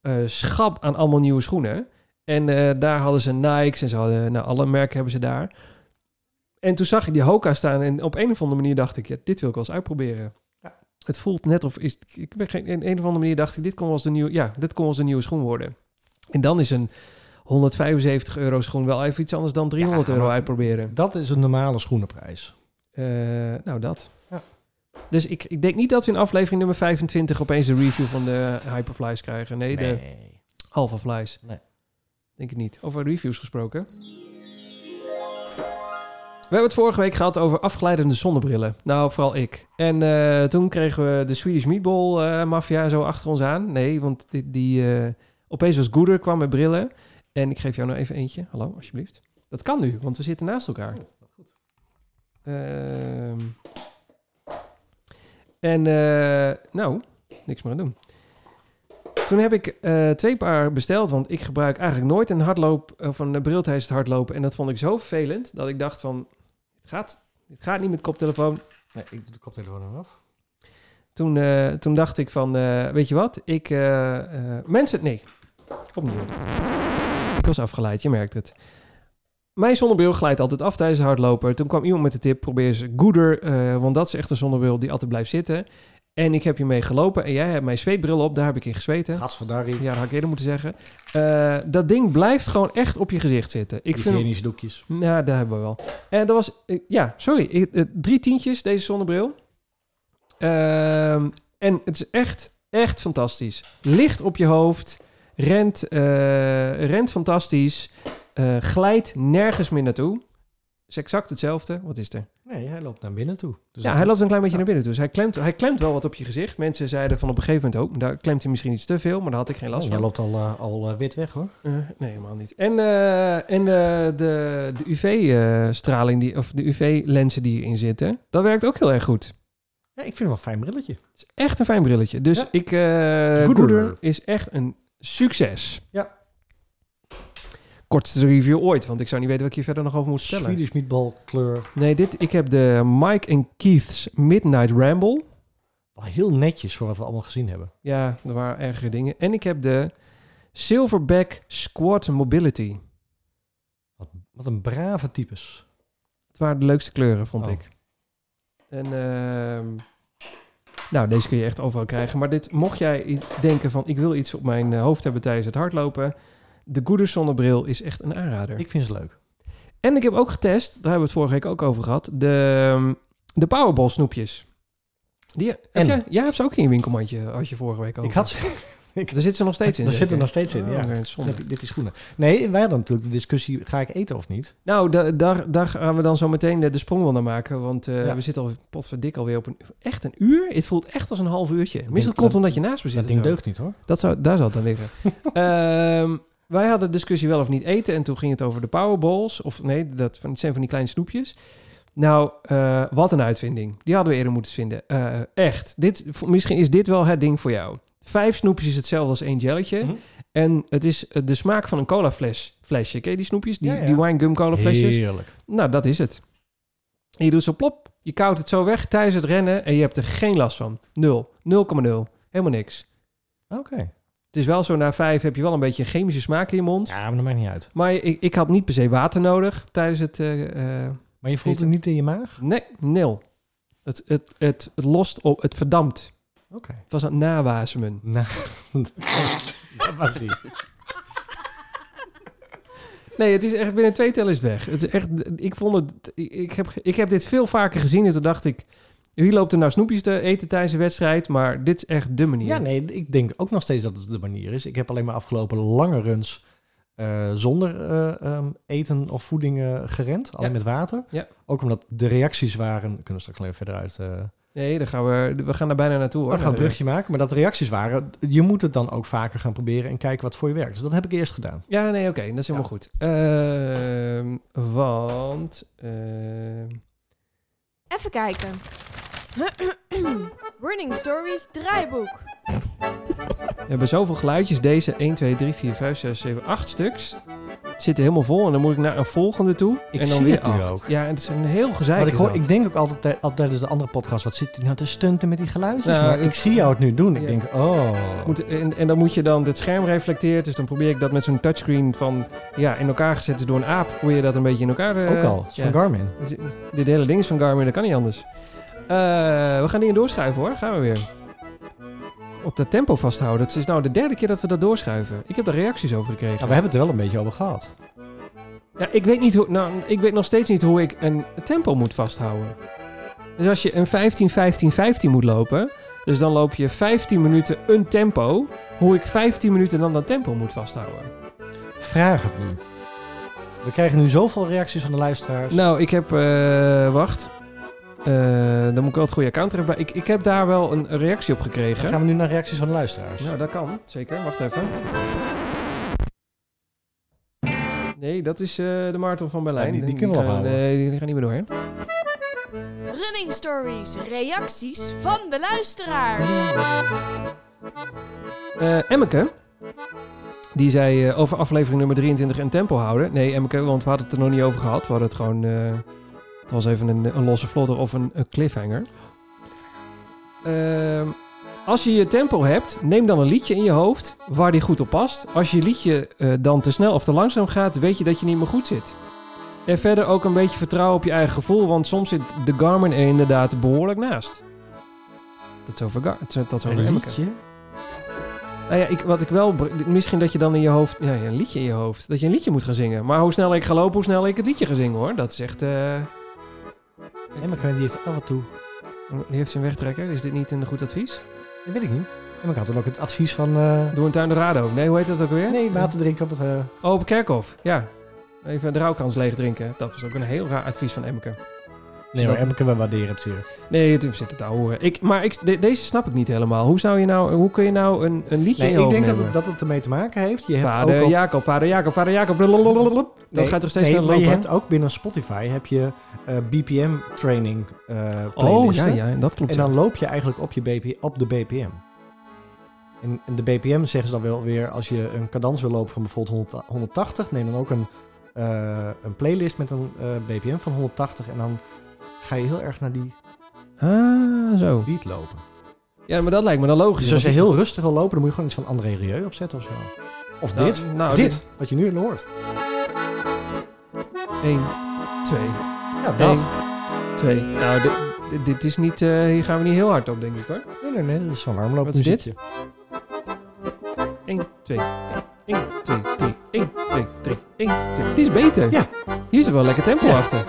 [SPEAKER 2] eh, schap aan allemaal nieuwe schoenen. En eh, daar hadden ze Nikes en ze hadden, nou, alle merken hebben ze daar. En toen zag ik die Hoka staan en op een of andere manier dacht ik, ja, dit wil ik wel eens uitproberen.
[SPEAKER 1] Ja.
[SPEAKER 2] Het voelt net of is, ik ben geen, in een of andere manier dacht ik, dit kon wel eens de nieuwe, ja, dit kon wel eens de nieuwe schoen worden. En dan is een 175 euro schoen wel even iets anders dan 300
[SPEAKER 1] Ja,
[SPEAKER 2] euro
[SPEAKER 1] maar-
[SPEAKER 2] uitproberen.
[SPEAKER 1] Dat is een normale schoenenprijs.
[SPEAKER 2] Eh, nou, dat.
[SPEAKER 1] Ja.
[SPEAKER 2] Dus ik, ik denk niet dat we in aflevering nummer 25 opeens een review van de Hyperflies krijgen. Nee, de Alpha Flies.
[SPEAKER 1] Nee.
[SPEAKER 2] Denk ik niet. Over reviews gesproken. We hebben het vorige week gehad over afgeleidende zonnebrillen. Nou, vooral ik. En eh, toen kregen we de Swedish Meatball eh Mafia zo achter ons aan. Nee, want die, die eh, opeens was Goeder kwam met brillen. En ik geef jou nou even eentje. Hallo, alsjeblieft. Dat kan nu, want we zitten naast elkaar. Ehm. en eh, nou, niks meer aan doen. Toen heb ik eh, twee paar besteld, want ik gebruik eigenlijk nooit een hardloop eh, of een bril tijdens het hardlopen. En dat vond ik zo vervelend dat ik dacht van, het gaat, het gaat niet met koptelefoon.
[SPEAKER 1] Nee, ik doe de koptelefoon eraf. af.
[SPEAKER 2] Toen, eh, toen dacht ik van, eh, weet je wat, ik... eh, eh, mensen, nee, opnieuw. Ik was afgeleid, je merkt het. Mijn zonnebril glijdt altijd af tijdens het hardlopen. Toen kwam iemand met de tip, probeer eens Gooder, eh, want dat is echt een zonnebril die altijd blijft zitten. En ik heb hiermee gelopen en jij hebt mijn zweetbril op, daar heb ik in gezweten.
[SPEAKER 1] Gasverdarrie,
[SPEAKER 2] Ja, dat had ik eerder moeten zeggen. Eh, dat ding blijft gewoon echt op je gezicht zitten. Ik vind hem-
[SPEAKER 1] hygiënische doekjes.
[SPEAKER 2] nou, daar hebben we wel. En dat was, eh, ja, sorry, ik- eh, drie tientjes deze zonnebril. Ehm, en het is echt, echt fantastisch. Licht op je hoofd, rent, eh, rent fantastisch, eh, glijdt nergens meer naartoe. Is exact hetzelfde. Wat is er?
[SPEAKER 1] Nee, hij loopt naar binnen toe. Dus
[SPEAKER 2] ja,
[SPEAKER 1] dat-
[SPEAKER 2] hij loopt een klein beetje
[SPEAKER 1] Ja.
[SPEAKER 2] naar binnen toe. Dus hij klemt, hij klemt wel wat op je gezicht. Mensen zeiden van op een gegeven moment ook, daar klemt hij misschien iets te veel, maar daar had ik geen
[SPEAKER 1] Oh,
[SPEAKER 2] last
[SPEAKER 1] Jij
[SPEAKER 2] van.
[SPEAKER 1] loopt al, eh, al eh, wit weg hoor.
[SPEAKER 2] Eh, nee, helemaal niet. En, eh, en eh, de, de UV-straling, die, of de UV-lenzen die hierin zitten, dat werkt ook heel erg goed.
[SPEAKER 1] Ja, ik vind hem wel een fijn brilletje.
[SPEAKER 2] Het is echt een fijn brilletje. Dus
[SPEAKER 1] Ja.
[SPEAKER 2] ik, eh
[SPEAKER 1] Gooder.
[SPEAKER 2] Gooder is echt een succes.
[SPEAKER 1] Ja.
[SPEAKER 2] Kortste review ooit, want ik zou niet weten wat ik hier verder nog over moet vertellen.
[SPEAKER 1] Swedish meatball kleur.
[SPEAKER 2] Nee, dit, ik heb de Mike en Keith's Midnight Ramble.
[SPEAKER 1] Wel heel netjes voor wat we allemaal gezien hebben.
[SPEAKER 2] Ja, er waren ergere dingen. En ik heb de Silverback Squad Mobility.
[SPEAKER 1] Wat, wat een brave types.
[SPEAKER 2] Het waren de leukste kleuren, vond
[SPEAKER 1] Oh.
[SPEAKER 2] ik. En ehm, nou, deze kun je echt overal krijgen. Maar dit, mocht jij i- denken van ik wil iets op mijn eh, hoofd hebben tijdens het hardlopen. De Goeder zonnebril is echt een aanrader.
[SPEAKER 1] Ik vind ze leuk.
[SPEAKER 2] En ik heb ook getest, daar hebben we het vorige week ook over gehad, de, ehm, de Powerball snoepjes. Die, heb
[SPEAKER 1] En?
[SPEAKER 2] jij, jij hebt ze ook Oh, in je winkelmandje, had je vorige week over.
[SPEAKER 1] Ik had ze, ik.
[SPEAKER 2] Daar zit ze nog steeds
[SPEAKER 1] *laughs*
[SPEAKER 2] in.
[SPEAKER 1] Daar zit er
[SPEAKER 2] zeker?
[SPEAKER 1] nog steeds in,
[SPEAKER 2] Oh,
[SPEAKER 1] ja.
[SPEAKER 2] oké,
[SPEAKER 1] Dan
[SPEAKER 2] zonde.
[SPEAKER 1] heb ik dit die schoenen. Nee, wij hadden natuurlijk de discussie, ga ik eten of niet?
[SPEAKER 2] Nou, da- daar, daar gaan we dan zo meteen eh, de sprong wel naar maken. Want eh,
[SPEAKER 1] Ja.
[SPEAKER 2] we zitten al potverdik alweer op een, echt een uur. Het voelt echt als een half uurtje. Misschien
[SPEAKER 1] denk-
[SPEAKER 2] dat komt omdat je naast me zit.
[SPEAKER 1] Dat ding
[SPEAKER 2] of zo.
[SPEAKER 1] deugt niet hoor.
[SPEAKER 2] Dat zou, daar zou het aan
[SPEAKER 1] *laughs*
[SPEAKER 2] liggen. Ehm, wij hadden discussie wel of niet eten. En toen ging het over de powerballs. Of nee, dat van, het zijn van die kleine snoepjes. Nou, eh, wat een uitvinding. Die hadden we eerder moeten vinden. Eh, echt. Dit, voor- misschien is dit wel het ding voor jou. Vijf snoepjes is hetzelfde als één jelletje.
[SPEAKER 1] Mhm.
[SPEAKER 2] En het is eh, de smaak van een cola fles, flesje. Ken je die snoepjes? Die,
[SPEAKER 1] Ja, ja.
[SPEAKER 2] die wine gum cola flesjes?
[SPEAKER 1] Heerlijk.
[SPEAKER 2] Nou, dat is het. En je doet zo plop. Je koudt het zo weg tijdens het rennen. En je hebt er geen last van. Nul. 0,0. Helemaal niks.
[SPEAKER 1] Oké.
[SPEAKER 2] Het is wel zo, na vijf heb je wel een beetje een chemische smaak in je mond.
[SPEAKER 1] Ja, maar dat maakt niet uit.
[SPEAKER 2] Maar ik, ik had niet per se water nodig tijdens het... eh, eh,
[SPEAKER 1] Maar je voelt het niet in je maag?
[SPEAKER 2] nee, nil. Het, het, het, het lost op, het verdampt.
[SPEAKER 1] Oké.
[SPEAKER 2] Het was aan het nawasemen.
[SPEAKER 1] Nou, *laughs* dat was die.
[SPEAKER 2] Nee, het is echt binnen twee tellen is het weg. Het is echt, ik, vond het, ik, ik heb, ik heb dit veel vaker gezien en toen dacht ik... Wie loopt er nou snoepjes te eten tijdens een wedstrijd? Maar dit is echt de manier.
[SPEAKER 1] Ja, nee, ik denk ook nog steeds dat het de manier is. Ik heb alleen maar afgelopen lange runs eh, zonder eh, ehm, eten of voeding eh, gerend. Alleen
[SPEAKER 2] Ja.
[SPEAKER 1] met water.
[SPEAKER 2] Ja.
[SPEAKER 1] Ook omdat de reacties waren... We kunnen straks nog even verder uit... eh
[SPEAKER 2] Nee, daar gaan we, we gaan er bijna naartoe. Hoor.
[SPEAKER 1] we gaan een brugje maken. Maar dat de reacties waren... Je moet het dan ook vaker gaan proberen en kijken wat voor je werkt. Dus dat heb ik eerst gedaan.
[SPEAKER 2] Ja, nee, oké, dat is helemaal goed. Ehm, want... ehm,
[SPEAKER 3] Even kijken. *clears throat* Running Stories draaiboek.
[SPEAKER 2] We hebben zoveel geluidjes. Deze 1, 2, 3, 4, 5, 6, 7, 8 stuks. Het zit er helemaal vol. En dan moet ik naar een volgende toe.
[SPEAKER 1] Ik
[SPEAKER 2] en dan
[SPEAKER 1] zie
[SPEAKER 2] weer
[SPEAKER 1] het nu
[SPEAKER 2] acht.
[SPEAKER 1] ook.
[SPEAKER 2] Ja, en het is een heel gezeik.
[SPEAKER 1] Want ik,
[SPEAKER 2] is
[SPEAKER 1] hoor,
[SPEAKER 2] dat.
[SPEAKER 1] ik denk ook altijd, tij- altijd tijdens de andere podcast... Wat zit hij nou te stunten met die geluidjes?
[SPEAKER 2] Nou,
[SPEAKER 1] maar ik,
[SPEAKER 2] ik-
[SPEAKER 1] zie jou het nu doen. Ik
[SPEAKER 2] Ja.
[SPEAKER 1] denk, oh...
[SPEAKER 2] Moet, en, en dan moet je dan... Het scherm reflecteert. Dus dan probeer ik dat met zo'n touchscreen van... Ja, in elkaar gezet is door een aap. Probeer je dat een beetje in elkaar... eh,
[SPEAKER 1] ook al,
[SPEAKER 2] ja.
[SPEAKER 1] van Garmin.
[SPEAKER 2] Dit- Dit hele ding is van Garmin. Dat kan niet anders. Eh, we gaan dingen doorschuiven hoor. Gaan we weer. Op dat tempo vasthouden. Het is nou de derde keer dat we dat doorschuiven. Ik heb daar reacties over gekregen.
[SPEAKER 1] Ja, Nou, we hebben het er wel een beetje over gehad.
[SPEAKER 2] Ja, ik weet, niet hoe, nou, ik weet nog steeds niet hoe ik een tempo moet vasthouden. Dus als je een 15-15-15 moet lopen, dus dan loop je 15 minuten een tempo, hoe ik 15 minuten dan dat tempo moet vasthouden.
[SPEAKER 1] Vraag het nu. We krijgen nu zoveel reacties van de luisteraars.
[SPEAKER 2] Nou, ik heb, eh, wacht, Eh, dan moet ik wel het goede account hebben. Ik, ik heb daar wel een reactie op
[SPEAKER 1] Dan
[SPEAKER 2] gekregen.
[SPEAKER 1] gaan we nu naar reacties van de luisteraars.
[SPEAKER 2] Nou, dat kan, zeker. Wacht even. Nee, dat is eh, de Marathon van Berlijn.
[SPEAKER 1] die- die kunnen we
[SPEAKER 2] gaan-
[SPEAKER 1] ophouden.
[SPEAKER 2] Nee, die, die gaan niet meer door, hè?
[SPEAKER 3] Running Stories reacties van de luisteraars.
[SPEAKER 2] Eh, Emmeke, die zei eh, over aflevering nummer 23 en tempo houden. Nee, Emmeke, want we hadden het er nog niet over gehad. We hadden het gewoon... eh, het was even een, een losse vlodder of een, een cliffhanger. Ehm, als je je tempo hebt, neem dan een liedje in je hoofd waar die goed op past. Als je liedje eh, dan te snel of te langzaam gaat, weet je dat je niet meer goed zit. En verder ook een beetje vertrouwen op je eigen gevoel, want soms zit de Garmin er inderdaad behoorlijk naast. Dat is over, Gar- dat is over
[SPEAKER 1] een
[SPEAKER 2] Emmeke.
[SPEAKER 1] liedje.
[SPEAKER 2] Nou ja, ik, wat ik wel... br- Misschien dat je dan in je hoofd... Ja, een liedje in je hoofd. Dat je een liedje moet gaan zingen. Maar hoe sneller ik ga lopen, hoe sneller ik het liedje ga zingen, hoor. Dat is echt... eh,
[SPEAKER 1] Emmeke die heeft af en toe...
[SPEAKER 2] die heeft zijn wegtrekker. Is dit niet een goed advies?
[SPEAKER 1] Dat weet ik niet. Emmeke had dan ook het advies van... eh,
[SPEAKER 2] Door een tuin de Rado. Nee, hoe heet dat ook weer?
[SPEAKER 1] nee, water drinken op het... eh,
[SPEAKER 2] Oh, op Kerkhof. Ja. Even de rouwkans leeg drinken. Dat was ook een heel raar advies van Emmeke.
[SPEAKER 1] Nee, maar Emmeke, we waarderen het zeer.
[SPEAKER 2] Nee, toen zit het ouwe. hoor. Ik, maar ik, de- deze snap ik niet helemaal. Hoe, zou je nou, hoe kun je nou een, een liedje
[SPEAKER 1] Nee,
[SPEAKER 2] in je
[SPEAKER 1] ik denk dat
[SPEAKER 2] hoofd
[SPEAKER 1] het,
[SPEAKER 2] nemen?
[SPEAKER 1] dat het ermee te maken heeft. Je hebt
[SPEAKER 2] Vader
[SPEAKER 1] ook op-
[SPEAKER 2] Jacob, vader Jacob, vader Jacob. blablabla. Dat
[SPEAKER 1] Nee,
[SPEAKER 2] gaat toch steeds
[SPEAKER 1] nee,
[SPEAKER 2] sneller
[SPEAKER 1] maar je
[SPEAKER 2] lopen?
[SPEAKER 1] hebt ook binnen Spotify heb je eh, BPM training eh
[SPEAKER 2] oh, ja,
[SPEAKER 1] playlisten.
[SPEAKER 2] ja, dat klopt.
[SPEAKER 1] En dan loop je eigenlijk op, je BP, op de BPM. En, en de BPM zeggen ze dan wel weer, als je een cadans wil lopen van bijvoorbeeld 100 180, neem dan ook een, eh, een playlist met een eh, BPM van 180 en dan ga je heel erg naar die
[SPEAKER 2] ja. Ah, zo.
[SPEAKER 1] beat lopen.
[SPEAKER 2] Ja, maar dat lijkt me dan logisch.
[SPEAKER 1] Dus als je
[SPEAKER 2] Want-
[SPEAKER 1] heel rustig wil lopen, dan moet je gewoon iets van André Rieu opzetten of zo. Of
[SPEAKER 2] Nou,
[SPEAKER 1] dit.
[SPEAKER 2] nou,
[SPEAKER 1] dit, wat je nu hoort.
[SPEAKER 2] 1, 2,
[SPEAKER 1] Ja, dat.
[SPEAKER 2] 2. Nou, dit, dit- dit is niet... eh, hier gaan we niet heel hard op, denk ik hoor.
[SPEAKER 1] Nee, nee, nee, dat is zo'n armloop.
[SPEAKER 2] Wat is dit? 1, 2, 1, 2, 3, 1, 2, 3, 1, 2. Dit is beter.
[SPEAKER 1] Ja.
[SPEAKER 2] Hier zit wel lekker tempo
[SPEAKER 1] Ja.
[SPEAKER 2] achter.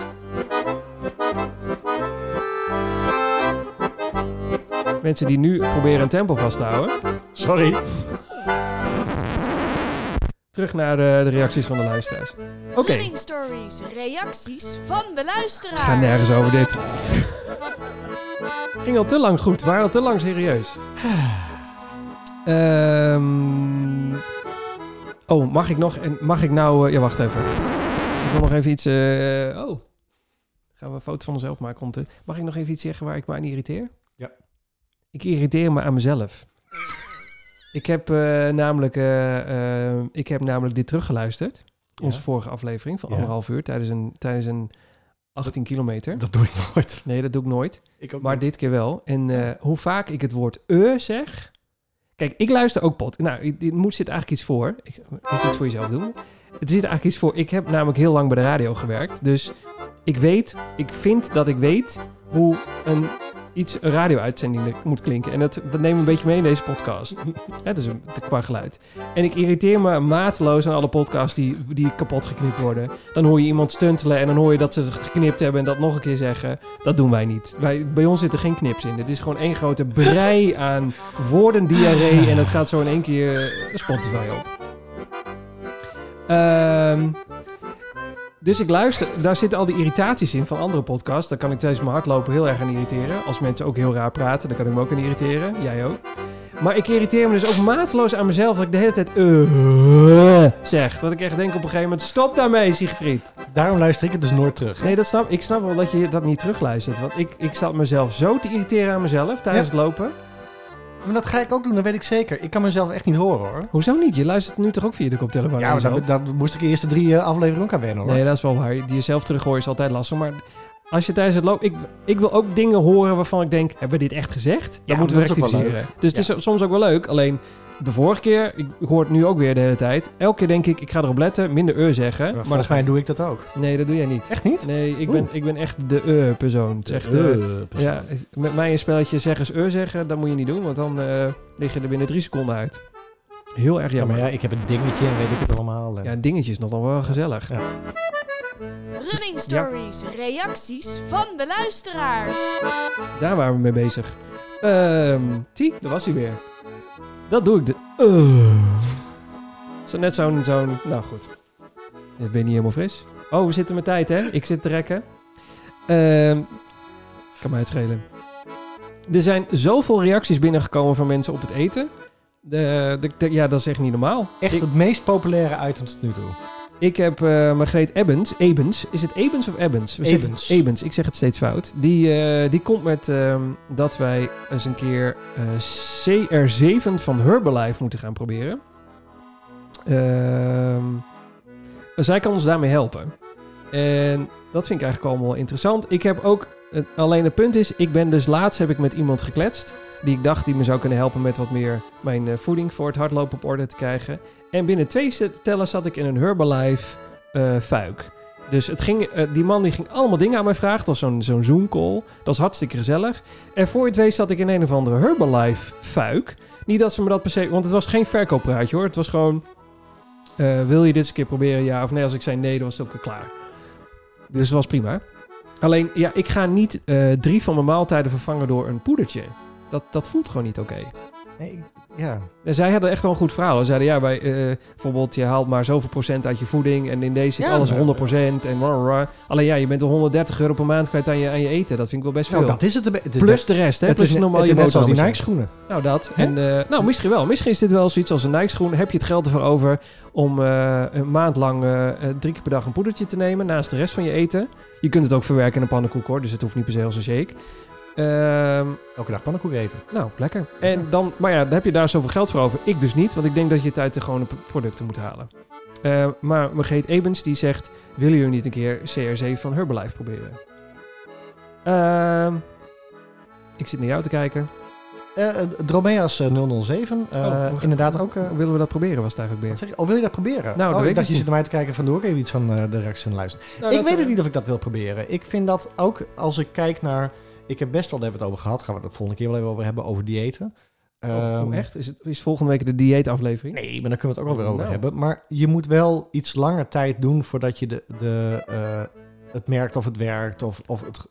[SPEAKER 2] Mensen die nu proberen een tempo vast te houden.
[SPEAKER 1] Sorry.
[SPEAKER 2] Terug naar eh, de, de reacties van de luisteraars. Oké,
[SPEAKER 3] Running stories, reacties van de luisteraar.
[SPEAKER 2] ga nergens over dit. *laughs* Ging al te lang goed, waren al te lang serieus. Ehm, oh, mag ik nog? En mag ik nou? eh, ja, wacht even. Ik wil nog even iets. eh, oh, gaan we een foto van onszelf maken om te. Mag ik nog even iets zeggen waar ik me aan irriteer?
[SPEAKER 1] Ja.
[SPEAKER 2] Ik irriteer me aan mezelf. Ik heb eh, namelijk, eh, eh, ik heb namelijk dit teruggeluisterd. Onze
[SPEAKER 1] Ja.
[SPEAKER 2] vorige aflevering van
[SPEAKER 1] Ja.
[SPEAKER 2] anderhalf uur tijdens een, tijdens een 18 kilometer.
[SPEAKER 1] Dat doe ik nooit.
[SPEAKER 2] Nee, dat doe ik nooit.
[SPEAKER 1] Ik ook
[SPEAKER 2] Maar
[SPEAKER 1] niet.
[SPEAKER 2] dit keer wel. En eh, hoe vaak ik het woord eh zeg. Kijk, ik luister ook pot. Nou, i- dit moet zit eigenlijk iets voor. Ik ik moet iets voor jezelf doen. Er zit eigenlijk iets voor. Ik heb namelijk heel lang bij de radio gewerkt. Dus ik weet, ik vind dat ik weet hoe een, iets, een radio-uitzending er- moet klinken. En dat, dat neem ik een beetje mee in deze podcast. Hè, dus een- qua geluid. En ik irriteer me mateloos aan alle podcasts die, die kapot geknipt worden. Dan hoor je iemand stuntelen en dan hoor je dat ze het geknipt hebben en dat nog een keer zeggen. Dat doen wij niet. Wij, bij ons zitten geen knips in. Het is gewoon één grote brei aan woordendiarree. En dat gaat zo in één keer Spotify op. Ehm, dus ik luister, daar zitten al die irritaties in van andere podcasts. Daar kan ik tijdens mijn hardlopen heel erg aan irriteren. Als mensen ook heel raar praten, dan kan ik me ook aan irriteren. Jij ook. Maar ik irriteer me dus ook mateloos aan mezelf dat ik de hele tijd eh zeg. Dat ik echt denk op een gegeven moment, stop daarmee Siegfried.
[SPEAKER 1] Daarom luister ik het dus nooit terug.
[SPEAKER 2] Nee, dat snap, ik snap wel dat je dat niet terugluistert. Want ik, ik zat mezelf zo te irriteren aan mezelf tijdens het lopen.
[SPEAKER 1] Maar dat ga ik ook doen, dat weet ik zeker. Ik kan mezelf echt niet horen hoor.
[SPEAKER 2] Hoezo niet? Je luistert nu toch ook via de koptelefoon
[SPEAKER 1] ja,
[SPEAKER 2] aan
[SPEAKER 1] maar
[SPEAKER 2] jezelf?
[SPEAKER 1] dat, dat moest ik de eerste drie eh, afleveringen ook aan wennen hoor.
[SPEAKER 2] Nee, dat is wel waar. Die Jezelf teruggooien is altijd lastig. Maar als je tijdens het lopen... Ik, ik wil ook dingen horen waarvan ik denk... Hebben we dit echt gezegd? Dan
[SPEAKER 1] Ja,
[SPEAKER 2] moeten we
[SPEAKER 1] dat is ook wel
[SPEAKER 2] rectificeren. Dus het is soms ook wel leuk. Alleen de vorige keer... Ik hoor het nu ook weer de hele tijd. Elke keer denk ik... Ik ga erop letten. Minder eh zeggen.
[SPEAKER 1] maar
[SPEAKER 2] Maar dan
[SPEAKER 1] volgens
[SPEAKER 2] ga
[SPEAKER 1] mij doe ik dat ook.
[SPEAKER 2] ik- Nee, dat doe jij niet.
[SPEAKER 1] Echt niet?
[SPEAKER 2] Nee, ik ben,
[SPEAKER 1] Oeh.
[SPEAKER 2] ik ben echt de eh-persoon. Het is echt... eh, Ja, met mij een spelletje zeggen eur zeggen, dat moet je niet doen, want dan eh, lig je er binnen drie seconden uit. Heel erg
[SPEAKER 1] Ja,
[SPEAKER 2] jammer.
[SPEAKER 1] maar
[SPEAKER 2] Ja,
[SPEAKER 1] ja, ik heb een dingetje en weet ik het allemaal. eh. En-
[SPEAKER 2] een dingetje is nog dan wel gezellig.
[SPEAKER 1] Ja.
[SPEAKER 3] Running stories, reacties van de luisteraars.
[SPEAKER 2] Daar waren we mee bezig. Ehm zie, daar was hij weer. Dat doe ik. De, Eh. Zo net zo'n, zo'n, nou goed. Ik ben niet helemaal fris. Oh, we zitten met tijd, hè? Ik zit te rekken. Ehm, kan mij het schelen. Er zijn zoveel reacties binnengekomen van mensen op het eten. De, de- de- ja, dat is echt niet normaal.
[SPEAKER 1] Echt
[SPEAKER 2] Ik-
[SPEAKER 1] het meest populaire item tot nu toe.
[SPEAKER 2] Ik heb eh Margreet Ebbens. Ebens. Is het Ebens of Ebbens? We zeggen
[SPEAKER 1] Ebens.
[SPEAKER 2] Ebens. Ik zeg het steeds fout. Die, eh, die komt met ehm, dat wij eens een keer eh, CR7 van Herbalife moeten gaan proberen. Ehm, zij kan ons daarmee helpen. En dat vind ik eigenlijk allemaal wel interessant. Ik heb ook... eh, alleen het punt is, ik ben dus laatst heb ik met iemand gekletst. Die ik dacht die me zou kunnen helpen met wat meer mijn eh, voeding voor het hardlopen op orde te krijgen. En binnen twee set- tellen zat ik in een Herbalife eh, fuik. Dus het ging, eh, die man die ging allemaal dingen aan mij vragen. Dat was zo'n zo'n Zoom-call. Dat is hartstikke gezellig. En voor je het weet zat ik in een of andere Herbalife fuik. Niet dat ze me dat per se... Want het was geen verkooppraatje hoor. Het was gewoon... eh, wil je dit eens een keer proberen? Ja of nee? Als ik zei nee, dan was het ook weer klaar. Dus het was prima. Alleen, ja, ik ga niet eh, drie van mijn maaltijden vervangen door een poedertje. Dat, dat voelt gewoon niet oké.
[SPEAKER 1] Nee, ik- ja.
[SPEAKER 2] En zij hadden echt wel een goed verhaal. Ze zeiden, ja, bij, eh, bijvoorbeeld, je haalt maar zoveel procent uit je voeding. En in deze zit
[SPEAKER 1] Ja,
[SPEAKER 2] alles
[SPEAKER 1] maar-
[SPEAKER 2] 100 en waar, waar. Alleen ja, je bent al 130 euro per maand kwijt aan je, aan je eten. Dat vind ik wel best
[SPEAKER 1] Nou,
[SPEAKER 2] veel.
[SPEAKER 1] dat is het. een be- Het is
[SPEAKER 2] Plus de rest, hè?
[SPEAKER 1] het
[SPEAKER 2] Plus
[SPEAKER 1] is,
[SPEAKER 2] normaal
[SPEAKER 1] het
[SPEAKER 2] je
[SPEAKER 1] is net zoals die
[SPEAKER 2] boterhammetje.
[SPEAKER 1] Nike-schoenen.
[SPEAKER 2] Nou, dat.
[SPEAKER 1] Hè?
[SPEAKER 2] En, eh, nou, misschien wel. Misschien is dit wel zoiets als een Nike-schoen. Heb je het geld ervoor over om eh, een maand lang eh, eh, drie keer per dag een poedertje te nemen naast de rest van je eten? Je kunt het ook verwerken in een pannenkoek, hoor. Dus het hoeft niet per se als een shake. Ehm,
[SPEAKER 1] Elke dag pannenkoek eten.
[SPEAKER 2] nou, lekker.
[SPEAKER 1] *laughs*
[SPEAKER 2] En dan, maar ja, dan heb je daar zoveel geld voor over. Ik dus niet, want ik denk dat je het uit de gewone p- producten moet halen. Eh, maar Margreet Ebens die zegt, willen jullie niet een keer CRC van Herbalife proberen? Ehm, ik zit naar jou te kijken.
[SPEAKER 1] Eh, eh, Dromea's eh, 007. eh,
[SPEAKER 2] Oh, we gaan-
[SPEAKER 1] inderdaad ook... eh,
[SPEAKER 2] Willen we dat proberen, was het eigenlijk
[SPEAKER 1] wat
[SPEAKER 2] meer.
[SPEAKER 1] zeg je? Oh, wil je dat proberen?
[SPEAKER 2] Nou, dat
[SPEAKER 1] oh,
[SPEAKER 2] weet ik
[SPEAKER 1] ik dacht,
[SPEAKER 2] niet.
[SPEAKER 1] je zit naar mij te kijken van doe ik even iets van eh, de reacties en de luisteren.
[SPEAKER 2] Nou,
[SPEAKER 1] ik weet
[SPEAKER 2] eh,
[SPEAKER 1] het niet of ik dat wil proberen. Ik vind dat ook als ik kijk naar. Ik heb best wel daar hebben we het over gehad. Gaan we het de volgende keer wel even over hebben over diëten.
[SPEAKER 2] Oh,
[SPEAKER 1] Ehm,
[SPEAKER 2] echt? Is, het, is volgende week de dieetaflevering?
[SPEAKER 1] Nee, maar daar kunnen we het ook wel weer over
[SPEAKER 2] Nou.
[SPEAKER 1] hebben. Maar je moet wel iets langer tijd doen voordat je de, de, eh, het merkt of het werkt. Of, of het... ge-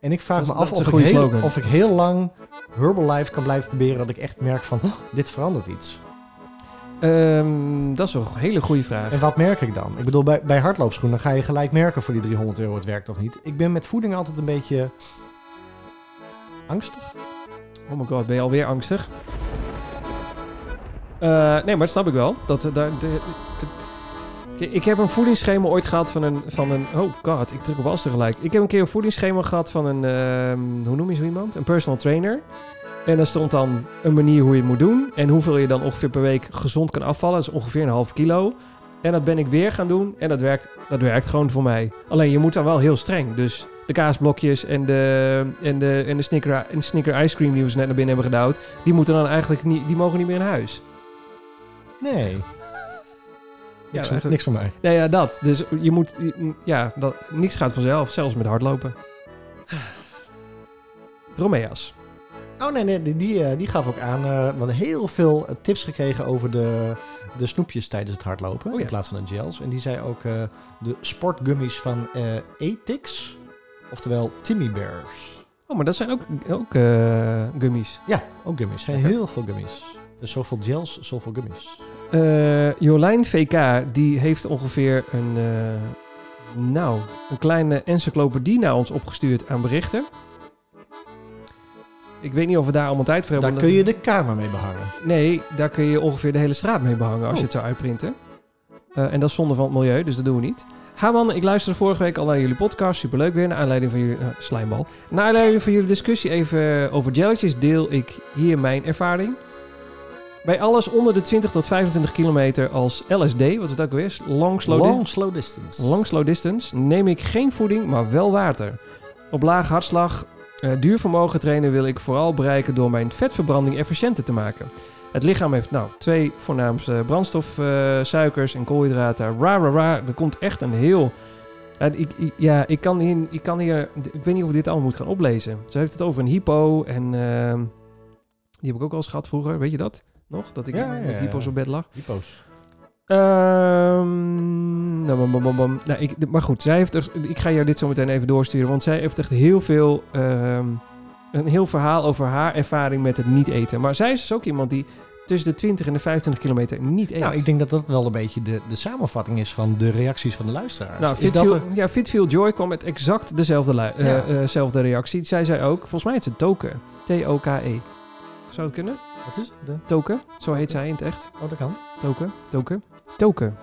[SPEAKER 1] En ik vraag
[SPEAKER 2] Dat is-
[SPEAKER 1] me af
[SPEAKER 2] dat is
[SPEAKER 1] of
[SPEAKER 2] een
[SPEAKER 1] ik,
[SPEAKER 2] goede
[SPEAKER 1] heel,
[SPEAKER 2] slogan.
[SPEAKER 1] of ik heel lang Herbalife kan blijven proberen. Dat ik echt merk van, "Oh, dit verandert iets.
[SPEAKER 2] Ehm, dat is een hele goede vraag.
[SPEAKER 1] En wat merk ik dan? Ik bedoel, bij, bij hardloopschoenen ga je gelijk merken voor die 300 euro het werkt of niet. Ik ben met voeding altijd een beetje angstig.
[SPEAKER 2] Oh my god, ben je alweer angstig? Eh, nee, maar dat snap ik wel. Dat, eh, daar, de, het- ik heb een voedingsschema ooit gehad van een, van een... Oh god, ik druk op alles tegelijk. Ik heb een keer een voedingsschema gehad van een... ehm, hoe noem je zo iemand? Een personal trainer. En daar stond dan een manier hoe je het moet doen. En hoeveel je dan ongeveer per week gezond kan afvallen. Dat is ongeveer een half kilo. En dat ben ik weer gaan doen. En dat werkt, dat werkt gewoon voor mij. Alleen je moet dan wel heel streng. Dus de kaasblokjes en de, en de, en de snicker, en de snicker ice cream die we ze net naar binnen hebben gedouwd. Die moeten dan eigenlijk niet, die mogen niet meer in huis.
[SPEAKER 1] Nee.
[SPEAKER 2] Ja,
[SPEAKER 1] Niks,
[SPEAKER 2] eigenlijk-
[SPEAKER 1] niks voor mij.
[SPEAKER 2] Nee, ja, dat. Dus je moet, ja, dat, niks gaat vanzelf. Zelfs met *sighs* hardlopen. Dromeas.
[SPEAKER 1] Oh nee, nee die, die, eh, die gaf ook aan. eh, we hadden heel veel eh, tips gekregen over de, de snoepjes tijdens het hardlopen.
[SPEAKER 2] Oh ja.
[SPEAKER 1] In plaats van de gels. En die zei ook eh, de sportgummies van eh Etix. Oftewel Timmy Bears.
[SPEAKER 2] Oh, maar dat zijn ook, ook eh, gummies.
[SPEAKER 1] Ja, ook gummies. Er zijn
[SPEAKER 2] Lekker.
[SPEAKER 1] heel veel gummies. Dus zoveel gels, zoveel gummies.
[SPEAKER 2] Eh, Jolijn VK, die heeft ongeveer een, eh, nou, een kleine encyclopedie naar ons opgestuurd aan berichten. Ik weet niet of we daar allemaal tijd voor hebben.
[SPEAKER 1] Daar kun
[SPEAKER 2] omdat-
[SPEAKER 1] je de kamer mee behangen.
[SPEAKER 2] Nee, daar kun je ongeveer de hele straat mee behangen als
[SPEAKER 1] Oh.
[SPEAKER 2] je het zou uitprinten. Eh, en dat is zonde van het milieu, dus dat doen we niet. Haman, ik luisterde vorige week al naar jullie podcast. Superleuk weer, naar aanleiding van jullie... eh, slijmbal. Naar aanleiding van jullie discussie even over jelletjes deel ik hier mijn ervaring. Bij alles onder de 20 tot 25 kilometer als LSD, wat is dat ook weer? Long slow,
[SPEAKER 1] Long slow distance.
[SPEAKER 2] Long slow distance neem ik geen voeding, maar wel water. Op lage hartslag, eh, duurvermogen trainen wil ik vooral bereiken door mijn vetverbranding efficiënter te maken. Het lichaam heeft nou twee voornaamste brandstofsuikers suikers en koolhydraten. Ra, ra, ra. Er komt echt een heel... Ja, ik, ik- ja, ik kan, hier, ik kan hier... Ik weet niet of ik dit allemaal moet gaan oplezen. Ze heeft het over een hypo en... ehm, die heb ik ook al eens gehad vroeger, weet je dat? Nog? Dat ik
[SPEAKER 1] Ja, ja,
[SPEAKER 2] met
[SPEAKER 1] ja.
[SPEAKER 2] hypo's op bed lag.
[SPEAKER 1] Hypo's.
[SPEAKER 2] Ehm, nou, bam, bam, bam, bam. Nou, ik, maar goed, zij heeft er, ik ga jou dit zo meteen even doorsturen. Want zij heeft echt heel veel. ehm, een heel verhaal over haar ervaring met het niet eten. Maar zij is dus ook iemand die tussen de 20 en de 25 kilometer niet eet.
[SPEAKER 1] Nou, ik denk dat dat wel een beetje de, de samenvatting is van de reacties van de luisteraars.
[SPEAKER 2] Nou,
[SPEAKER 1] is dat
[SPEAKER 2] Fitfield,
[SPEAKER 1] er-
[SPEAKER 2] ja, Fitfield Joy kwam met exact dezelfde, lui- eh,
[SPEAKER 1] Ja.
[SPEAKER 2] eh, zelfde reactie. Zij zei ook, volgens mij is het Token. T-O-K-E. E. Zou het kunnen?
[SPEAKER 1] Wat is het? De-
[SPEAKER 2] Token, zo heet zij in het echt.
[SPEAKER 1] Oh, dat kan.
[SPEAKER 2] Token, token, token.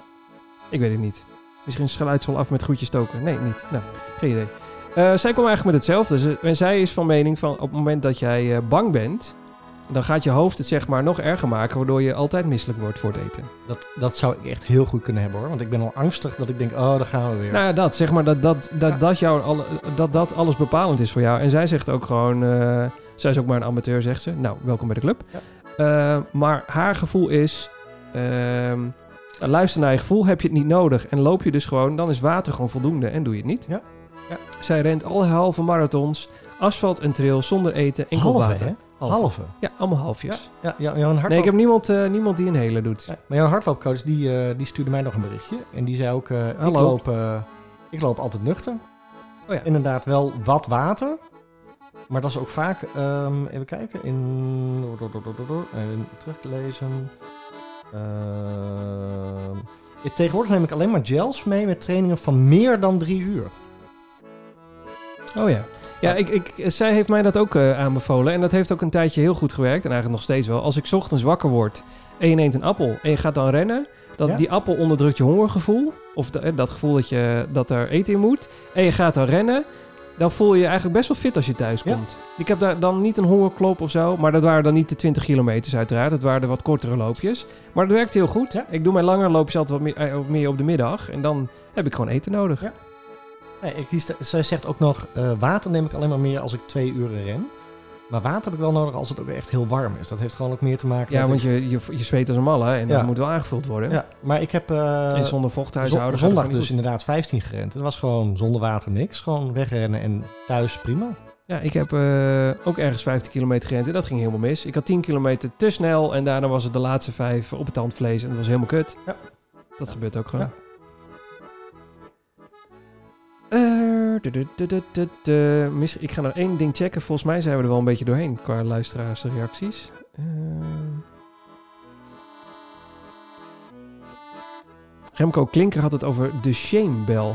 [SPEAKER 2] Ik weet het niet. Misschien schuilt ze wel af met groetjes token. Nee, niet. Nou, geen idee. Eh, zij kwam eigenlijk met hetzelfde. Ze- en zij is van mening van op het moment dat jij eh, bang bent, dan gaat je hoofd het zeg maar nog erger maken, waardoor je altijd misselijk wordt voor het eten.
[SPEAKER 1] Dat, dat zou ik echt heel goed kunnen hebben hoor. Want ik ben al angstig dat ik denk, oh, daar gaan we weer.
[SPEAKER 2] Nou ja, dat zeg maar dat dat, dat,
[SPEAKER 1] Ja.
[SPEAKER 2] dat, jou alle, dat, dat alles bepalend is voor jou. En zij zegt ook gewoon, eh, zij is ook maar een amateur, zegt ze. Nou, welkom bij de club.
[SPEAKER 1] Ja.
[SPEAKER 2] Eh, maar haar gevoel is, ehm, luister naar je gevoel, heb je het niet nodig. En loop je dus gewoon, dan is water gewoon voldoende en doe je het niet.
[SPEAKER 1] Ja. Ja.
[SPEAKER 2] Zij rent alle halve marathons, asfalt en trail zonder eten, enkel
[SPEAKER 1] halve,
[SPEAKER 2] water.
[SPEAKER 1] hè?
[SPEAKER 2] Halve.
[SPEAKER 1] Halve.
[SPEAKER 2] Ja, allemaal
[SPEAKER 1] Ja,
[SPEAKER 2] halfjes.
[SPEAKER 1] ja, ja, jouw hardloop...
[SPEAKER 2] Nee, ik heb niemand, eh, niemand die een hele doet.
[SPEAKER 1] Ja, maar jouw hardloopcoach, die, eh, die stuurde mij nog een berichtje. En die zei ook, eh, ik,
[SPEAKER 2] Hallo.
[SPEAKER 1] loop, eh, ik loop altijd nuchter.
[SPEAKER 2] Oh ja.
[SPEAKER 1] Inderdaad wel wat water. Maar dat is ook vaak, ehm, even kijken, in... Even teruglezen. Ehm, ik- tegenwoordig neem ik alleen maar gels mee met trainingen van meer dan drie uur.
[SPEAKER 2] Oh ja. Ja, ik, ik, zij heeft mij dat ook eh, aanbevolen. En dat heeft ook een tijdje heel goed gewerkt. En eigenlijk nog steeds wel. Als ik 's ochtends wakker word en je neemt een appel en je gaat dan rennen. Dat,
[SPEAKER 1] Ja.
[SPEAKER 2] Die appel onderdrukt je hongergevoel. Of da- eh, dat gevoel dat, je, dat er eten in moet. En je gaat dan rennen. Dan voel je je eigenlijk best wel fit als je thuis
[SPEAKER 1] Ja.
[SPEAKER 2] komt. Ik heb daar dan niet een hongerklop of zo. Maar dat waren dan niet de 20 kilometers uiteraard. Dat waren de wat kortere loopjes. Maar dat werkt heel goed.
[SPEAKER 1] Ja.
[SPEAKER 2] Ik doe mijn langer loopjes altijd wat meer, eh, meer op de middag. En dan heb ik gewoon eten nodig.
[SPEAKER 1] Ja. Nee, ik kies, zij zegt ook nog, eh, water neem ik alleen maar meer als ik twee uren ren. Maar water heb ik wel nodig als het ook echt heel warm is. Dat heeft gewoon ook meer te maken
[SPEAKER 2] Ja,
[SPEAKER 1] met...
[SPEAKER 2] want je, je, je zweet als een malle. En
[SPEAKER 1] Ja.
[SPEAKER 2] dat moet wel aangevuld worden.
[SPEAKER 1] Ja, maar ik heb eh,
[SPEAKER 2] en zonder vocht huishouden.
[SPEAKER 1] zon- zondag dus inderdaad 15 gerend. Het was gewoon zonder water niks. Gewoon wegrennen en thuis prima.
[SPEAKER 2] Ja, ik heb eh, ook ergens 15 kilometer gerend en dat ging helemaal mis. Ik had 10 kilometer te snel en daarna was het de laatste vijf op het tandvlees en dat was helemaal kut.
[SPEAKER 1] Ja.
[SPEAKER 2] Dat gebeurt ook gewoon.
[SPEAKER 1] Ja.
[SPEAKER 2] Eh, du- du- du- du- du- du. Miss- Ik ga nog één ding checken. Volgens mij zijn we er wel een beetje doorheen qua luisteraarsreacties. Eh, Remco Klinker had het over de shame bell.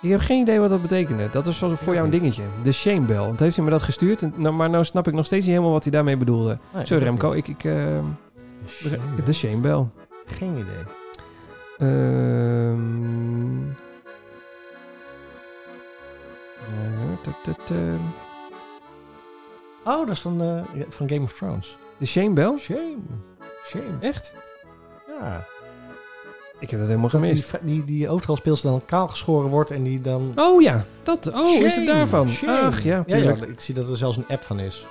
[SPEAKER 2] Ik heb geen idee wat dat betekende. Dat is wel voor jou een dingetje. De shame bell. Want heeft hij me dat gestuurd? En, nou, maar nou snap ik nog steeds niet helemaal wat hij daarmee bedoelde.
[SPEAKER 1] Nee,
[SPEAKER 2] Sorry
[SPEAKER 1] ik ook
[SPEAKER 2] Remco,
[SPEAKER 1] niet.
[SPEAKER 2] ik... ik eh,
[SPEAKER 1] De shame.
[SPEAKER 2] de shame bell.
[SPEAKER 1] Geen idee.
[SPEAKER 2] Ehm. Eh, tut, tut, eh.
[SPEAKER 1] Oh, dat is van, eh, ja, van Game of Thrones.
[SPEAKER 2] De shame bell?
[SPEAKER 1] Shame. Shame.
[SPEAKER 2] Echt?
[SPEAKER 1] Ja.
[SPEAKER 2] Ik heb dat helemaal
[SPEAKER 1] Dat die,
[SPEAKER 2] gemist.
[SPEAKER 1] vri- die, die hoofdrolspeelster dan kaal geschoren wordt en die dan...
[SPEAKER 2] Oh ja, dat. Oh, is
[SPEAKER 1] Shame,
[SPEAKER 2] het daarvan?
[SPEAKER 1] shame.
[SPEAKER 2] Ach ja, tuurlijk.
[SPEAKER 1] ik zie dat er zelfs een app van is.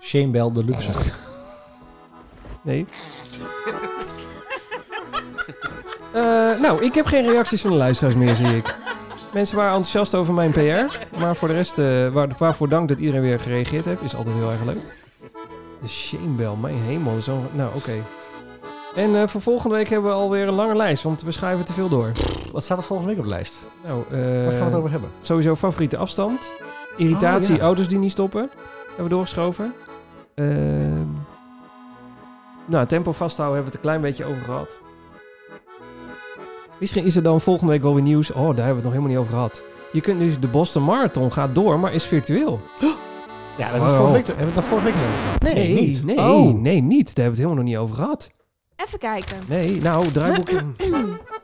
[SPEAKER 1] Shame Bell Deluxe.
[SPEAKER 2] Oh. Nee. *laughs* Eh, nou, ik heb geen reacties van de luisteraars meer, zie ik. Mensen waren enthousiast over mijn PR. Maar voor de rest, eh, waar, waarvoor dank dat iedereen weer gereageerd heeft, is altijd heel erg leuk. De shamebel, mijn hemel. Zo, nou, oké. En eh, voor volgende week hebben we alweer een lange lijst, want we schuiven te veel door.
[SPEAKER 1] Wat staat er volgende week op de lijst? Waar
[SPEAKER 2] Nou,
[SPEAKER 1] gaan we het
[SPEAKER 2] eh
[SPEAKER 1] over hebben?
[SPEAKER 2] sowieso favoriete afstand. Irritatie,
[SPEAKER 1] Oh, ja.
[SPEAKER 2] auto's die niet stoppen. Hebben we doorgeschoven. Ehm, nou, tempo vasthouden hebben we het een klein beetje over gehad. Misschien is er dan volgende week wel weer nieuws. Oh, daar hebben we het nog helemaal niet over gehad. Je kunt dus de Boston Marathon gaat door, maar is virtueel.
[SPEAKER 1] Ja,
[SPEAKER 2] hebben we vorige
[SPEAKER 1] vorige
[SPEAKER 2] week-
[SPEAKER 1] week, hebben we het vorige week niet over gehad? niet.
[SPEAKER 2] Nee,
[SPEAKER 1] Oh.
[SPEAKER 2] nee, niet. Daar hebben we het helemaal nog niet over gehad.
[SPEAKER 3] Even kijken.
[SPEAKER 2] Nee, nou, draaiboek. Het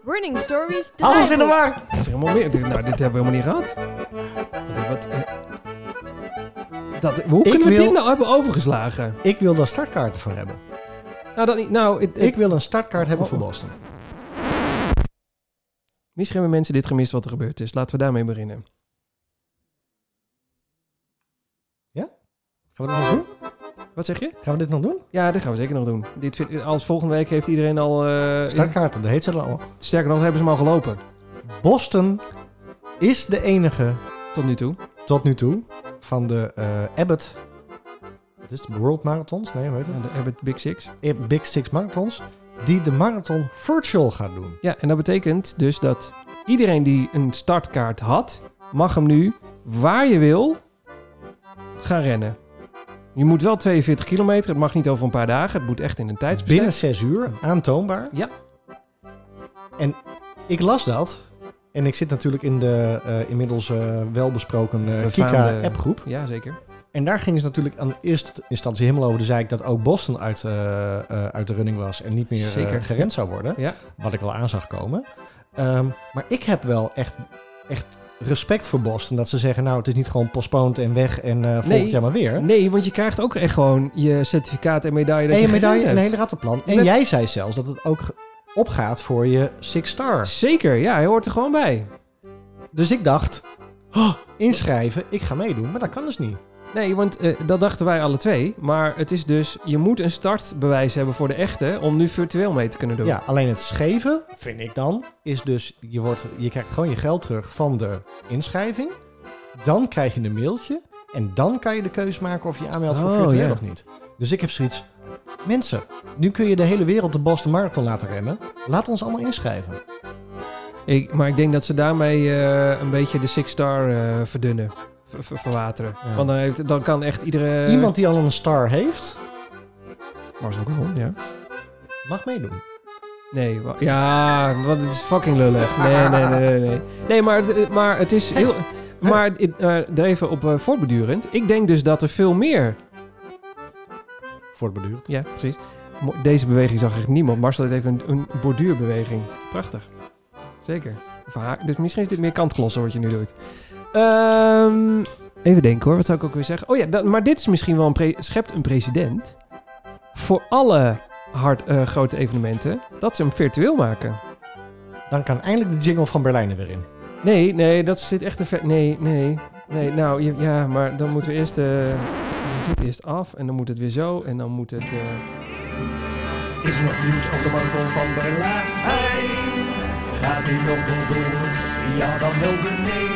[SPEAKER 3] Running Stories.
[SPEAKER 1] Alles in de
[SPEAKER 3] draaiboek.
[SPEAKER 1] war!
[SPEAKER 2] is helemaal meer. dit- Nou, dit hebben we helemaal niet gehad. Wat, wat, eh, dat, hoe
[SPEAKER 1] Ik
[SPEAKER 2] kunnen we dit
[SPEAKER 1] wil-
[SPEAKER 2] nou hebben overgeslagen?
[SPEAKER 1] Ik wil daar startkaarten voor hebben.
[SPEAKER 2] Nou, dat niet. Nou, het- het-
[SPEAKER 1] Ik wil een startkaart hebben
[SPEAKER 2] Oh.
[SPEAKER 1] voor Boston.
[SPEAKER 2] misschien hebben mensen dit gemist wat er gebeurd is. Laten we daarmee beginnen.
[SPEAKER 1] Gaan we dit nog doen?
[SPEAKER 2] Wat zeg je?
[SPEAKER 1] Gaan we dit nog doen?
[SPEAKER 2] Ja, dat gaan we zeker nog doen. Dit vind, als volgende week heeft iedereen al... eh,
[SPEAKER 1] Startkaarten, dat heet ze dan allemaal.
[SPEAKER 2] Sterker nog, hebben ze hem al gelopen.
[SPEAKER 1] Boston is de enige
[SPEAKER 2] Tot nu toe.
[SPEAKER 1] tot nu toe van de eh, Abbott... Wat is het? World Marathons? Nee, hoe heet het? Eh,
[SPEAKER 2] Ja, de Abbott Big Six.
[SPEAKER 1] Big Six Marathons, die de marathon virtual gaat doen.
[SPEAKER 2] Ja, en dat betekent dus dat iedereen die een startkaart had... mag hem nu, waar je wil, gaan rennen. Je moet wel 42 kilometer. Het mag niet over een paar dagen. Het moet echt in een tijdsbestek.
[SPEAKER 1] Binnen zes uur, aantoonbaar.
[SPEAKER 2] Ja.
[SPEAKER 1] En ik las dat. En ik zit natuurlijk in de eh, inmiddels eh, welbesproken eh
[SPEAKER 2] Befaamde-
[SPEAKER 1] Kika-appgroep.
[SPEAKER 2] Ja, zeker.
[SPEAKER 1] En daar gingen ze natuurlijk aan de eerste instantie helemaal over de zeik... dat ook Boston uit, eh, eh, uit de running was en niet meer eh,
[SPEAKER 2] Zeker.
[SPEAKER 1] gerend zou worden.
[SPEAKER 2] Ja.
[SPEAKER 1] Wat ik wel aan zag komen. Ehm, maar ik heb wel echt, echt respect voor Boston. Dat ze zeggen, nou, het is niet gewoon postponed en weg en eh, volgend
[SPEAKER 2] Nee.
[SPEAKER 1] jaar maar weer.
[SPEAKER 2] Nee, want je krijgt ook echt gewoon je certificaat en medaille dat
[SPEAKER 1] en
[SPEAKER 2] je
[SPEAKER 1] je
[SPEAKER 2] gerend
[SPEAKER 1] medaille en
[SPEAKER 2] hebt.
[SPEAKER 1] een hele rattenplan. En
[SPEAKER 2] Met-
[SPEAKER 1] jij zei zelfs dat het ook ge- opgaat voor je Six Star.
[SPEAKER 2] Zeker, ja, hij hoort er gewoon bij.
[SPEAKER 1] Dus ik dacht, oh, inschrijven, ik ga meedoen. Maar dat kan dus niet.
[SPEAKER 2] Nee, want eh, dat dachten wij alle twee. Maar het is dus, je moet een startbewijs hebben voor de echte om nu virtueel mee te kunnen doen.
[SPEAKER 1] Ja, alleen het scheven, vind ik dan, is dus, je, wordt, je krijgt gewoon je geld terug van de inschrijving. Dan krijg je een mailtje. En dan kan je de keuze maken of je aanmeldt voor
[SPEAKER 2] Oh,
[SPEAKER 1] virtueel
[SPEAKER 2] ja.
[SPEAKER 1] of niet. Dus ik heb zoiets, mensen, nu kun je de hele wereld de Boston Marathon laten rennen. Laat ons allemaal inschrijven.
[SPEAKER 2] Ik, maar ik denk dat ze daarmee eh, een beetje de Six Star eh, verdunnen, ver- ver- verwateren.
[SPEAKER 1] Ja.
[SPEAKER 2] Want dan, heeft, dan kan echt iedere...
[SPEAKER 1] Iemand die al een star heeft,
[SPEAKER 2] Mars ook al, ja.
[SPEAKER 1] mag meedoen.
[SPEAKER 2] Nee, wa- ja, want het is fucking lullig. Nee, nee, nee, nee. Nee, nee maar, het, eh, maar het is heel... Maar het- eh, daar even op eh, voortbedurend. Ik denk dus dat er veel meer
[SPEAKER 1] Voor het beduurd.
[SPEAKER 2] Ja, precies. Mo- Deze beweging zag echt niemand. Marcel heeft even een, een borduurbeweging. Prachtig. Zeker. Of haar. Dus misschien is dit meer kantklossen wat je nu doet. Ehm, even denken hoor. Wat zou ik ook weer zeggen? Oh ja, dat- maar dit is misschien wel een pre- schept een precedent. Voor alle hard, eh, grote evenementen. Dat ze hem virtueel maken.
[SPEAKER 1] Dan kan eindelijk de jingle van Berlijn er weer in.
[SPEAKER 2] Nee, nee, dat zit echt te ver. Nee, nee. Nee, nou je- ja, maar dan moeten we eerst. eh, dit eerst af en dan moet het weer zo en dan moet het. eh.
[SPEAKER 4] Is nog nieuws op de marathon van Berlijn? Gaat hij nog wel door? Ja, dan wel beneden.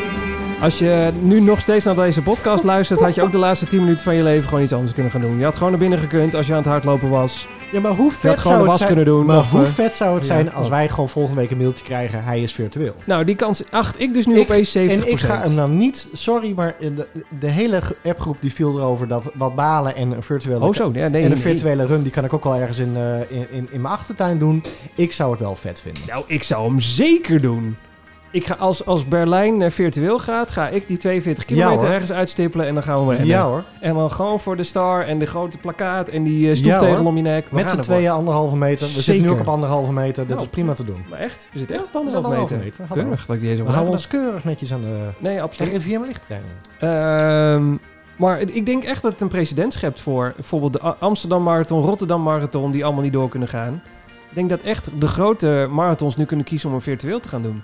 [SPEAKER 2] Als je nu nog steeds naar deze podcast luistert, had je ook de laatste 10 minuten van je leven gewoon iets anders kunnen gaan doen. Je had gewoon naar binnen gekund als je aan het hardlopen was.
[SPEAKER 1] Ja, maar hoe
[SPEAKER 2] Je had
[SPEAKER 1] vet
[SPEAKER 2] gewoon
[SPEAKER 1] zou
[SPEAKER 2] de
[SPEAKER 1] het
[SPEAKER 2] was
[SPEAKER 1] zijn...
[SPEAKER 2] kunnen doen.
[SPEAKER 1] Maar
[SPEAKER 2] of,
[SPEAKER 1] hoe
[SPEAKER 2] eh,
[SPEAKER 1] vet zou het
[SPEAKER 2] ja,
[SPEAKER 1] zijn als
[SPEAKER 2] wat?
[SPEAKER 1] wij gewoon volgende week een mailtje krijgen... hij is virtueel.
[SPEAKER 2] nou, die kans acht ik dus nu
[SPEAKER 1] Ik-
[SPEAKER 2] opeens 70%.
[SPEAKER 1] En ik ga hem dan niet... Sorry, maar eh, de, de hele ge- appgroep die viel erover... dat wat balen en een virtuele...
[SPEAKER 2] Oh zo, ja, nee.
[SPEAKER 1] en een
[SPEAKER 2] nee.
[SPEAKER 1] virtuele run, die kan ik ook wel ergens in, eh, in, in, in mijn achtertuin doen. Ik zou het wel vet vinden.
[SPEAKER 2] Nou, ik zou hem zeker doen. Ik ga als, als Berlijn eh, virtueel gaat, ga ik die 42
[SPEAKER 1] Ja,
[SPEAKER 2] kilometer
[SPEAKER 1] hoor.
[SPEAKER 2] ergens uitstippelen en dan gaan we rennen.
[SPEAKER 1] Ja eh, hoor.
[SPEAKER 2] En dan gewoon voor de star en de grote plakkaat en die
[SPEAKER 1] Ja,
[SPEAKER 2] eh, stoeptegel
[SPEAKER 1] hoor.
[SPEAKER 2] om je nek. We
[SPEAKER 1] Met
[SPEAKER 2] gaan
[SPEAKER 1] z'n
[SPEAKER 2] ervoor.
[SPEAKER 1] tweeën anderhalve meter. We zitten nu
[SPEAKER 2] Zeker.
[SPEAKER 1] ook op anderhalve meter. Dat
[SPEAKER 2] Nou,
[SPEAKER 1] is prima te doen.
[SPEAKER 2] Maar echt, we zitten echt op
[SPEAKER 1] Ja, we
[SPEAKER 2] anderhalf
[SPEAKER 1] zijn
[SPEAKER 2] meter.
[SPEAKER 1] anderhalf meter. Hallo.
[SPEAKER 2] Keurig, dat ik die eens
[SPEAKER 1] We
[SPEAKER 2] op
[SPEAKER 1] houden ons keurig netjes aan de
[SPEAKER 2] Nee, absoluut.
[SPEAKER 1] RIVM lichttreinen.
[SPEAKER 2] Ehm, maar ik denk echt dat het een precedent schept voor bijvoorbeeld de A- Amsterdam Marathon, Rotterdam Marathon, die allemaal niet door kunnen gaan. Ik denk dat echt de grote marathons nu kunnen kiezen om hem virtueel te gaan doen.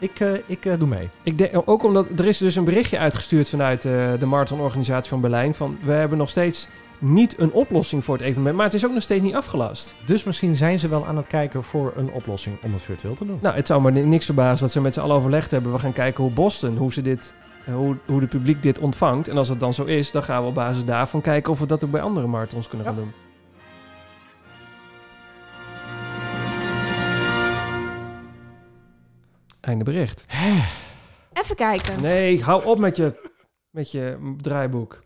[SPEAKER 1] Ik, eh, ik eh, doe mee.
[SPEAKER 2] Ik denk ook omdat er is dus een berichtje uitgestuurd vanuit eh, de marathonorganisatie van Berlijn van we hebben nog steeds niet een oplossing voor het evenement, maar het is ook nog steeds niet afgelast.
[SPEAKER 1] Dus misschien zijn ze wel aan het kijken voor een oplossing om het virtueel te doen.
[SPEAKER 2] Nou, het zou me ni- niks verbazen dat ze met z'n allen overlegd hebben. We gaan kijken hoe Boston, hoe ze dit, eh, hoe, hoe de publiek dit ontvangt. En als dat dan zo is, dan gaan we op basis daarvan kijken of we dat ook bij andere marathons kunnen
[SPEAKER 1] Ja.
[SPEAKER 2] gaan doen. Einde bericht.
[SPEAKER 3] Even kijken.
[SPEAKER 2] Nee, hou op met je, met je draaiboek.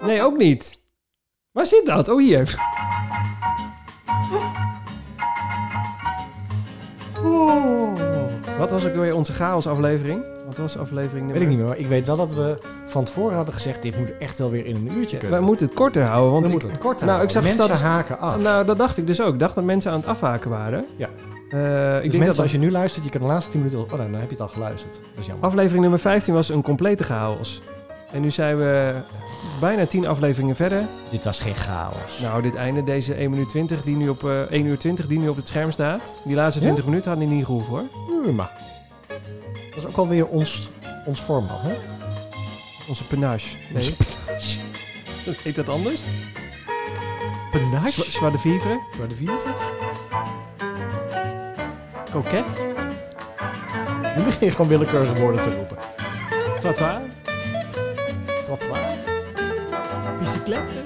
[SPEAKER 2] Nee, ook niet. Waar zit dat? Oh, hier. Wat was ook weer onze chaosaflevering? Wat was aflevering nummer...
[SPEAKER 1] Weet ik niet meer, maar ik weet wel dat we van tevoren hadden gezegd... dit moet echt wel weer in een uurtje kunnen.
[SPEAKER 2] Wij moeten het korter houden, want
[SPEAKER 1] we
[SPEAKER 2] ik-
[SPEAKER 1] moeten het kort
[SPEAKER 2] nou,
[SPEAKER 1] houden.
[SPEAKER 2] ik zag
[SPEAKER 1] Mensen
[SPEAKER 2] status-
[SPEAKER 1] haken af.
[SPEAKER 2] Nou, dat dacht ik dus ook. Ik dacht dat mensen aan het afhaken waren.
[SPEAKER 1] Ja.
[SPEAKER 2] Eh,
[SPEAKER 1] dus
[SPEAKER 2] ik denk
[SPEAKER 1] mensen,
[SPEAKER 2] dat
[SPEAKER 1] als je nu luistert, je kan de laatste 10 minuten... Oh, dan heb je het al geluisterd. Dat is jammer.
[SPEAKER 2] aflevering nummer 15 was een complete chaos. En nu zijn we bijna 10 afleveringen verder.
[SPEAKER 1] Dit was geen chaos.
[SPEAKER 2] Nou, dit einde, deze 1 minuut 20, die nu op, eh 1 uur 20, die nu op het scherm staat. Die laatste
[SPEAKER 1] Ja?
[SPEAKER 2] 20 minuten hadden die niet gehoeven hoor.
[SPEAKER 1] Nou, maar. Dat is ook alweer ons, ons format, hè?
[SPEAKER 2] Onze panache. Nee, *laughs* heet dat anders? Zwa-
[SPEAKER 1] Penache?
[SPEAKER 2] Joie de vivre?
[SPEAKER 1] Zwa- de vier?
[SPEAKER 2] Coquet?
[SPEAKER 1] Nu begin je gewoon willekeurige woorden te roepen.
[SPEAKER 2] Trottoir?
[SPEAKER 1] Trottoir?
[SPEAKER 2] Bicyclette?